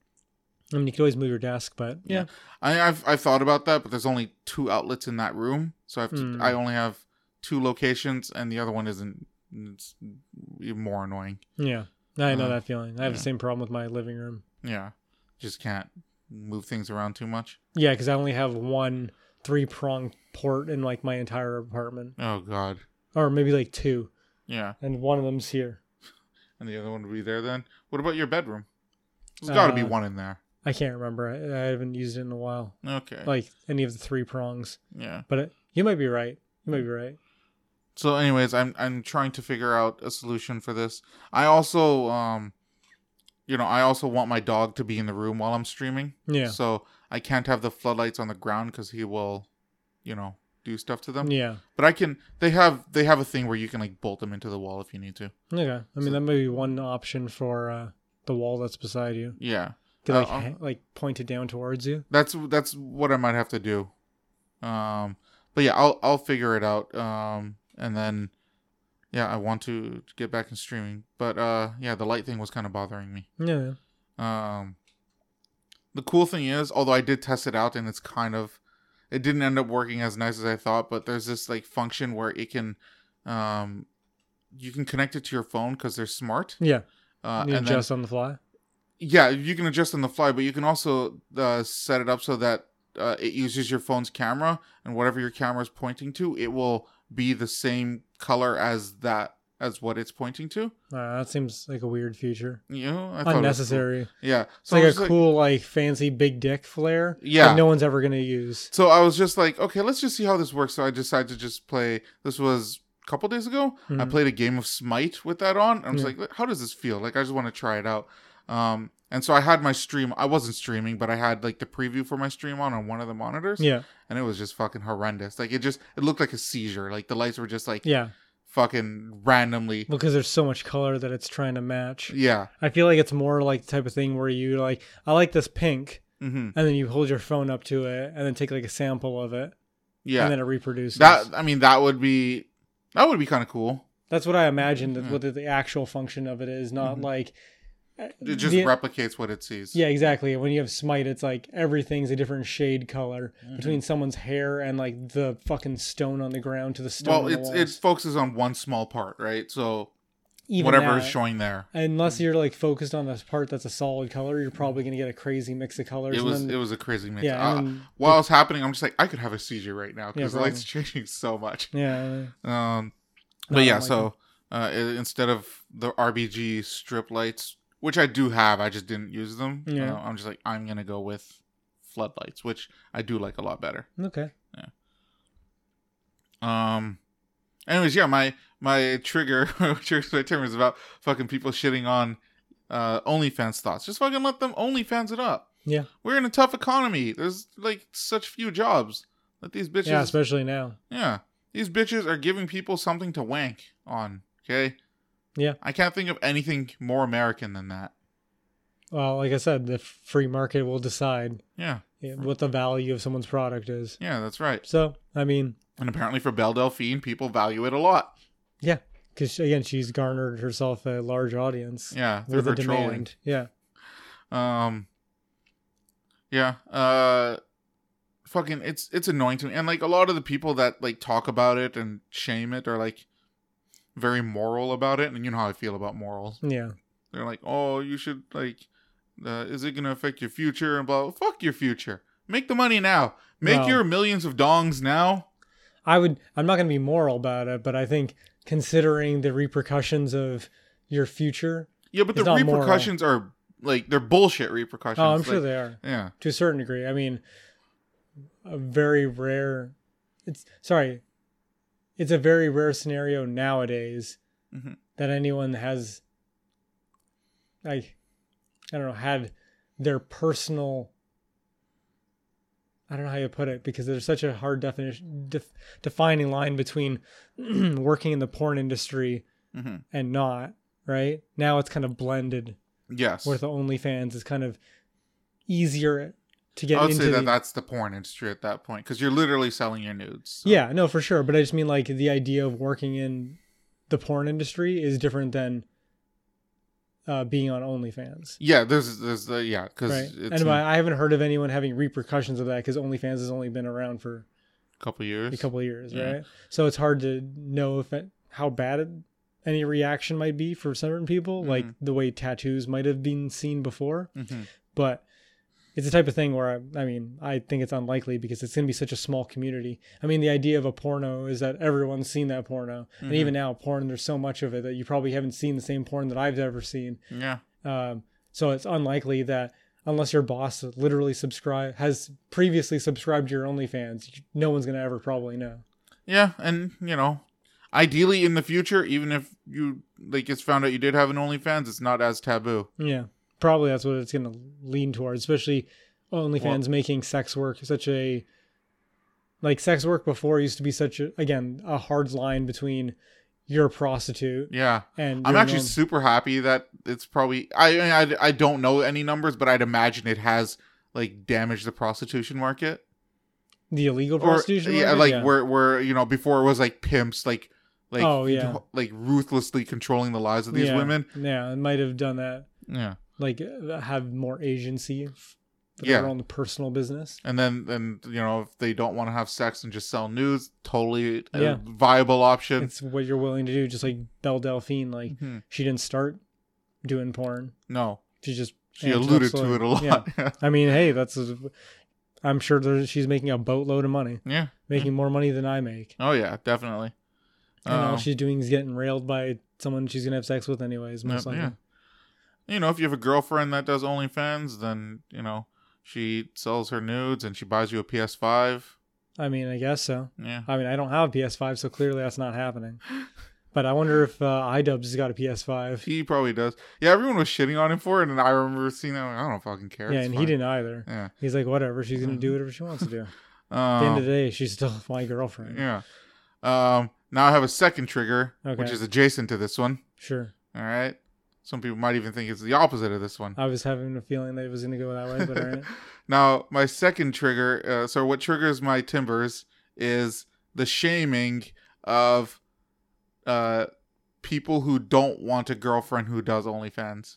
S2: I mean, you could always move your desk, but yeah.
S1: Yeah. i i've, I've thought about that but there's only two outlets in that room so i have to,
S2: Hmm.
S1: i only have two locations and the other one isn't it's more annoying
S2: Yeah. I know
S1: Uh,
S2: that feeling. I have the
S1: yeah.
S2: same problem with my living room.
S1: yeah just can't move things around too much
S2: Yeah, because I only have one three prong port in like my entire apartment,
S1: oh god
S2: or maybe like two,
S1: yeah
S2: and one of them's here.
S1: and the other one would be there then what about your bedroom there's got to be
S2: Uh,
S1: one in there
S2: I can't remember. I, I haven't used it in a while,
S1: okay
S2: like any of the three prongs.
S1: yeah
S2: But it, you might be right. You might be right.
S1: So, anyways, I'm I'm trying to figure out a solution for this. I also, um, you know, I also want my dog to be in the room while I'm streaming.
S2: Yeah.
S1: So I can't have the floodlights on the ground because he will, you know, do stuff to them.
S2: Yeah.
S1: But I can. They have they have a thing where you can like bolt them into the wall if you need to.
S2: Okay. I mean,
S1: So-
S2: that might be one option for uh, the wall that's beside you.
S1: Yeah,
S2: Could
S1: Uh,
S2: like
S1: I'll-
S2: ha- like point it down towards you.
S1: that's that's what I might have to do. Um, but yeah, I'll I'll figure it out. Um, and then, yeah, I want to get back in streaming. But uh, yeah, the light thing was kind of bothering me.
S2: Yeah.
S1: Um, the cool thing is, although I did test it out and it's kind of, it didn't end up working as nice as I thought. But there's this like function where it can, um, you can connect it to your phone because they're smart.
S2: Yeah.
S1: Uh,
S2: you
S1: and then,
S2: adjust on the fly.
S1: yeah, you can adjust on the fly, but you can also uh, set it up so that uh, it uses your phone's camera and whatever your camera is pointing to, it will be the same color as that as what it's pointing to.
S2: Uh, that seems like a weird feature.
S1: You know, I thought it was cool.
S2: Unnecessary.
S1: Yeah,
S2: It's
S1: I
S2: like a
S1: was
S2: cool, like fancy big dick flare.
S1: Oh, Yeah.
S2: that no one's ever gonna use.
S1: So I was just like, okay, let's just see how this works. So I decided to just play. This was a couple days ago. I
S2: Mhm.
S1: played a game of Smite with that on. And I was
S2: Yeah.
S1: like, how does this feel? Like I just want to try it out. Um, and so I had my stream. I wasn't streaming, but I had like the preview for my stream on on one of the monitors,
S2: Yeah,
S1: and it was just fucking horrendous. Like it just it looked like a seizure. Like the lights were just like
S2: yeah,
S1: fucking randomly.
S2: because there's so much color that it's trying to match.
S1: Yeah.
S2: I feel like it's more like the type of thing where you like, I like this pink,
S1: Mm-hmm.
S2: and then you hold your phone up to it, and then take like a sample of it,
S1: Yeah.
S2: and then it reproduces.
S1: That I mean that would be that would be kind of cool.
S2: That's what I imagine that
S1: Yeah.
S2: what the, the actual function of it is, not
S1: Mhm.
S2: like. uh,
S1: It just
S2: the-
S1: replicates what it sees.
S2: Yeah, exactly. When you have Smite, it's like everything's a different shade color
S1: Mm-hmm.
S2: between someone's hair and like the fucking stone on the ground to the stone.
S1: Well,
S2: on the
S1: it's
S2: walls.
S1: it focuses on one small part, right? So
S2: Even
S1: whatever is
S2: that-
S1: showing there.
S2: Unless you're like focused on this part that's a solid color, you're probably gonna get a crazy mix of colors.
S1: It
S2: and
S1: was
S2: then-
S1: it was a crazy mix.
S2: yeah,
S1: Uh,
S2: and then-
S1: while it was happening, I'm just like I could have a seizure right now
S2: Yeah,
S1: because the light's changing so much.
S2: yeah. and then-
S1: Um,
S2: No,
S1: but
S2: I
S1: yeah,
S2: don't like
S1: so uh, i- instead of the RBG strip lights, which I do have. I just didn't use them.
S2: Yeah.
S1: Uh, I'm just like I'm gonna go with floodlights, which I do like a lot better.
S2: Okay.
S1: Um. Anyways, yeah, my my trigger triggers my term is about fucking people shitting on uh OnlyFans thoughts. Just fucking let them OnlyFans it up.
S2: Yeah.
S1: We're in a tough economy. There's like such few jobs. Let these bitches.
S2: yeah, especially now.
S1: Yeah. These bitches are giving people something to wank on, okay?
S2: Yeah.
S1: I can't think of anything more American than that.
S2: Well, like I said, the free market will decide
S1: Yeah.
S2: yeah, what the value of someone's product is.
S1: Yeah, that's right.
S2: So, I mean,
S1: And apparently for Belle Delphine, people value it a lot.
S2: because again, she's garnered herself a large audience
S1: Yeah, through
S2: with a
S1: her
S2: demand. Yeah.
S1: trolling. Um Yeah. Uh fucking it's it's annoying to me. And like a lot of the people that like talk about it and shame it are like very moral about it. And you know how I feel about morals.
S2: Yeah.
S1: They're like, oh, you should like, uh, is it gonna affect your future and blah, blah. Fuck your future. Make the money now. Make
S2: Well-
S1: your millions of dongs now.
S2: I would. I'm not going to be moral about it, but I think considering the repercussions of your future.
S1: Yeah, but
S2: It's
S1: the
S2: not moral.
S1: repercussions are like they're bullshit repercussions.
S2: Oh, I'm sure
S1: Like,
S2: they are
S1: Yeah,
S2: to a certain degree. I mean, a very rare. It's sorry. It's a very rare scenario nowadays
S1: Mhm.
S2: that anyone has. Like, I don't know, had their personal. I don't know how you put it because there's such a hard definition, def, defining line between working in the porn industry
S1: Mhm.
S2: and not, right? Now it's kind of blended
S1: yes.
S2: where the OnlyFans is kind of easier to get
S1: I would
S2: into.
S1: say that
S2: the-
S1: that's the porn industry at that point because you're literally selling your nudes. so-
S2: Yeah, no, for sure. But I just mean like the idea of working in the porn industry is different than uh, being on OnlyFans.
S1: Yeah, there's there's the yeah because
S2: Right.
S1: it's
S2: And uh, I I haven't heard of anyone having repercussions of that because OnlyFans has only been around for
S1: a couple years.
S2: a couple of years,
S1: Yeah.
S2: right? So it's hard to know if it, how bad it, any reaction might be for certain people, like
S1: Mm-hmm.
S2: the way tattoos might have been seen before.
S1: Mhm.
S2: But it's the type of thing where I, I mean, I think it's unlikely because it's going to be such a small community. I mean, the idea of a porno is that everyone's seen that porno,
S1: Mm-hmm.
S2: and even now, porn there's so much of it that you probably haven't seen the same porn that I've ever seen.
S1: Yeah,
S2: Um, so it's unlikely that unless your boss literally subscribe has previously subscribed to your OnlyFans, no one's going to ever probably know.
S1: yeah, and you know, ideally in the future, even if you like it's found out you did have an OnlyFans, it's not as taboo.
S2: Yeah, probably that's what it's going to lean towards, especially OnlyFans making sex work such a like sex work before used to be such a again a hard line between you're a prostitute
S1: Yeah.
S2: and
S1: I'm
S2: you're
S1: actually
S2: known-
S1: super happy that it's probably I, I I don't know any numbers, but I'd imagine it has like damaged the prostitution market
S2: the illegal
S1: or
S2: prostitution.
S1: yeah,
S2: market?
S1: like where where you know before it was like pimps like like
S2: Oh, yeah.
S1: like ruthlessly controlling the lives of these
S2: Yeah.
S1: women.
S2: yeah, it might have done that.
S1: Yeah,
S2: like uh, have more agency f- for
S1: Yeah.
S2: their own personal business.
S1: and then and you know if they don't want to have sex and just sell nudes, totally a
S2: Yeah.
S1: viable option.
S2: It's what you're willing to do, just like Belle Delphine. Like
S1: Mhm.
S2: she didn't start doing porn;
S1: No,
S2: she just
S1: she
S2: amped up
S1: alluded to
S2: slowly.
S1: it a lot.
S2: Yeah.
S1: Yeah,
S2: I mean, hey, that's i I'm sure there's, she's making a boatload of money,
S1: yeah.
S2: making more money than I make,
S1: Oh yeah, definitely.
S2: and all
S1: Uh,
S2: she's doing is getting railed by someone she's gonna have sex with anyways.
S1: Yeah,
S2: Most likely.
S1: yeah. You know, if you have a girlfriend that does OnlyFans, then you know she sells her nudes and she buys you a PS5.
S2: I mean, I guess so.
S1: Yeah,
S2: I mean, I don't have a PS5, so clearly that's not happening. But I wonder if uh, iDubbbz has got a PS5.
S1: he probably does. Yeah, everyone was shitting on him for it, and I remember seeing that. Like, I don't fucking care.
S2: yeah,
S1: it's
S2: and he
S1: fine." Uh-huh.
S2: didn't either.
S1: Yeah.
S2: He's like, whatever. She's gonna do whatever she wants to do. At the end of
S1: Um,
S2: the day, she's still my girlfriend.
S1: yeah. Um, now I have a second trigger, which
S2: Okay.
S1: is adjacent to this one.
S2: Sure.
S1: All right. Some people might even think it's the opposite of this one.
S2: I was having a feeling that it was gonna go that way, but all Oh, right.
S1: Now, my second trigger, uh, so what triggers my timbers is the shaming of uh, people who don't want a girlfriend who does OnlyFans.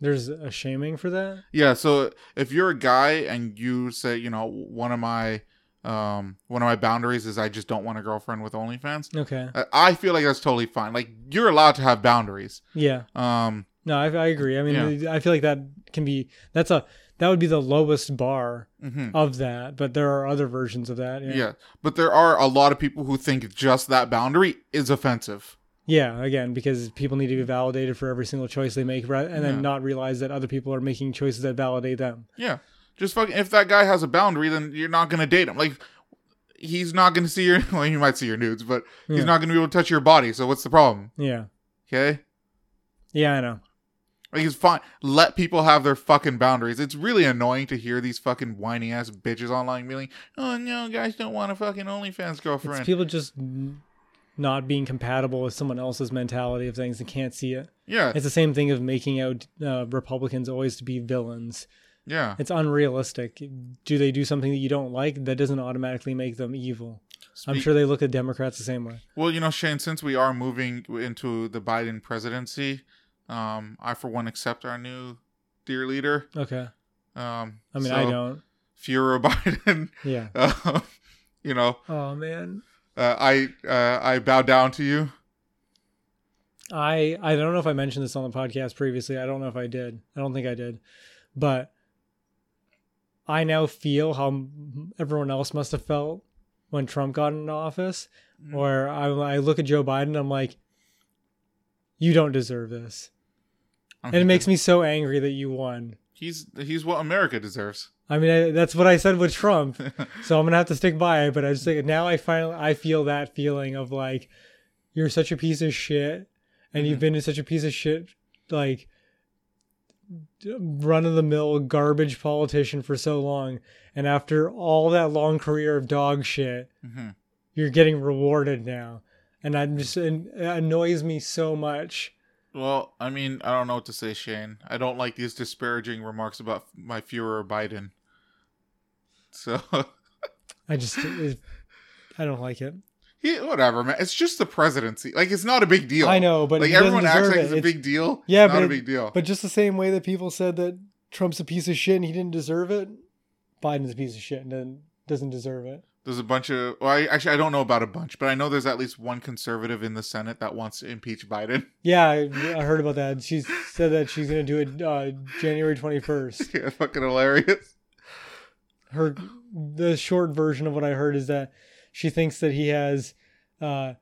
S2: There's a shaming for that.
S1: Yeah, so if you're a guy and you say, you know, one of my um, one of my boundaries is I just don't want a girlfriend with OnlyFans,
S2: Okay.
S1: I- I feel like that's totally fine. Like you're allowed to have boundaries.
S2: Yeah.
S1: Um,
S2: No, I, I agree. I mean, I feel like that can be. That's a. That would be the lowest bar
S1: mhm.
S2: of that, but there are other versions of that. Yeah.
S1: yeah, but there are a lot of people who think just that boundary is offensive.
S2: Yeah, again, because people need to be validated for every single choice they make, ra- and then
S1: Yeah.
S2: not realize that other people are making choices that validate them.
S1: Yeah. Just fucking if that guy has a boundary, then you're not gonna date him. Like he's not gonna see your well, you might see your nudes, but
S2: Yeah.
S1: he's not gonna be able to touch your body, so what's the problem?
S2: Yeah,
S1: Okay?
S2: yeah, I know.
S1: Like it's fine. Let people have their fucking boundaries. It's really annoying to hear these fucking whiny ass bitches online being like, Oh no, guys don't want a fucking OnlyFans
S2: It's
S1: girlfriend.
S2: people just n- not being compatible with someone else's mentality of things and can't see it.
S1: yeah,
S2: It's the same thing of making out uh, Republicans always to be villains.
S1: yeah.
S2: It's unrealistic. Do they do something that you don't like? That doesn't automatically make them evil. I'm
S1: Speak-
S2: sure they look at Democrats the same way.
S1: Well, you know, Shane, since we are moving into the Biden presidency, um, I for one accept our new dear leader.
S2: Okay.
S1: Um,
S2: I mean, I
S1: so,
S2: don't.
S1: Fuhrer Biden.
S2: Yeah.
S1: Um, you know,
S2: Oh man.
S1: uh, I uh, I bow down to you.
S2: I I don't know if I mentioned this on the podcast previously. I don't know if I did. I don't think I did. But I now feel how m- everyone else must have felt when Trump got in office.
S1: Mm.
S2: Or I, I look at Joe Biden, I'm like, you don't deserve this,
S1: I
S2: and it makes me so angry that you won.
S1: he's he's what America deserves. Mm-hmm.
S2: I mean, I, that's what I said with Trump, so I'm gonna have to stick by it. But I just like now, I finally I feel that feeling of like, you're such a piece of shit, and
S1: Mm-hmm.
S2: you've been in such a piece of shit like run of the mill garbage politician for so long, and after all that long career of dog shit,
S1: Mhm.
S2: you're getting rewarded now, and I'm just and it annoys me so much.
S1: Well, I mean, I don't know what to say, Shane. I don't like these disparaging remarks about my Fuhrer Biden. So
S2: I just it, I don't like it.
S1: he, whatever, man. It's just the presidency. Like it's not a big deal.
S2: I know, but
S1: like
S2: he doesn't
S1: everyone acts
S2: deserve
S1: like
S2: it.
S1: it's a
S2: It's-
S1: big deal.
S2: Yeah,
S1: It's not
S2: but
S1: a
S2: it-
S1: big deal.
S2: But just the same way that people said that Trump's a piece of shit and he didn't deserve it, Biden's a piece of shit and doesn't- doesn't deserve it.
S1: There's a bunch of well, I, actually I don't know about a bunch, but I know there's at least one conservative in the Senate that wants to impeach Biden.
S2: Yeah, I, I heard about that. She said that she's going to do it uh, January 21st.
S1: yeah, fucking hilarious.
S2: Her the short version of what I heard is that she thinks that he has uh,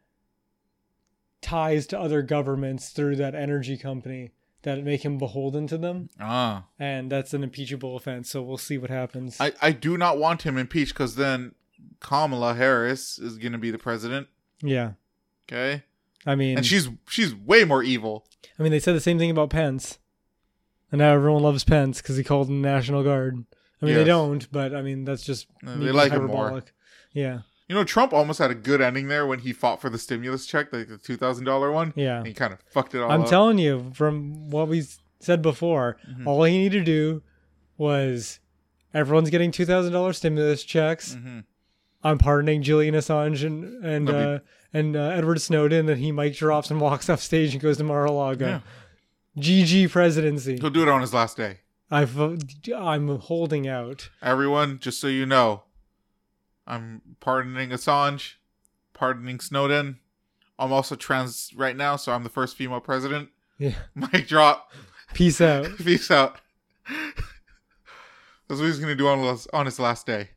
S2: ties to other governments through that energy company that make him beholden to them,
S1: Ah,
S2: and that's an impeachable offense. So we'll see what happens.
S1: I I do not want him impeached because then Kamala Harris is gonna be the president.
S2: yeah,
S1: Okay,
S2: I mean,
S1: and she's she's way more evil.
S2: I mean, they said the same thing about Pence, and now everyone loves Pence because he called him National Guard. I mean, they
S1: Yes.
S2: don't, but I mean, that's just
S1: No,
S2: me
S1: they
S2: being
S1: like him more.
S2: Yeah,
S1: You know, Trump almost had a good ending there when he fought for the stimulus check, like the two thousand dollar one.
S2: yeah.
S1: And he kind of fucked it all
S2: I'm
S1: up.
S2: telling you, from what we s- said before,
S1: Mhm.
S2: all he needed to do was everyone's getting two thousand dollars stimulus checks.
S1: Mhm.
S2: I'm pardoning Julian Assange and and uh,
S1: That'd
S2: and uh, Edward Snowden. Then he mic drops and walks off stage and goes to Mar-a-Lago.
S1: Yeah.
S2: GG presidency.
S1: He'll do it on his last day.
S2: I've uh, I'm holding out.
S1: Everyone, just so you know, I'm pardoning Assange, pardoning Snowden. I'm also trans right now, so I'm the first female president.
S2: Yeah.
S1: Mic drop.
S2: Peace out.
S1: Peace out. That's what he's gonna do on his, on his last day.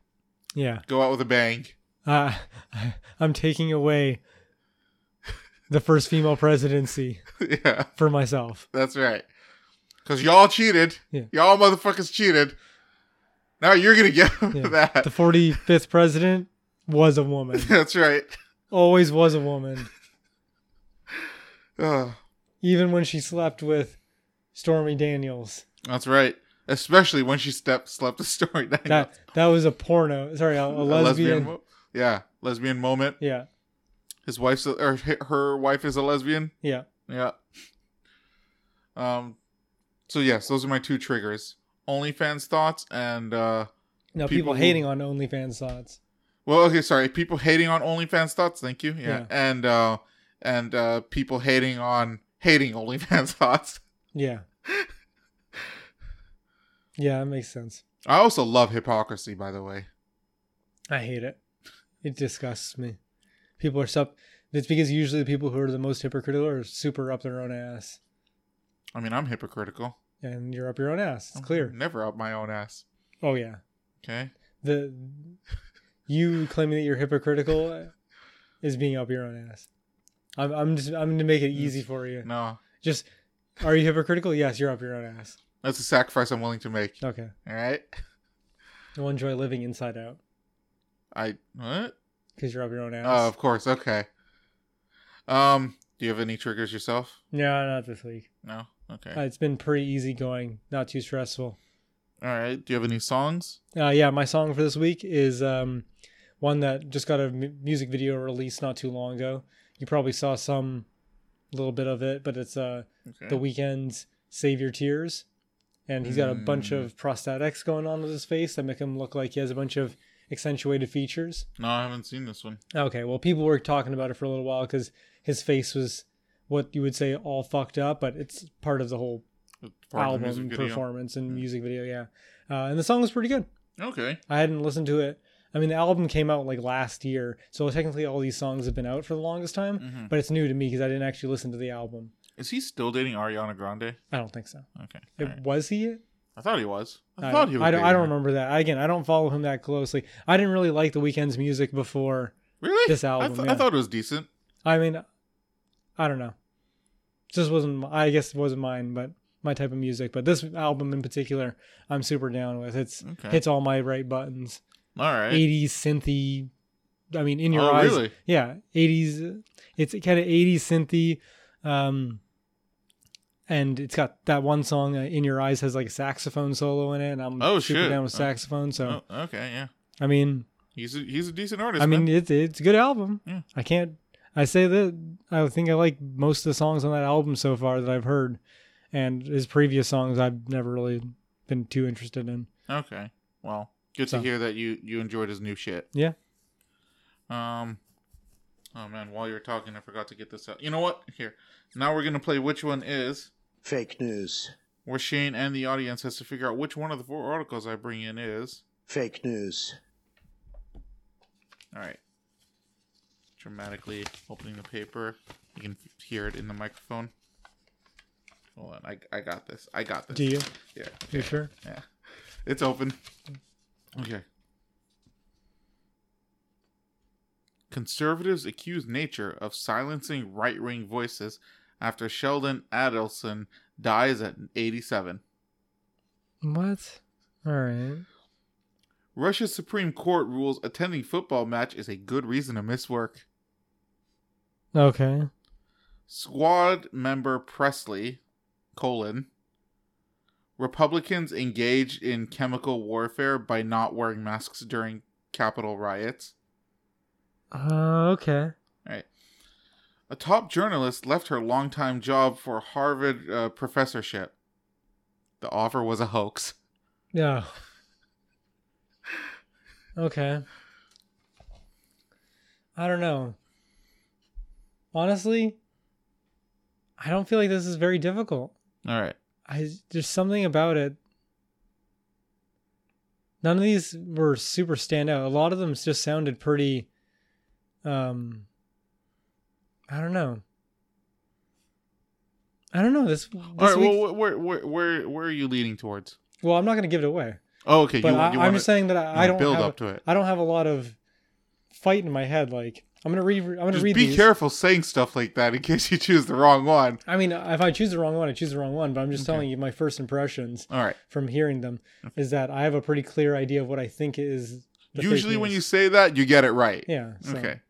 S2: Yeah.
S1: Go out with a bang.
S2: Uh, I'm taking away the first female presidency
S1: yeah,
S2: for myself.
S1: that's right. Cause y'all cheated.
S2: Yeah.
S1: Y'all motherfuckers cheated. Now you're gonna get
S2: Yeah.
S1: that.
S2: The 45th president was a woman,
S1: that's right.
S2: always was a woman,
S1: Ugh.
S2: even when she slept with Stormy Daniels.
S1: that's right. Especially when she stepped slept the story down.
S2: That that was a porno. Sorry, a, a
S1: A
S2: lesbian.
S1: mo- yeah, lesbian moment.
S2: Yeah,
S1: His wife's a, or hi- her wife is a lesbian.
S2: yeah.
S1: Yeah. Um. So yes, those are my two triggers: OnlyFans thoughts and uh. People
S2: Now people,
S1: who-
S2: hating on OnlyFans thoughts.
S1: Well, okay, sorry. People hating on OnlyFans thoughts. Thank you. Yeah.
S2: Yeah.
S1: And uh, and uh, people hating on hating OnlyFans thoughts.
S2: Yeah. yeah, that makes sense.
S1: I also love hypocrisy, by the way.
S2: I hate it. It disgusts me. People are sup. It's because usually the people who are the most hypocritical are super up their own ass,
S1: I mean, I'm hypocritical.
S2: and you're up your own ass. It's clear.
S1: I'm never up my own ass.
S2: Oh yeah,
S1: Okay.
S2: the you claiming that you're hypocritical is being up your own ass. I'm, I'm just I'm gonna make it easy for you.
S1: No,
S2: Just are you hypocritical? Yes, you're up your own ass.
S1: that's a sacrifice I'm willing to make.
S2: Okay.
S1: All right.
S2: You'll enjoy living inside out
S1: I what?
S2: because you're up your own ass.
S1: Oh, of course. Okay. Um, do you have any triggers yourself?
S2: no, not this week.
S1: No. Okay.
S2: Uh, it's been pretty easy going, not too stressful.
S1: All right. Do you have any songs?
S2: Uh, yeah, my song for this week is um, one that just got a m- music video released not too long ago. You probably saw some little bit of it, but it's uh,
S1: Okay.
S2: The Weeknd's "Save Your Tears," and he's got a bunch
S1: Mm.
S2: of prosthetics going on with his face that make him look like he has a bunch of accentuated features.
S1: no, I haven't seen this one.
S2: Okay, well, people were talking about it for a little while because his face was what you would say all fucked up, but it's part of the whole
S1: It's Part of the
S2: album
S1: music video.
S2: performance and
S1: Mm.
S2: music video. Yeah, uh, and the song was pretty good.
S1: Okay.
S2: I hadn't listened to it. I mean, the album came out like last year, so technically all these songs have been out for the longest time,
S1: hmm
S2: but it's new to me because I didn't actually listen to the album.
S1: Is he still dating Ariana Grande?
S2: I don't think so.
S1: Okay.
S2: It,
S1: all right.
S2: Was he?
S1: I thought he was. I,
S2: I,
S1: thought he was.
S2: I don't. I don't
S1: dating her.
S2: remember that. I- Again, I don't follow him that closely. I didn't really like the weekend's music before.
S1: Really?
S2: this
S1: I,
S2: album,
S1: th-
S2: yeah.
S1: I thought it was decent.
S2: I mean, I don't know. Just wasn't. I guess it wasn't mine, but my type of music. But this album in particular, I'm super down with. It's
S1: Okay.
S2: hits all my right buttons.
S1: All right.
S2: 80s synthy. I mean, in your
S1: oh,
S2: eyes.
S1: really?
S2: yeah 80s it's kind of 80s synthy um and it's got that one song uh, in your eyes has like a saxophone solo in it and i'm
S1: Oh,
S2: super
S1: shit.
S2: down with
S1: Oh.
S2: saxophone so
S1: Oh, okay. Yeah.
S2: i mean
S1: He's a, he's a decent artist.
S2: i mean
S1: man.
S2: it's it's a good album
S1: Yeah.
S2: i can't i say that i think i like most of the songs on that album so far that i've heard and his previous songs i've never really been too interested in
S1: Okay. Well, good
S2: So.
S1: to hear that you you enjoyed his new shit.
S2: Yeah.
S1: Um. Oh man, while you were talking, I forgot to get this out. You know what? Here, now we're gonna play. Which one is
S3: Fake news.
S1: where Shane and the audience has to figure out which one of the four articles I bring in is.
S3: Fake news.
S1: All right. Dramatically opening the paper, you can hear it in the microphone. Hold on, I, I got this. I got this.
S2: do you
S1: Yeah,
S2: you sure
S1: yeah. It's open. Okay. Conservatives accuse nature of silencing right wing voices after Sheldon Adelson dies at 87.
S2: what all right
S1: Russia's Supreme Court rules attending football match is a good reason to miss work.
S2: okay
S1: Squad member Presley, colon, Republicans engaged in chemical warfare by not wearing masks during Capitol riots.
S2: uh, okay
S1: A top journalist left her longtime job for Harvard uh, professorship. The offer was a hoax.
S2: Yeah. Okay. I don't know. Honestly, I don't feel like this is very difficult.
S1: All right.
S2: I there's something about it. None of these were super standout. A lot of them just sounded pretty um I don't know. I don't know this, this
S1: All right.
S2: week-
S1: Well, wh- where, where where where are you leaning towards?
S2: well, I'm not going to give it away.
S1: Oh, okay.
S2: But
S1: you,
S2: I,
S1: you
S2: I'm
S1: wanna-
S2: just saying that
S1: you
S2: I, I
S1: wanna
S2: don't
S1: build
S2: have,
S1: up to it.
S2: I don't have a lot of fight in my head. Like I'm gonna read. I'm gonna
S1: Just be
S2: read. these.
S1: careful saying stuff like that in case you choose the wrong one.
S2: I mean, if I choose the wrong one, I choose the wrong one. But I'm just
S1: Okay.
S2: telling you my first impressions
S1: All right.
S2: from hearing them is that I have a pretty clear idea of what I think is. the fake
S1: Usually, when you
S2: news.
S1: say that, you get it right.
S2: yeah so.
S1: Okay.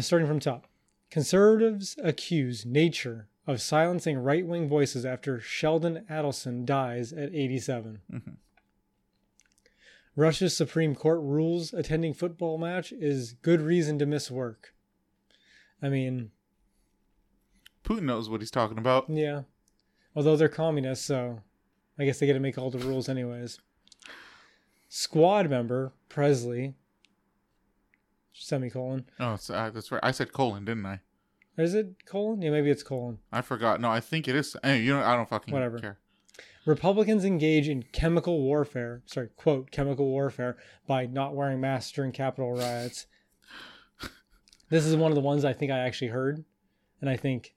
S2: starting from top. Conservatives accuse nature of silencing right wing voices after Sheldon Adelson dies at 87.
S1: Mhm.
S2: Russia's Supreme Court rules attending football match is good reason to miss work. I mean,
S1: Putin knows what he's talking about.
S2: yeah. Although they're communists, so I guess they get to make all the rules anyways. Squad member Presley semicolon.
S1: Oh, it's, uh, that's right. I said colon, didn't I?
S2: Is it colon? Yeah, maybe it's colon.
S1: I forgot. No, I think it is. Anyway, you know, I don't fucking
S2: Whatever.
S1: care.
S2: Republicans engage in chemical warfare, sorry, quote, chemical warfare by not wearing masks during Capitol riots. this is one of the ones I think I actually heard, and I think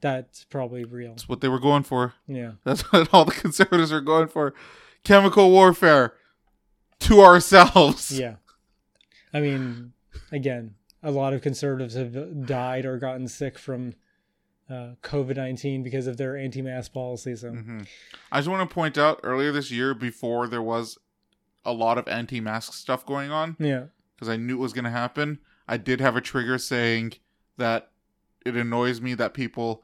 S2: that's probably real.
S1: That's what they were going for.
S2: Yeah.
S1: That's what all the conservatives are going for. Chemical warfare to ourselves.
S2: Yeah. I mean, again, a lot of conservatives have died or gotten sick from uh, COVID 19 because of their anti mask policy. So,
S1: hmm I just want to point out earlier this year, before there was a lot of anti-mask stuff going on,
S2: yeah.
S1: because I knew it was going to happen. I did have a trigger saying that it annoys me that people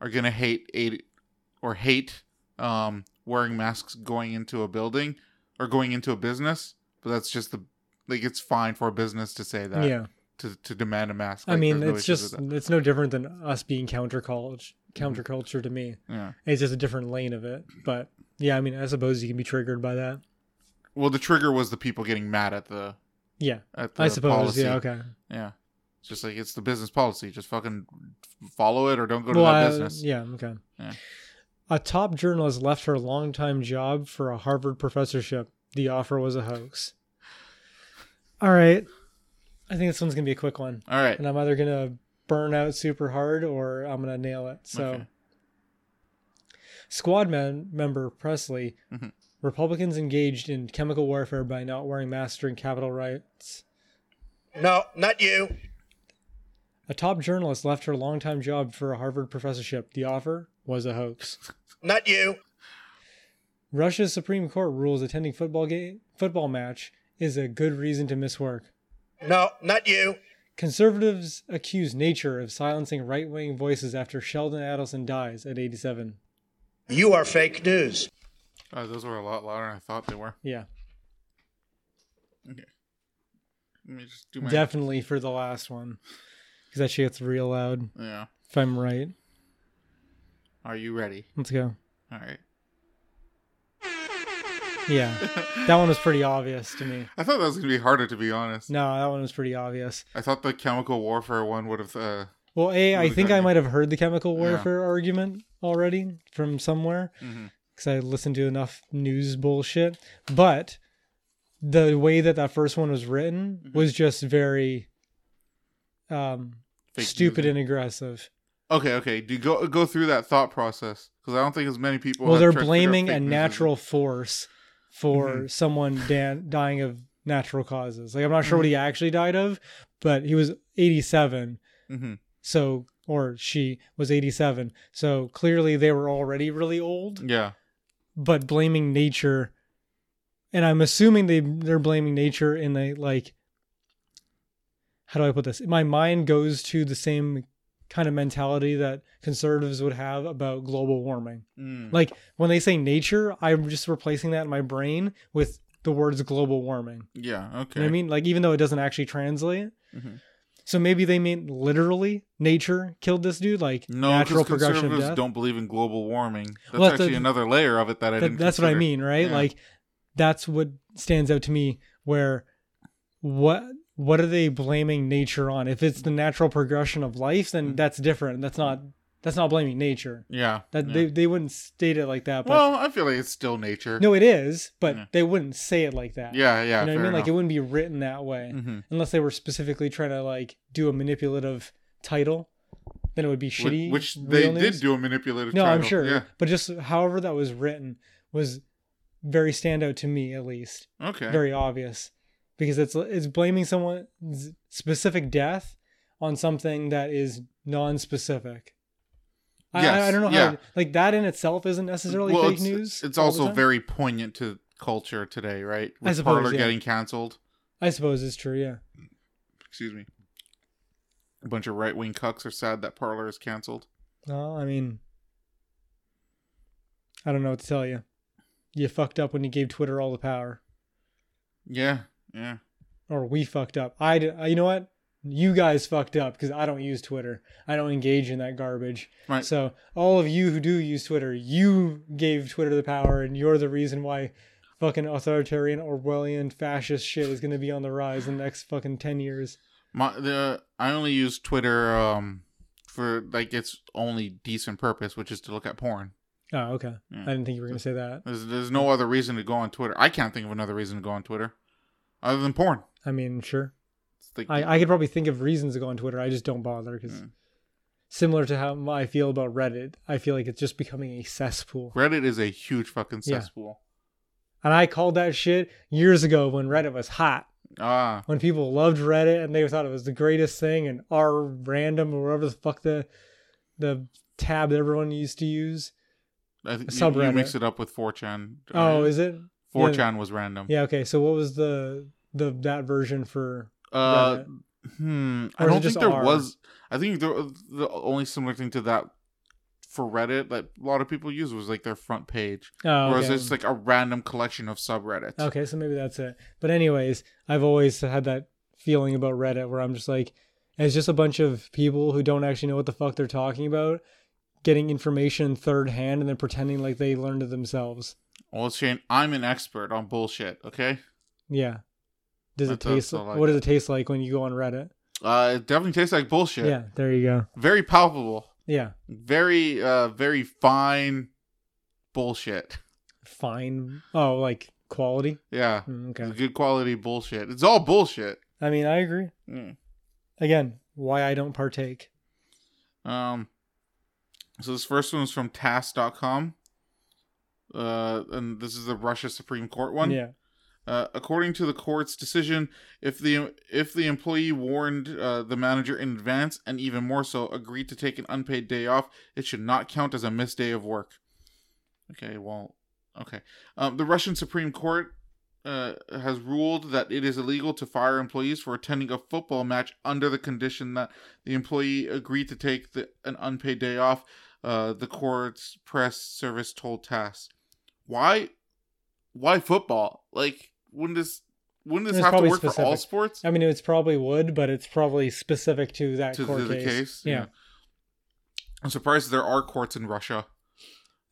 S1: are going to hate aid or hate um, wearing masks going into a building or going into a business. But that's just the like it's fine for a business to say that
S2: Yeah.
S1: to to demand a mask.
S2: I
S1: Like,
S2: mean,
S1: there's no
S2: it's
S1: issues
S2: just,
S1: with
S2: it's no different than us being counter college,
S1: Mm-hmm.
S2: counterculture to me.
S1: that. yeah.
S2: It's just a different lane of it. But yeah, I mean, I suppose you can be triggered by that.
S1: Well, the trigger was the people getting mad at the
S2: Yeah.
S1: at the
S2: I suppose.
S1: policy.
S2: Yeah. Okay.
S1: Yeah. It's just like it's the business policy. Just fucking follow it or don't go to
S2: Well,
S1: that
S2: I-
S1: business.
S2: yeah. Okay.
S1: Yeah.
S2: A top journalist left her longtime job for a Harvard professorship. The offer was a hoax. All right. I think this one's going to be a quick one.
S1: All right.
S2: and I'm either gonna burn out super hard or I'm gonna nail it. So,
S1: Okay.
S2: squad man member Presley,
S1: Mhm.
S2: Republicans engaged in chemical warfare by not wearing masks during Capitol riots.
S3: No, not you.
S2: A top journalist left her longtime job for a Harvard professorship. The offer was a hoax.
S3: Not you.
S2: Russia's Supreme Court rules attending football ga- football match is a good reason to miss work.
S3: No, not you.
S2: Conservatives accuse nature of silencing right-wing voices after Sheldon Adelson dies at 87.
S3: You are fake news.
S1: Uh, those were a lot louder than I thought they were.
S2: Yeah.
S1: Let me just do my
S2: Definitely for the last one. Because that shit gets real loud,
S1: Yeah.
S2: if I'm right.
S1: Are you ready?
S2: Let's go.
S1: All right.
S2: Yeah. That one was pretty obvious to me.
S1: I thought that was gonna be harder to be honest.
S2: No, that one was pretty obvious.
S1: I thought the chemical warfare one would have uh
S2: Well, A, I
S1: Really
S2: think
S1: good.
S2: I might have heard the chemical
S1: Yeah.
S2: warfare argument already from somewhere
S1: mhm.
S2: because I listened to enough news bullshit. But the way that that first one was written
S1: Mm-hmm.
S2: was just very um,
S1: Fake
S2: stupid
S1: news.
S2: and aggressive.
S1: Okay, okay. Do go go through that thought process because I don't think as many people.
S2: well
S1: have
S2: they're
S1: tried to figure out
S2: blaming
S1: fake Mm-hmm. news
S2: a
S1: is-
S2: natural force for someone dan- dying of natural causes like i'm not sure what he
S1: Mm-hmm.
S2: actually died of but he was 87
S1: Mhm.
S2: so or she was 87 so clearly they were already really old
S1: Yeah,
S2: but blaming nature and i'm assuming they they're blaming nature in a like how do i put this my mind goes to the same kind of mentality that conservatives would have about global warming
S1: Mm.
S2: like when they say nature, I'm just replacing that in my brain with the words global warming.
S1: yeah. Okay.
S2: You know what I mean? Like even though it doesn't actually translate.
S1: Mhm.
S2: So maybe they mean literally nature killed this dude, like
S1: no,
S2: natural
S1: 'cause
S2: progression of
S1: conservatives
S2: death.
S1: don't believe in global warming. That's
S2: Well, that's
S1: actually
S2: the-
S1: another layer of it that I
S2: That-
S1: didn't.
S2: that's what I
S1: consider.
S2: mean, right?
S1: Yeah.
S2: Like that's what stands out to me. Where what what are they blaming nature on? If it's the natural progression of life, then
S1: Hmm.
S2: that's different. That's not that's not blaming nature.
S1: Yeah.
S2: That
S1: yeah.
S2: they they wouldn't state it like that. But
S1: well, I feel like it's still nature.
S2: no, it is, but
S1: Yeah.
S2: they wouldn't say it like that.
S1: Yeah, yeah.
S2: you know
S1: fair
S2: what I mean? Like it
S1: enough.
S2: wouldn't be written that way
S1: Mhm.
S2: unless they were specifically trying to like do a manipulative title. Then it would be
S1: Wh-
S2: shitty.
S1: Which they
S2: real news.
S1: did do a manipulative.
S2: No, I'm
S1: title.
S2: sure.
S1: Yeah.
S2: But just however that was written was very standout to me, at least,
S1: Okay.
S2: very obvious, because it's it's blaming someone's specific death on something that is non-specific. I- I, I
S1: Yes,
S2: don't know how
S1: yeah.
S2: like that in itself isn't necessarily
S1: well,
S2: fake
S1: it's,
S2: news.
S1: It's
S2: all the
S1: also
S2: time.
S1: very poignant to culture today, right?
S2: I
S1: With
S2: suppose,
S1: Parler
S2: yeah.
S1: getting canceled.
S2: I suppose it's true. Yeah.
S1: Excuse me. A bunch of right wing cucks are sad that Parler is canceled.
S2: Well, I mean, I don't know what to tell you. You fucked up when you gave Twitter all the power,
S1: Yeah, yeah.
S2: or we fucked up. I, d- I- you know what? You guys fucked up because I don't use Twitter. I don't engage in that garbage.
S1: Right.
S2: So all of you who do use Twitter, you gave Twitter the power, and you're the reason why fucking authoritarian Orwellian fascist shit is going to be on the rise in the next fucking ten years.
S1: My the I only use Twitter um for like its only decent purpose, which is to look at porn.
S2: Oh, okay.
S1: Yeah.
S2: I didn't think you were going to say that.
S1: There's there's no other reason to go on Twitter. I can't think of another reason to go on Twitter other than porn.
S2: I mean, sure.
S1: It's like,
S2: I, I could probably think of reasons to go on Twitter. I just don't bother because
S1: Mm.
S2: similar to how I feel about Reddit, I feel like it's just becoming a cesspool.
S1: Reddit is a huge fucking
S2: Yeah.
S1: cesspool.
S2: And I called that shit years ago when Reddit was hot.
S1: Ah,
S2: when people loved Reddit and they thought it was the greatest thing and R random or whatever the fuck the the tab that everyone used to use.
S1: I think you,
S2: Subreddit.
S1: you mix it up with 4chan.
S2: Oh,
S1: right?
S2: is it?
S1: 4chan was random.
S2: Yeah, okay. So what was the the that version for
S1: Uh, hmm.
S2: Or
S1: I
S2: is it
S1: don't
S2: just
S1: think there
S2: R?
S1: was. I think the the only similar thing to that for Reddit that a lot of people use was like their front page,
S2: Oh,
S1: whereas
S2: okay.
S1: it's like a random collection of subreddits.
S2: okay, so maybe that's it. But anyways, I've always had that feeling about Reddit where I'm just like it's just a bunch of people who don't actually know what the fuck they're talking about getting information third hand and then pretending like they learned it themselves.
S1: Well, Shane, I'm an expert on bullshit. Okay.
S2: Yeah. Does
S1: I
S2: it
S1: thought
S2: taste
S1: so, like-
S2: what does it taste like when you go on Reddit?
S1: Uh, it definitely tastes like bullshit.
S2: Yeah, there you go.
S1: Very palpable.
S2: Yeah.
S1: Very uh, very fine bullshit.
S2: Fine. Oh, like quality.
S1: Yeah.
S2: Mm,
S1: It's
S2: Okay.
S1: good quality bullshit. It's all bullshit. Mm.
S2: I mean, I agree. Again, why I don't partake.
S1: Um, so this first one is from TASS.com. Uh, and this is the Russia Supreme Court one.
S2: Yeah.
S1: Uh, according to the court's decision, if the if the employee warned uh, the manager in advance and even more so agreed to take an unpaid day off, it should not count as a missed day of work. Okay, well, okay. Um, the Russian Supreme Court uh, has ruled that it is illegal to fire employees for attending a football match under the condition that the employee agreed to take the, an unpaid day off. Uh, the court's press service told TASS. Why? Why football? Like, wouldn't this wouldn't this
S2: It's
S1: have to
S2: probably
S1: work for all
S2: specific.
S1: sports?
S2: I mean, it's probably would, but it's probably specific to that
S1: to
S2: court
S1: the
S2: case.
S1: case.
S2: Yeah.
S1: I'm surprised there are courts in Russia.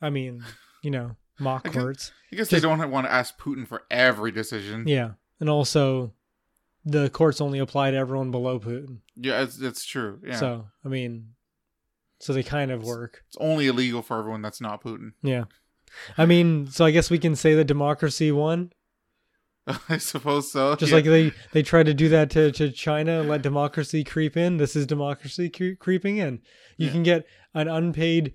S2: I mean, you know, mock
S1: I can-
S2: courts.
S1: I guess
S2: Just-
S1: they don't want to ask Putin for every decision.
S2: Yeah. And also, the courts only apply to everyone below Putin.
S1: Yeah, it's, it's true. Yeah,
S2: So, I mean, so they kind of work.
S1: it's only illegal for everyone that's not Putin.
S2: Yeah. I mean, so I guess we can say that democracy won.
S1: I suppose so.
S2: Just
S1: Yeah.
S2: like they they tried to do that to, to China and let democracy creep in. This is democracy cre- creeping in. You
S1: Yeah.
S2: can get an unpaid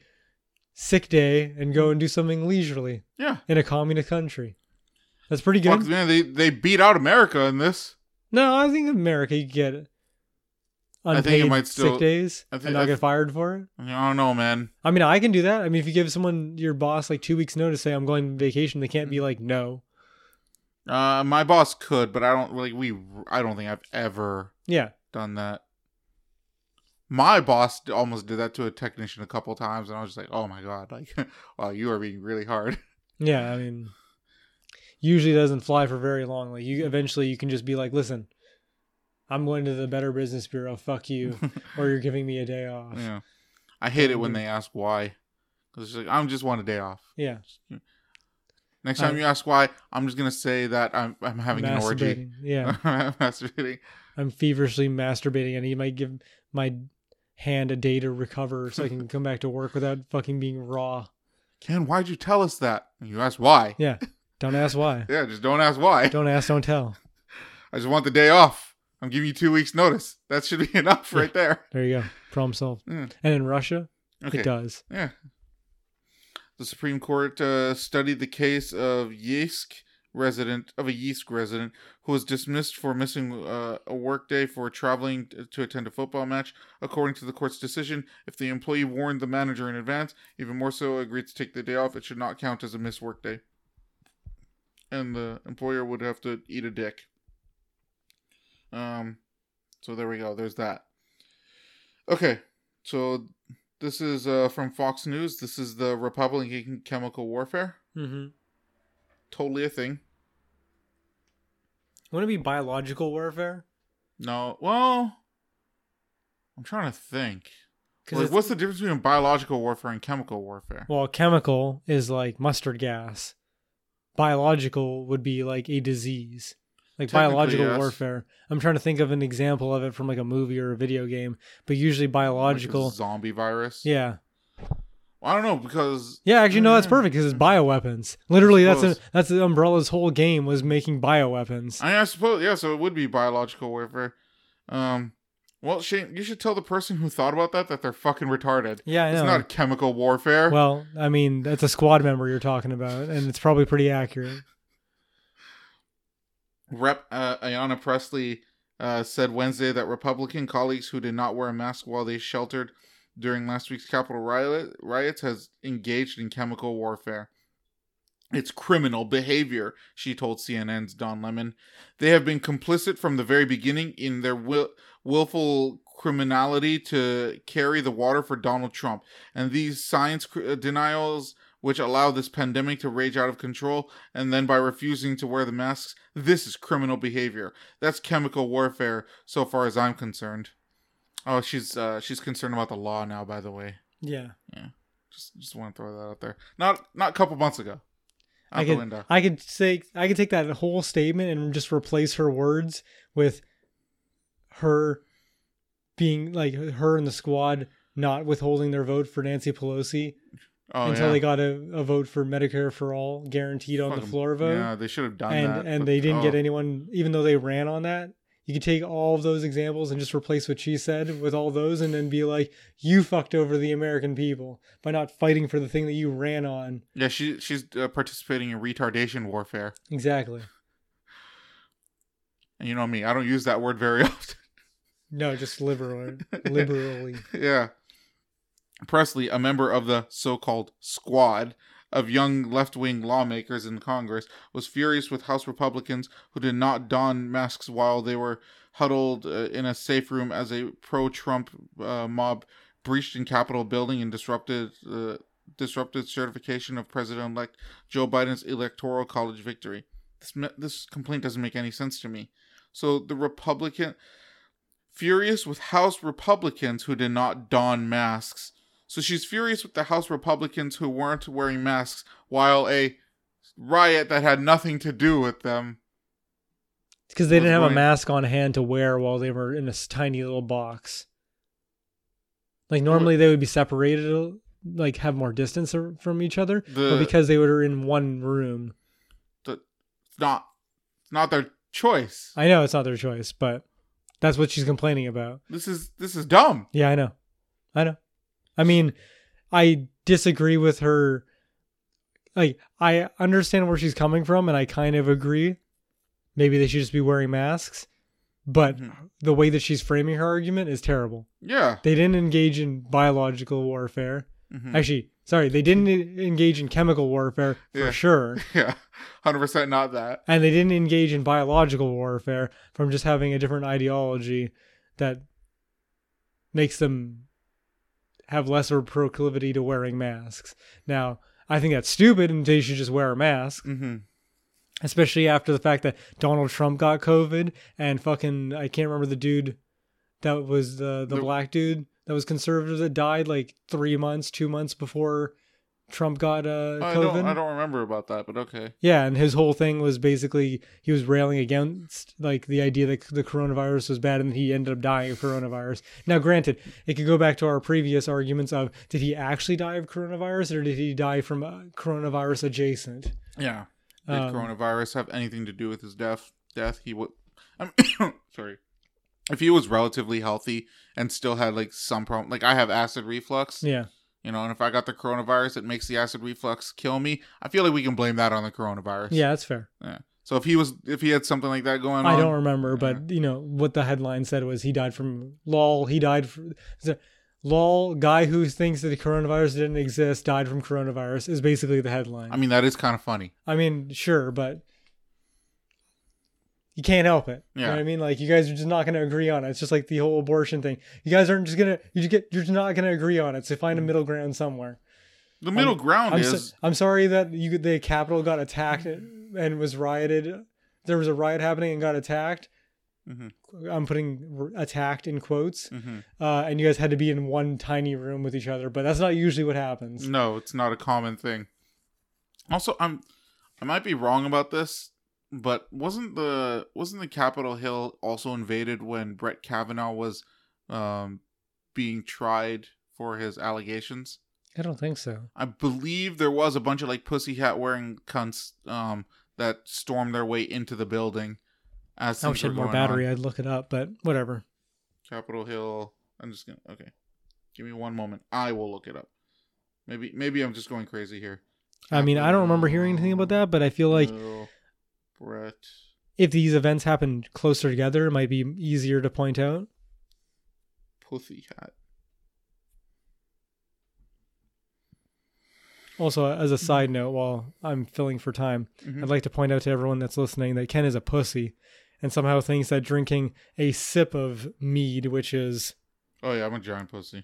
S2: sick day and go and do something leisurely
S1: yeah,
S2: in a communist country. That's pretty good.
S1: Fuck, man, they they beat out America in this.
S2: No, I think in America you could get
S1: I
S2: unpaid
S1: think it might still-
S2: sick days
S1: I think-
S2: and
S1: I
S2: not
S1: th-
S2: get fired for it.
S1: I don't know, man.
S2: I mean, I can do that. I mean, if you give someone your boss like two weeks notice, say I'm going on vacation, they
S1: Mm-hmm.
S2: can't be like no.
S1: Uh, my boss could, but I don't like we. I don't think I've ever
S2: Yeah,
S1: done that. My boss d- almost did that to a technician a couple times, and I was just like, "Oh my god! Like, wow, you are being really hard."
S2: Yeah, I mean, usually doesn't fly for very long. Like you, eventually you can just be like, listen, I'm going to the Better Business Bureau. Fuck you, or you're giving me a day off. Yeah,
S1: Yeah, I hate it when they ask why. 'Cause it's like I'm just want a day off. Next time
S2: I-
S1: you ask why, I'm just gonna say that I'm I'm having an orgy.
S2: masturbating. Yeah,
S1: Masturbating.
S2: I'm feverishly masturbating, and he might give my hand a day to recover so I can come back to work without fucking being raw.
S1: Ken, why'd you tell us that? And you ask why.
S2: Yeah, don't ask why.
S1: Yeah, just don't ask why.
S2: Don't ask, don't tell.
S1: I just want the day off. I'm giving you two weeks notice. That should be enough right there.
S2: There you go. Problem solved.
S1: Mm.
S2: And in Russia,
S1: Okay.
S2: it does.
S1: Yeah. The Supreme Court uh, studied the case of Yisk resident of a Yisk resident who was dismissed for missing uh, a workday for traveling t- to attend a football match. According to the court's decision, if the employee warned the manager in advance, even more so, agreed to take the day off, it should not count as a missed workday, and the employer would have to eat a dick. Um, so there we go. There's that. Okay, so this is uh, from Fox News. This is the Republican chemical warfare.
S2: Mm-hmm.
S1: Totally a thing.
S2: Wouldn't it be biological warfare?
S1: No, well, I'm trying to think. Like,
S2: it's-
S1: what's the difference between biological warfare and chemical warfare?
S2: Well, chemical is like mustard gas. Biological would be like a disease. Like
S1: Technically,
S2: biological
S1: yes.
S2: warfare. I'm trying to think of an example of it from like a movie or a video game, but usually
S1: Like,
S2: biological.
S1: zombie virus.
S2: Yeah.
S1: I don't know because
S2: Yeah, actually no, that's
S1: Mm.
S2: perfect because it's bioweapons. Literally that's a,
S1: Suppose.
S2: that's the Umbrella's whole game was making bioweapons.
S1: I, mean, I suppose yeah. So it would be biological warfare. Um. Well, Shane, you should tell the person who thought about that that they're fucking retarded.
S2: Yeah, I
S1: It's
S2: know.
S1: not chemical warfare.
S2: well, I mean, that's a squad member you're talking about and it's probably pretty accurate.
S1: Rep uh, Ayanna Presley uh, said Wednesday that Republican colleagues who did not wear a mask while they sheltered during last week's Capitol riot, riots has engaged in chemical warfare. It's criminal behavior, she told CNN's Don Lemon. They have been complicit from the very beginning in their will- willful criminality to carry the water for Donald Trump. And these science cr- uh, denials, which allow this pandemic to rage out of control, and then by refusing to wear the masks, this is criminal behavior. That's chemical warfare, so far as I'm concerned. Oh, she's uh, she's concerned about the law now. By the way,
S2: Yeah.
S1: just just want to throw that out there. Not not a couple months ago. Out
S2: I
S1: the
S2: could,
S1: window.
S2: I could say I could take that whole statement and just replace her words with her being like her and the squad not withholding their vote for Nancy Pelosi
S1: Oh,
S2: until
S1: yeah.
S2: they got a, a vote for Medicare for all guaranteed on the
S1: Fucking-
S2: floor vote.
S1: Yeah, they should have done
S2: and
S1: that.
S2: and
S1: but-
S2: they didn't get
S1: oh.
S2: anyone even though they ran on that. You could take all of those examples and just replace what she said with all those and then be like, you fucked over the American people by not fighting for the thing that you ran on.
S1: Yeah, she she's uh, participating in retardation warfare.
S2: Exactly.
S1: And you know me, I don't use that word very often.
S2: No, just liberal, liberally.
S1: yeah. Presley, a member of the so-called squad of young left-wing lawmakers in Congress, was furious with House Republicans who did not don masks while they were huddled uh, in a safe room as a pro-Trump uh, mob breached in Capitol building and disrupted uh, disrupted certification of President-elect Joe Biden's electoral college victory. This ma- this complaint doesn't make any sense to me. So the Republican furious with House Republicans who did not don masks. So she's furious with the House Republicans who weren't wearing masks while a riot that had nothing to do with them.
S2: Because they
S1: Was
S2: didn't have a
S1: going-
S2: mask on hand to wear while they were in this tiny little box. Like normally they would be separated, a- like have more distance ar- from each other,
S1: The-
S2: but because they were in one room.
S1: It's not it's not their choice.
S2: I know it's not their choice, but that's what she's complaining about.
S1: This is this is dumb.
S2: Yeah, I know. I know. I mean, I disagree with her. Like, I understand where she's coming from, and I kind of agree. Maybe they should just be wearing masks. But
S1: Mhm.
S2: the way that she's framing her argument is terrible.
S1: Yeah.
S2: They didn't engage in biological warfare.
S1: Mhm.
S2: Actually, sorry, they didn't en- engage in chemical warfare for
S1: Yeah.
S2: sure.
S1: Yeah. 100% not that.
S2: And they didn't engage in biological warfare from just having a different ideology that makes them have lesser proclivity to wearing masks. Now, I think that's stupid and they should just wear a mask,
S1: Mhm.
S2: especially after the fact that Donald Trump got COVID and fucking, I can't remember the dude that was uh, the, the
S1: The-
S2: black dude that was conservative that died like three months, two months before Trump got uh, COVID.
S1: I don't I don't remember about that, but okay.
S2: Yeah, and his whole thing was basically he was railing against like the idea that the coronavirus was bad, and he ended up dying of coronavirus. Now, granted, it could go back to our previous arguments of did he actually die of coronavirus, or did he die from uh, coronavirus adjacent?
S1: Yeah. Did
S2: Um,
S1: coronavirus have anything to do with his death? Death? He would. I'm sorry. If he was relatively healthy and still had like some problem, like I have acid reflux,
S2: Yeah,
S1: you know, and if I got the coronavirus, it makes the acid reflux kill me. I feel like we can blame that on the coronavirus.
S2: yeah, that's fair.
S1: So if he was, if he had something like that going on,
S2: I don't remember, but you know what the headline said was he died from lol. He died from is it- lol. Guy who thinks that the coronavirus didn't exist died from coronavirus is basically the headline.
S1: I mean, that is kind of funny.
S2: I mean, sure, but you can't help it. You know
S1: Yeah.
S2: what I mean? Like you guys are just not gonna agree on it. It's just like the whole abortion thing. You guys aren't just gonna you just get you're just not gonna agree on it. So find a middle ground somewhere.
S1: The middle ground
S2: I'm, so,
S1: Mm. is
S2: I'm sorry that you the Capitol got attacked and was rioted. There was a riot happening and got attacked.
S1: Mhm.
S2: I'm putting r- attacked in quotes,
S1: Mhm.
S2: uh, and you guys had to be in one tiny room with each other. But that's not usually what happens.
S1: no, it's not a common thing. Also, I'm, I might be wrong about this, but wasn't the wasn't the Capitol Hill also invaded when Brett Kavanaugh was, um, being tried for his allegations?
S2: I don't think so.
S1: I believe there was a bunch of like pussy hat wearing cunts um, that stormed their way into the building. As
S2: I
S1: things
S2: wish I
S1: were
S2: had more
S1: going on.
S2: battery. I'd look it up, but whatever.
S1: Capitol Hill. I'm just gonna okay. Give me one moment. I will look it up. Maybe maybe I'm just going crazy here.
S2: I mean, I don't remember hearing anything about that, but I feel like
S1: Capitol Hill, Brett
S2: if these events happened closer together, it might be easier to point out.
S1: Pussy hat.
S2: Also, as a side note, while I'm filling for time,
S1: Mhm.
S2: I'd like to point out to everyone that's listening that Ken is a pussy and somehow thinks that drinking a sip of mead, which is
S1: Oh yeah, I'm a giant pussy.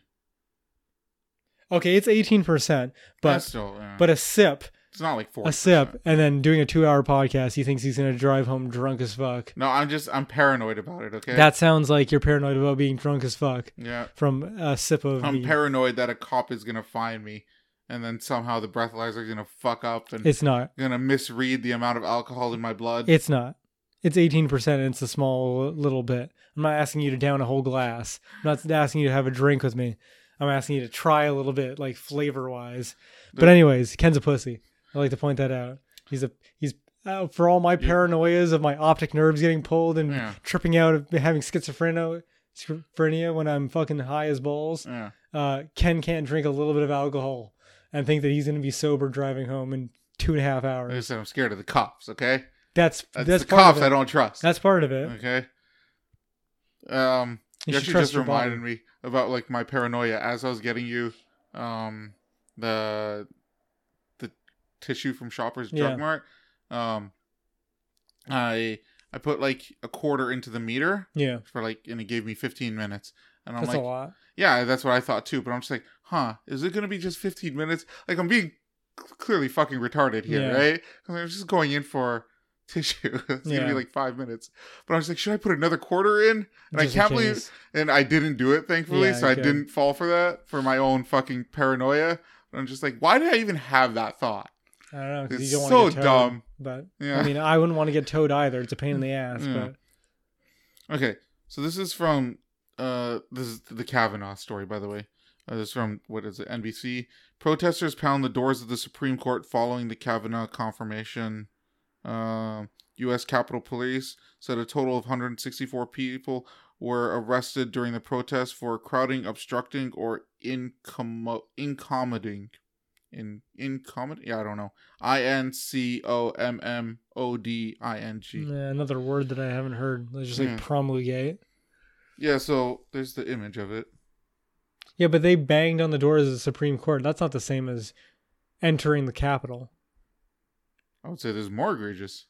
S2: okay, it's 18%,
S1: But
S2: but
S1: still, yeah.
S2: but a sip,
S1: it's not like four.
S2: a sip, and then doing a two hour podcast, he thinks he's going to drive home drunk as fuck.
S1: No, I'm just I'm paranoid about it. Okay.
S2: That sounds like you're paranoid about being drunk as fuck
S1: yeah.
S2: from a sip of
S1: I'm
S2: mead.
S1: paranoid that a cop is gonna find me, and then somehow the breathalyzer's gonna fuck up and
S2: it's not.
S1: gonna misread the amount of alcohol in my blood.
S2: It's not. It's 18% and it's a small little bit. I'm not asking you to down a whole glass. I'm not asking you to have a drink with me. I'm asking you to try a little bit, like flavor wise. But anyways, Ken's a pussy. I like to point that out. He's a he's uh, for all my paranoias of my optic nerves getting pulled and
S1: Yeah.
S2: tripping out of having schizophrenia schizophrenia when I'm fucking high as balls.
S1: yeah.
S2: Uh, Ken can't drink a little bit of alcohol and think that he's gonna be sober driving home in two and a half
S1: Like I
S2: hours.
S1: said, I'm scared of the cops. Okay.
S2: That's
S1: That's,
S2: that's,
S1: the
S2: part
S1: cops
S2: of it.
S1: I don't trust.
S2: That's part of it.
S1: Okay. Um, you,
S2: You should
S1: actually
S2: trust
S1: just
S2: your body.
S1: reminded me about like my paranoia as I was getting you, um, the the tissue from Shoppers Drug
S2: Yeah.
S1: Mart. Um, I I put like a quarter into the meter
S2: Yeah,
S1: for like, and it gave me 15 minutes. And I'm
S2: that's a
S1: like,
S2: lot.
S1: yeah, that's what I thought too. But I'm just like, huh, is it gonna be just 15 minutes? Like I'm being c- clearly fucking retarded here,
S2: Yeah.
S1: right? 'Cause I'm just going in for tissue. it's gonna
S2: Yeah.
S1: be like five minutes. But I was like, should I put another quarter in? And I
S2: just in
S1: can't believe-
S2: case.
S1: And I didn't do it, thankfully.
S2: Yeah,
S1: so I
S2: okay.
S1: didn't fall for that for my own fucking paranoia. But I'm just like, why did I even have that thought?
S2: I don't know because
S1: It's
S2: you don't
S1: so
S2: want to get towed.
S1: dumb.
S2: But
S1: Yeah.
S2: I mean, I wouldn't want to get towed either. It's a pain in the ass.
S1: Yeah.
S2: But
S1: Okay, so this is from uh this is the Kavanaugh story, by the way. Uh, this is from what is it? NBC. Protesters pound the doors of the Supreme Court following the Kavanaugh confirmation. Um, U.S. Capitol Police said a total of 164 people were arrested during the protest for crowding, obstructing, or incommo- incommoding. In incommod? Yeah, I don't know. I n c o m m o d i n g.
S2: yeah, another word that I haven't heard. It's just like
S1: Yeah.
S2: promulgate.
S1: Yeah, so there's the image of it.
S2: Yeah, but they banged on the doors of the Supreme Court. That's not the same as entering the Capitol.
S1: I would say there's more egregious.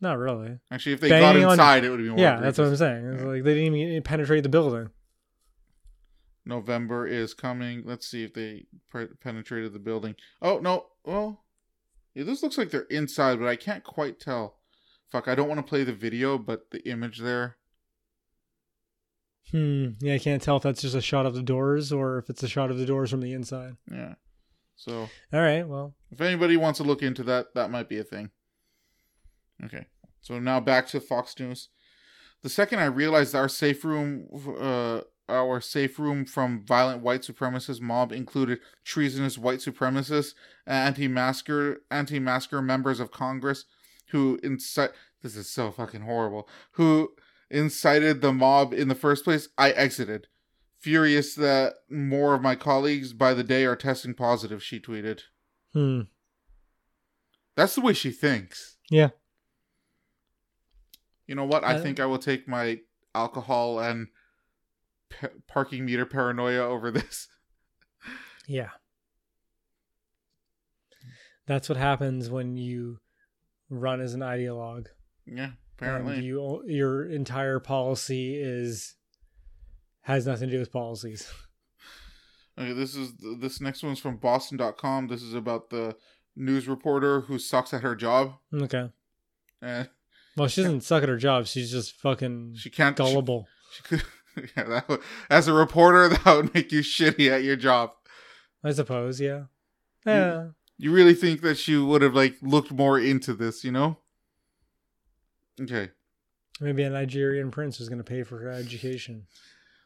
S2: Not really.
S1: Actually, if they
S2: Banging
S1: got
S2: on-
S1: inside, it would be more.
S2: yeah,
S1: egregious.
S2: that's what I'm saying. It's like they didn't even penetrate the building.
S1: November is coming. Let's see if they pre- penetrated the building. Oh no! Well, yeah, this looks like they're inside, but I can't quite tell. Fuck! I don't want to play the video, but the image there.
S2: Hmm. Yeah, I can't tell if that's just a shot of the doors or if it's a shot of the doors from the inside.
S1: Yeah. So
S2: All right. Well,
S1: if anybody wants to look into that, that might be a thing. Okay. So now back to Fox News. The second I realized our safe room, uh, our safe room from violent white supremacist mob included treasonous white supremacists, anti-masker, anti-masker members of Congress, who incite. This is so fucking horrible. Who incited the mob in the first place? I exited, furious that more of my colleagues by the day are testing positive. She tweeted.
S2: hmm.
S1: That's the way she thinks.
S2: Yeah.
S1: You know what? I
S2: Uh,
S1: think I will take my alcohol and pa- parking meter paranoia over this.
S2: Yeah. That's what happens when you run as an ideologue.
S1: Yeah,
S2: And
S1: apparently.
S2: Um, you your entire policy is has nothing to do with policies.
S1: Okay, this is this next one's from boston.com. This is about the news reporter who sucks at her job
S2: Okay.
S1: and
S2: Well, she doesn't suck at her job. She's just fucking
S1: she can't she-
S2: Mm. gullible.
S1: she could, yeah, that would, as a reporter that would make you shitty at your job.
S2: I suppose. Yeah. Yeah.
S1: You really think that she would have like looked more into this, you know? Okay.
S2: Maybe a Nigerian prince was going to pay for her education.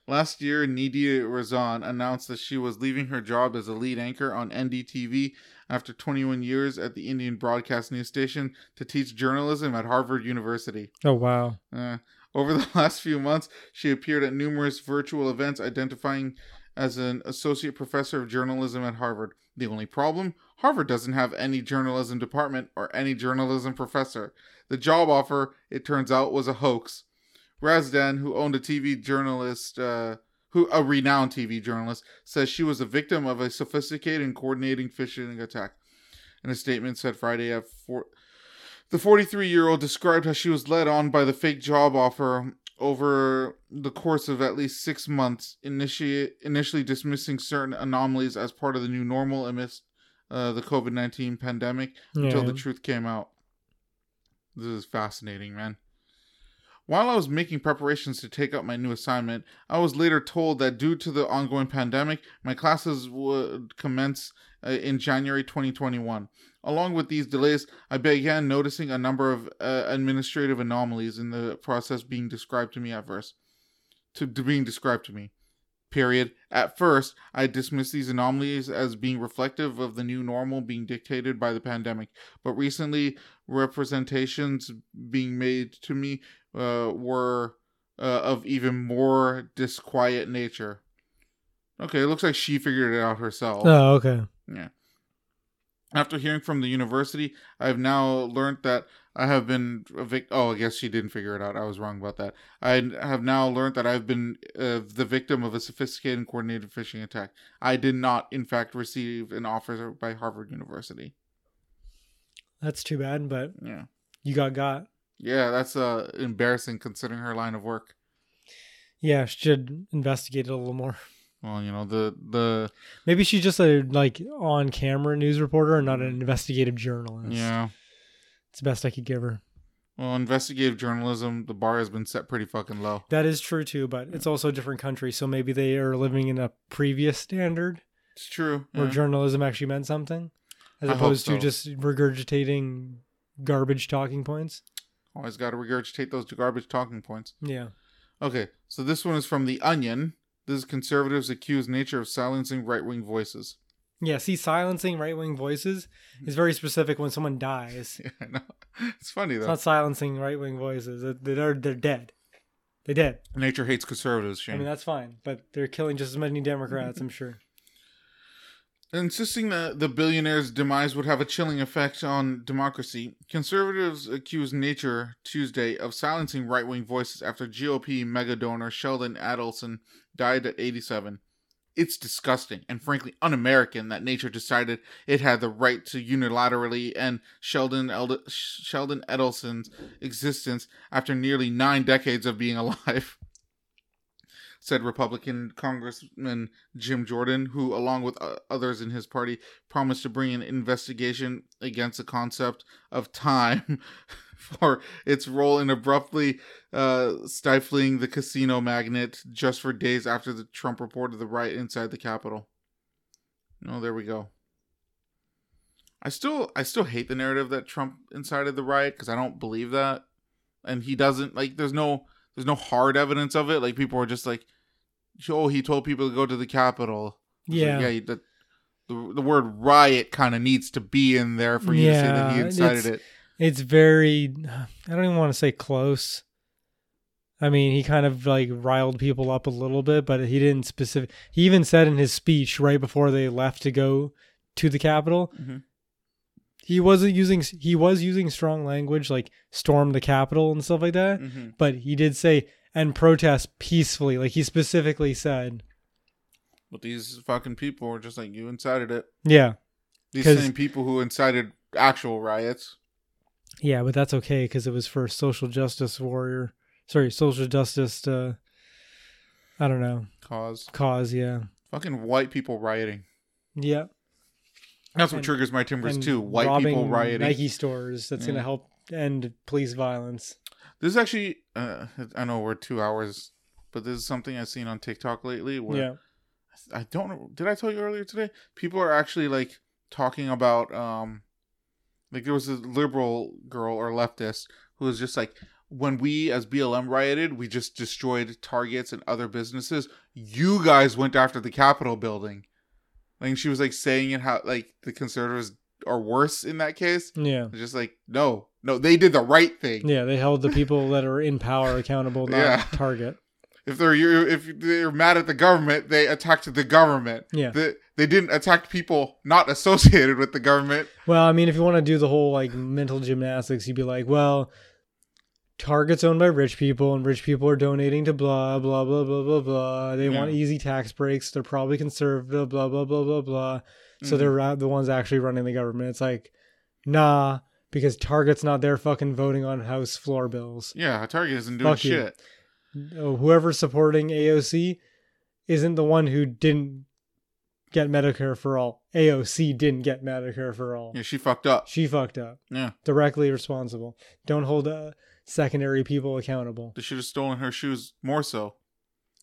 S1: Last year, Nidia Razan announced that she was leaving her job as a lead anchor on NDTV after 21 years at the Indian broadcast news station to teach journalism at Harvard University.
S2: Oh wow.
S1: Uh, over the last few months, she appeared at numerous virtual events identifying as an associate professor of journalism at Harvard. The only problem? Harvard doesn't have any journalism department or any journalism professor. The job offer, it turns out, was a hoax. Razdan, who owned a TV journalist, uh, who a renowned TV journalist, says she was a victim of a sophisticated and coordinating phishing attack. In a statement said Friday at four, the 43 year old described how she was led on by the fake job offer over the course of at least six months, initiate, initially dismissing certain anomalies as part of the new normal amidst uh, the COVID 19 pandemic until the truth came out. This is fascinating, man. While I was making preparations to take up my new assignment, I was later told that due to the ongoing pandemic, my classes would commence uh, in January 2021. Along with these delays, I began noticing a number of uh, administrative anomalies in the process being described to me at first. To, to being described to me. Period. At first, I dismissed these anomalies as being reflective of the new normal being dictated by the pandemic, but recently, representations being made to me uh, were uh, of even more disquiet nature. Okay, it looks like she figured it out herself.
S2: Oh, okay.
S1: After hearing from the university, I've now learned that I have been a vic- oh, I guess she didn't figure it out. I was wrong about that. I have now learned that I've been uh, the victim of a sophisticated and coordinated phishing attack. I did not, in fact, receive an offer by Harvard University.
S2: That's too bad, but
S1: Yeah,
S2: you got got.
S1: yeah, that's uh, embarrassing considering her line of work.
S2: Yeah, should investigate it a little more.
S1: Well, you know the the
S2: Maybe she's just a like on camera news reporter and not an investigative journalist.
S1: yeah.
S2: It's the best I could give her.
S1: Well, investigative journalism, the bar has been set pretty fucking low.
S2: That is true too, but it's also a different country, so maybe they are living in a previous standard
S1: It's true.
S2: where
S1: yeah.
S2: journalism actually meant something, as
S1: I hope
S2: opposed
S1: so.
S2: to just regurgitating garbage talking points.
S1: Always got to regurgitate those garbage talking points.
S2: Yeah.
S1: Okay, so this one is from The Onion. This is conservatives accuse nature of silencing right wing voices.
S2: Yeah, see, silencing right wing voices is very specific when someone dies.
S1: Yeah, I know. It's funny
S2: It's
S1: though.
S2: not silencing right wing voices. It- They're, they're dead. They dead.
S1: Nature hates conservatives, Shane.
S2: I mean, that's fine, but they're killing just as many Democrats, I'm sure.
S1: Insisting that the billionaire's demise would have a chilling effect on democracy, conservatives accused Nature Tuesday of silencing right wing voices after GOP mega donor Sheldon Adelson died at 87. It's disgusting and frankly un American that Nature decided it had the right to unilaterally end Sheldon, Eld- Sheldon Adelson's existence after nearly nine decades of being alive said Republican Congressman Jim Jordan, who, along with uh, others in his party, promised to bring an investigation against the concept of time for its role in abruptly uh, stifling the casino magnet just for days after the Trump reported the riot inside the Capitol. No, there we go. I still, I still hate the narrative that Trump incited the riot because I don't believe that, and he doesn't like. There's no, there's no hard evidence of it. Like people are just like, oh, he told people to go to the Capitol. It's like,
S2: Yeah.
S1: yeah. you- The, the, the word riot kind of needs to be in there for you to say that he
S2: Yeah,
S1: incited
S2: it's-
S1: it.
S2: It's very, I don't even want to say close. I mean, he kind of like riled people up a little bit, but he didn't specific. He even said in his speech right before they left to go to the Capitol,
S1: Mhm.
S2: he wasn't using he was using strong language like storm the Capitol and stuff like that.
S1: Mhm.
S2: But he did say and protest peacefully, like he specifically said.
S1: But these fucking people are just like you incited it.
S2: Yeah,
S1: These
S2: 'Cause-
S1: same people who incited actual riots.
S2: yeah, but that's okay because it was for social justice warrior. Sorry, social justice. Uh, I don't know.
S1: Cause
S2: cause yeah
S1: fucking white people rioting.
S2: yeah
S1: That's what
S2: And-
S1: triggers my timbers
S2: and
S1: too. White
S2: robbing
S1: people rioting.
S2: nike stores that's
S1: Yeah.
S2: gonna help end police violence
S1: This is actually, uh, I know we're two hours, but this is something I've seen on TikTok lately. Where
S2: yeah
S1: I don't know. Did I tell you earlier today? People are actually like talking about um, like there was a liberal girl or leftist who was just like, when we as BLM rioted, we just destroyed targets and other businesses. You guys went after the Capitol building. Like she was like saying it how like the conservatives are worse in that case.
S2: yeah
S1: It's just like no, no, they did the right thing.
S2: yeah they held the people that are in power accountable not
S1: Yeah.
S2: target
S1: if they're you if they're mad at the government, they attacked the government.
S2: Yeah.
S1: The, they didn't attack people not associated with the government.
S2: Well, I mean, if you want to do the whole like mental gymnastics, you'd be like, well, Target's owned by rich people, and rich people are donating to blah blah blah blah blah blah. They want
S1: Yeah.
S2: easy tax breaks. They're probably conservative. Blah blah blah blah blah. So
S1: Mhm.
S2: they're ra- the ones actually running the government. It's like, nah, because Target's not there fucking voting on house floor bills.
S1: Yeah, Target isn't doing
S2: Fuck you.
S1: shit.
S2: Oh, Whoever's supporting AOC isn't the one who didn't get Medicare for all. AOC didn't get Medicare for all.
S1: Yeah, she fucked up.
S2: She fucked up
S1: Yeah.
S2: directly responsible. Don't hold uh, secondary people accountable.
S1: They should have stolen her shoes more so.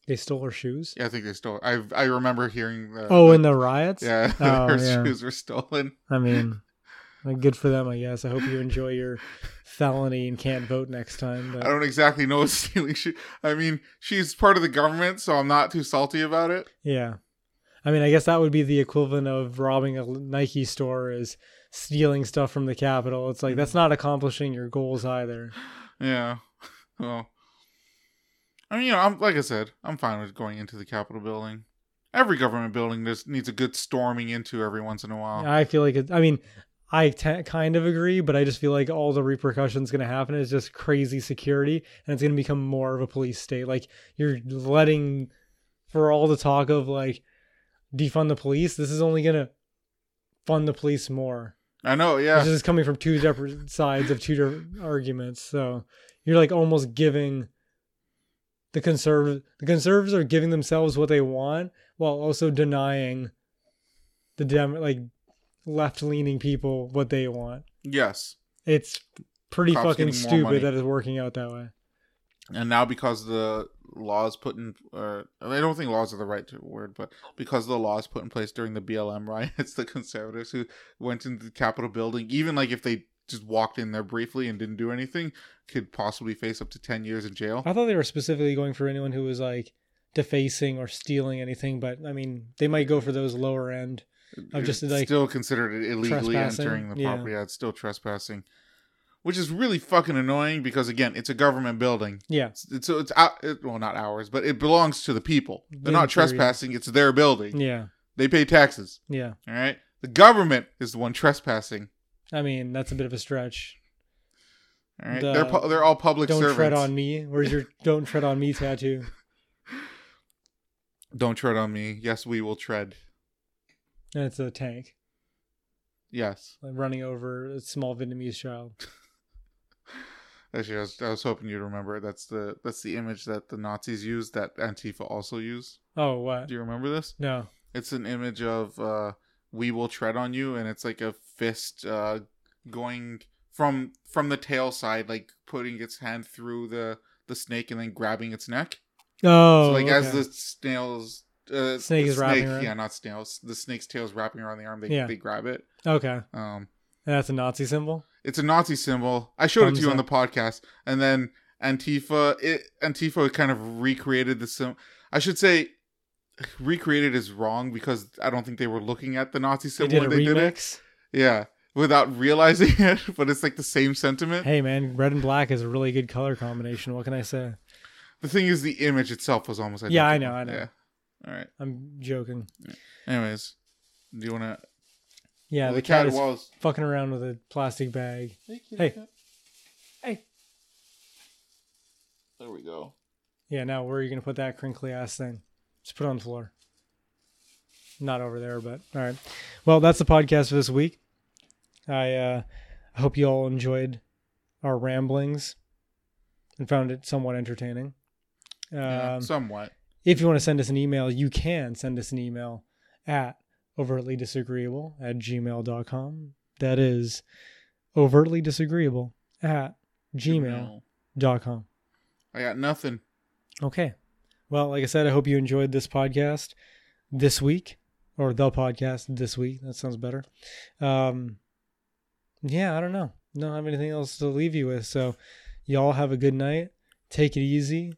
S2: They stole her shoes.
S1: Yeah, I think they stole. I I remember hearing the
S2: Oh, in the riots.
S1: yeah,
S2: Oh,
S1: her
S2: yeah.
S1: shoes were stolen.
S2: I mean, like, good for them, I guess. I hope you enjoy your felony and can't vote next time.
S1: I
S2: But
S1: don't exactly know what stealing shoes. I mean, she's part of the government, so I'm not too salty about it.
S2: yeah, I mean, I guess that would be the equivalent of robbing a Nike store is stealing stuff from the Capitol. It's like that's not accomplishing your goals either.
S1: Yeah. Well, I mean, you know, I'm like I said, I'm fine with going into the Capitol building. Every government building just needs a good storming into every once in a while.
S2: I feel like it. I mean. I te- kind of agree, but I just feel like all the repercussions going to happen is just crazy security, and it's going to become more of a police state. Like you're letting, for all the talk of like defund the police, this is only going to fund the police more.
S1: I know, yeah.
S2: This is coming from two different sides of two different arguments. So you're like almost giving the conserv the conservatives are giving themselves what they want while also denying the dem like left leaning people what they want.
S1: yes.
S2: It's pretty
S1: Cops
S2: fucking
S1: getting more money.
S2: stupid that it's working out that way.
S1: And now because the laws put in, or I, mean, I don't think laws are the right word, but because the laws put in place during the BLM riots, the conservatives who went into the Capitol building, even like if they just walked in there briefly and didn't do anything, could possibly face up to 10 years in jail.
S2: I thought they were specifically going for anyone who was like defacing or stealing anything, but I mean they might go for those lower end. I've
S1: It's
S2: just, like,
S1: still considered it illegally
S2: trespassing.
S1: entering the
S2: Yeah.
S1: property. Yeah, it's still trespassing, which is really fucking annoying because again, it's a government building.
S2: Yeah.
S1: It's, it's- so it's out. It, well, not ours, but it belongs to the people. They're
S2: In
S1: not
S2: theory.
S1: trespassing. It's their building.
S2: Yeah.
S1: They pay taxes.
S2: Yeah.
S1: All right. The government is the one trespassing.
S2: I mean, that's a bit of a stretch.
S1: All right.
S2: The-
S1: they're pu- they're all public
S2: don't
S1: servants.
S2: tread on me. Where's your don't tread on me tattoo?
S1: Don't tread on me. Yes, we will tread.
S2: And it's a tank
S1: Yes.
S2: like, running over a small Vietnamese child.
S1: Actually, I was, I was hoping you'd remember. That's the that's the image that the Nazis used. That Antifa also used.
S2: Oh, what?
S1: Do you remember this?
S2: No.
S1: It's an image of uh, "We Will Tread on You," and it's like a fist uh, going from from the tail side, like putting its hand through the the snake and then grabbing its neck.
S2: Oh,
S1: so like as
S2: okay.
S1: the snails. Uh,
S2: Snake
S1: the
S2: is wrapping around.
S1: Yeah, not snails. The snake's tail is wrapping around the arm. They,
S2: Yeah.
S1: they grab it.
S2: okay, and
S1: Um,
S2: that's a Nazi symbol.
S1: it's a Nazi symbol. I showed it
S2: Thumbs
S1: to you on the
S2: up.
S1: podcast, and then Antifa. It Antifa kind of recreated the sim. I should say, recreated is wrong because I don't think they were looking at the Nazi
S2: They
S1: symbol
S2: did a
S1: when they did it.
S2: remix.
S1: Yeah, without realizing it, but it's like the same sentiment.
S2: Hey man, red and black is a really good color combination. What can I say?
S1: The thing is, the image itself was almost.
S2: Yeah, I
S1: identical.
S2: know, I know.
S1: Yeah. All right.
S2: I'm joking.
S1: Anyways, do you want to?
S2: Yeah,
S1: well,
S2: the, cat, is
S1: was.
S2: fucking around with a plastic bag.
S1: Hey, kitty
S2: Hey.
S1: cat.
S2: Hey.
S1: There we go.
S2: Yeah, now where are you gonna put that crinkly ass thing? Just put it on the floor. Not over there, but all right. Well, that's the podcast for this week. I uh, I hope you all enjoyed our ramblings and found it somewhat entertaining. Um,
S1: Yeah, somewhat.
S2: if you want to send us an email, you can send us an email at overtly disagreeable at gmail.com. That is overtly disagreeable at gmail.com.
S1: I got nothing.
S2: Okay. Well, like I said, I hope you enjoyed this podcast this week or the podcast this week. That sounds better. Um, yeah, I don't know. Don't have anything else to leave you with. So, y'all have a good night. Take it easy.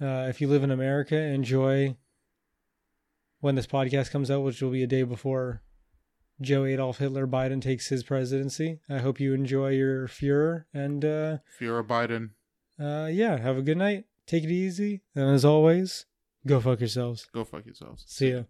S2: Uh, if you live in America, enjoy when this podcast comes out, which will be a day before Joe Adolf Hitler Biden takes his presidency. I hope you enjoy your Fuhrer and, uh,
S1: If you're a Biden.
S2: uh, yeah, have a good night.
S1: Take it easy. And as always, go fuck yourselves.
S2: Go fuck yourselves.
S1: See ya.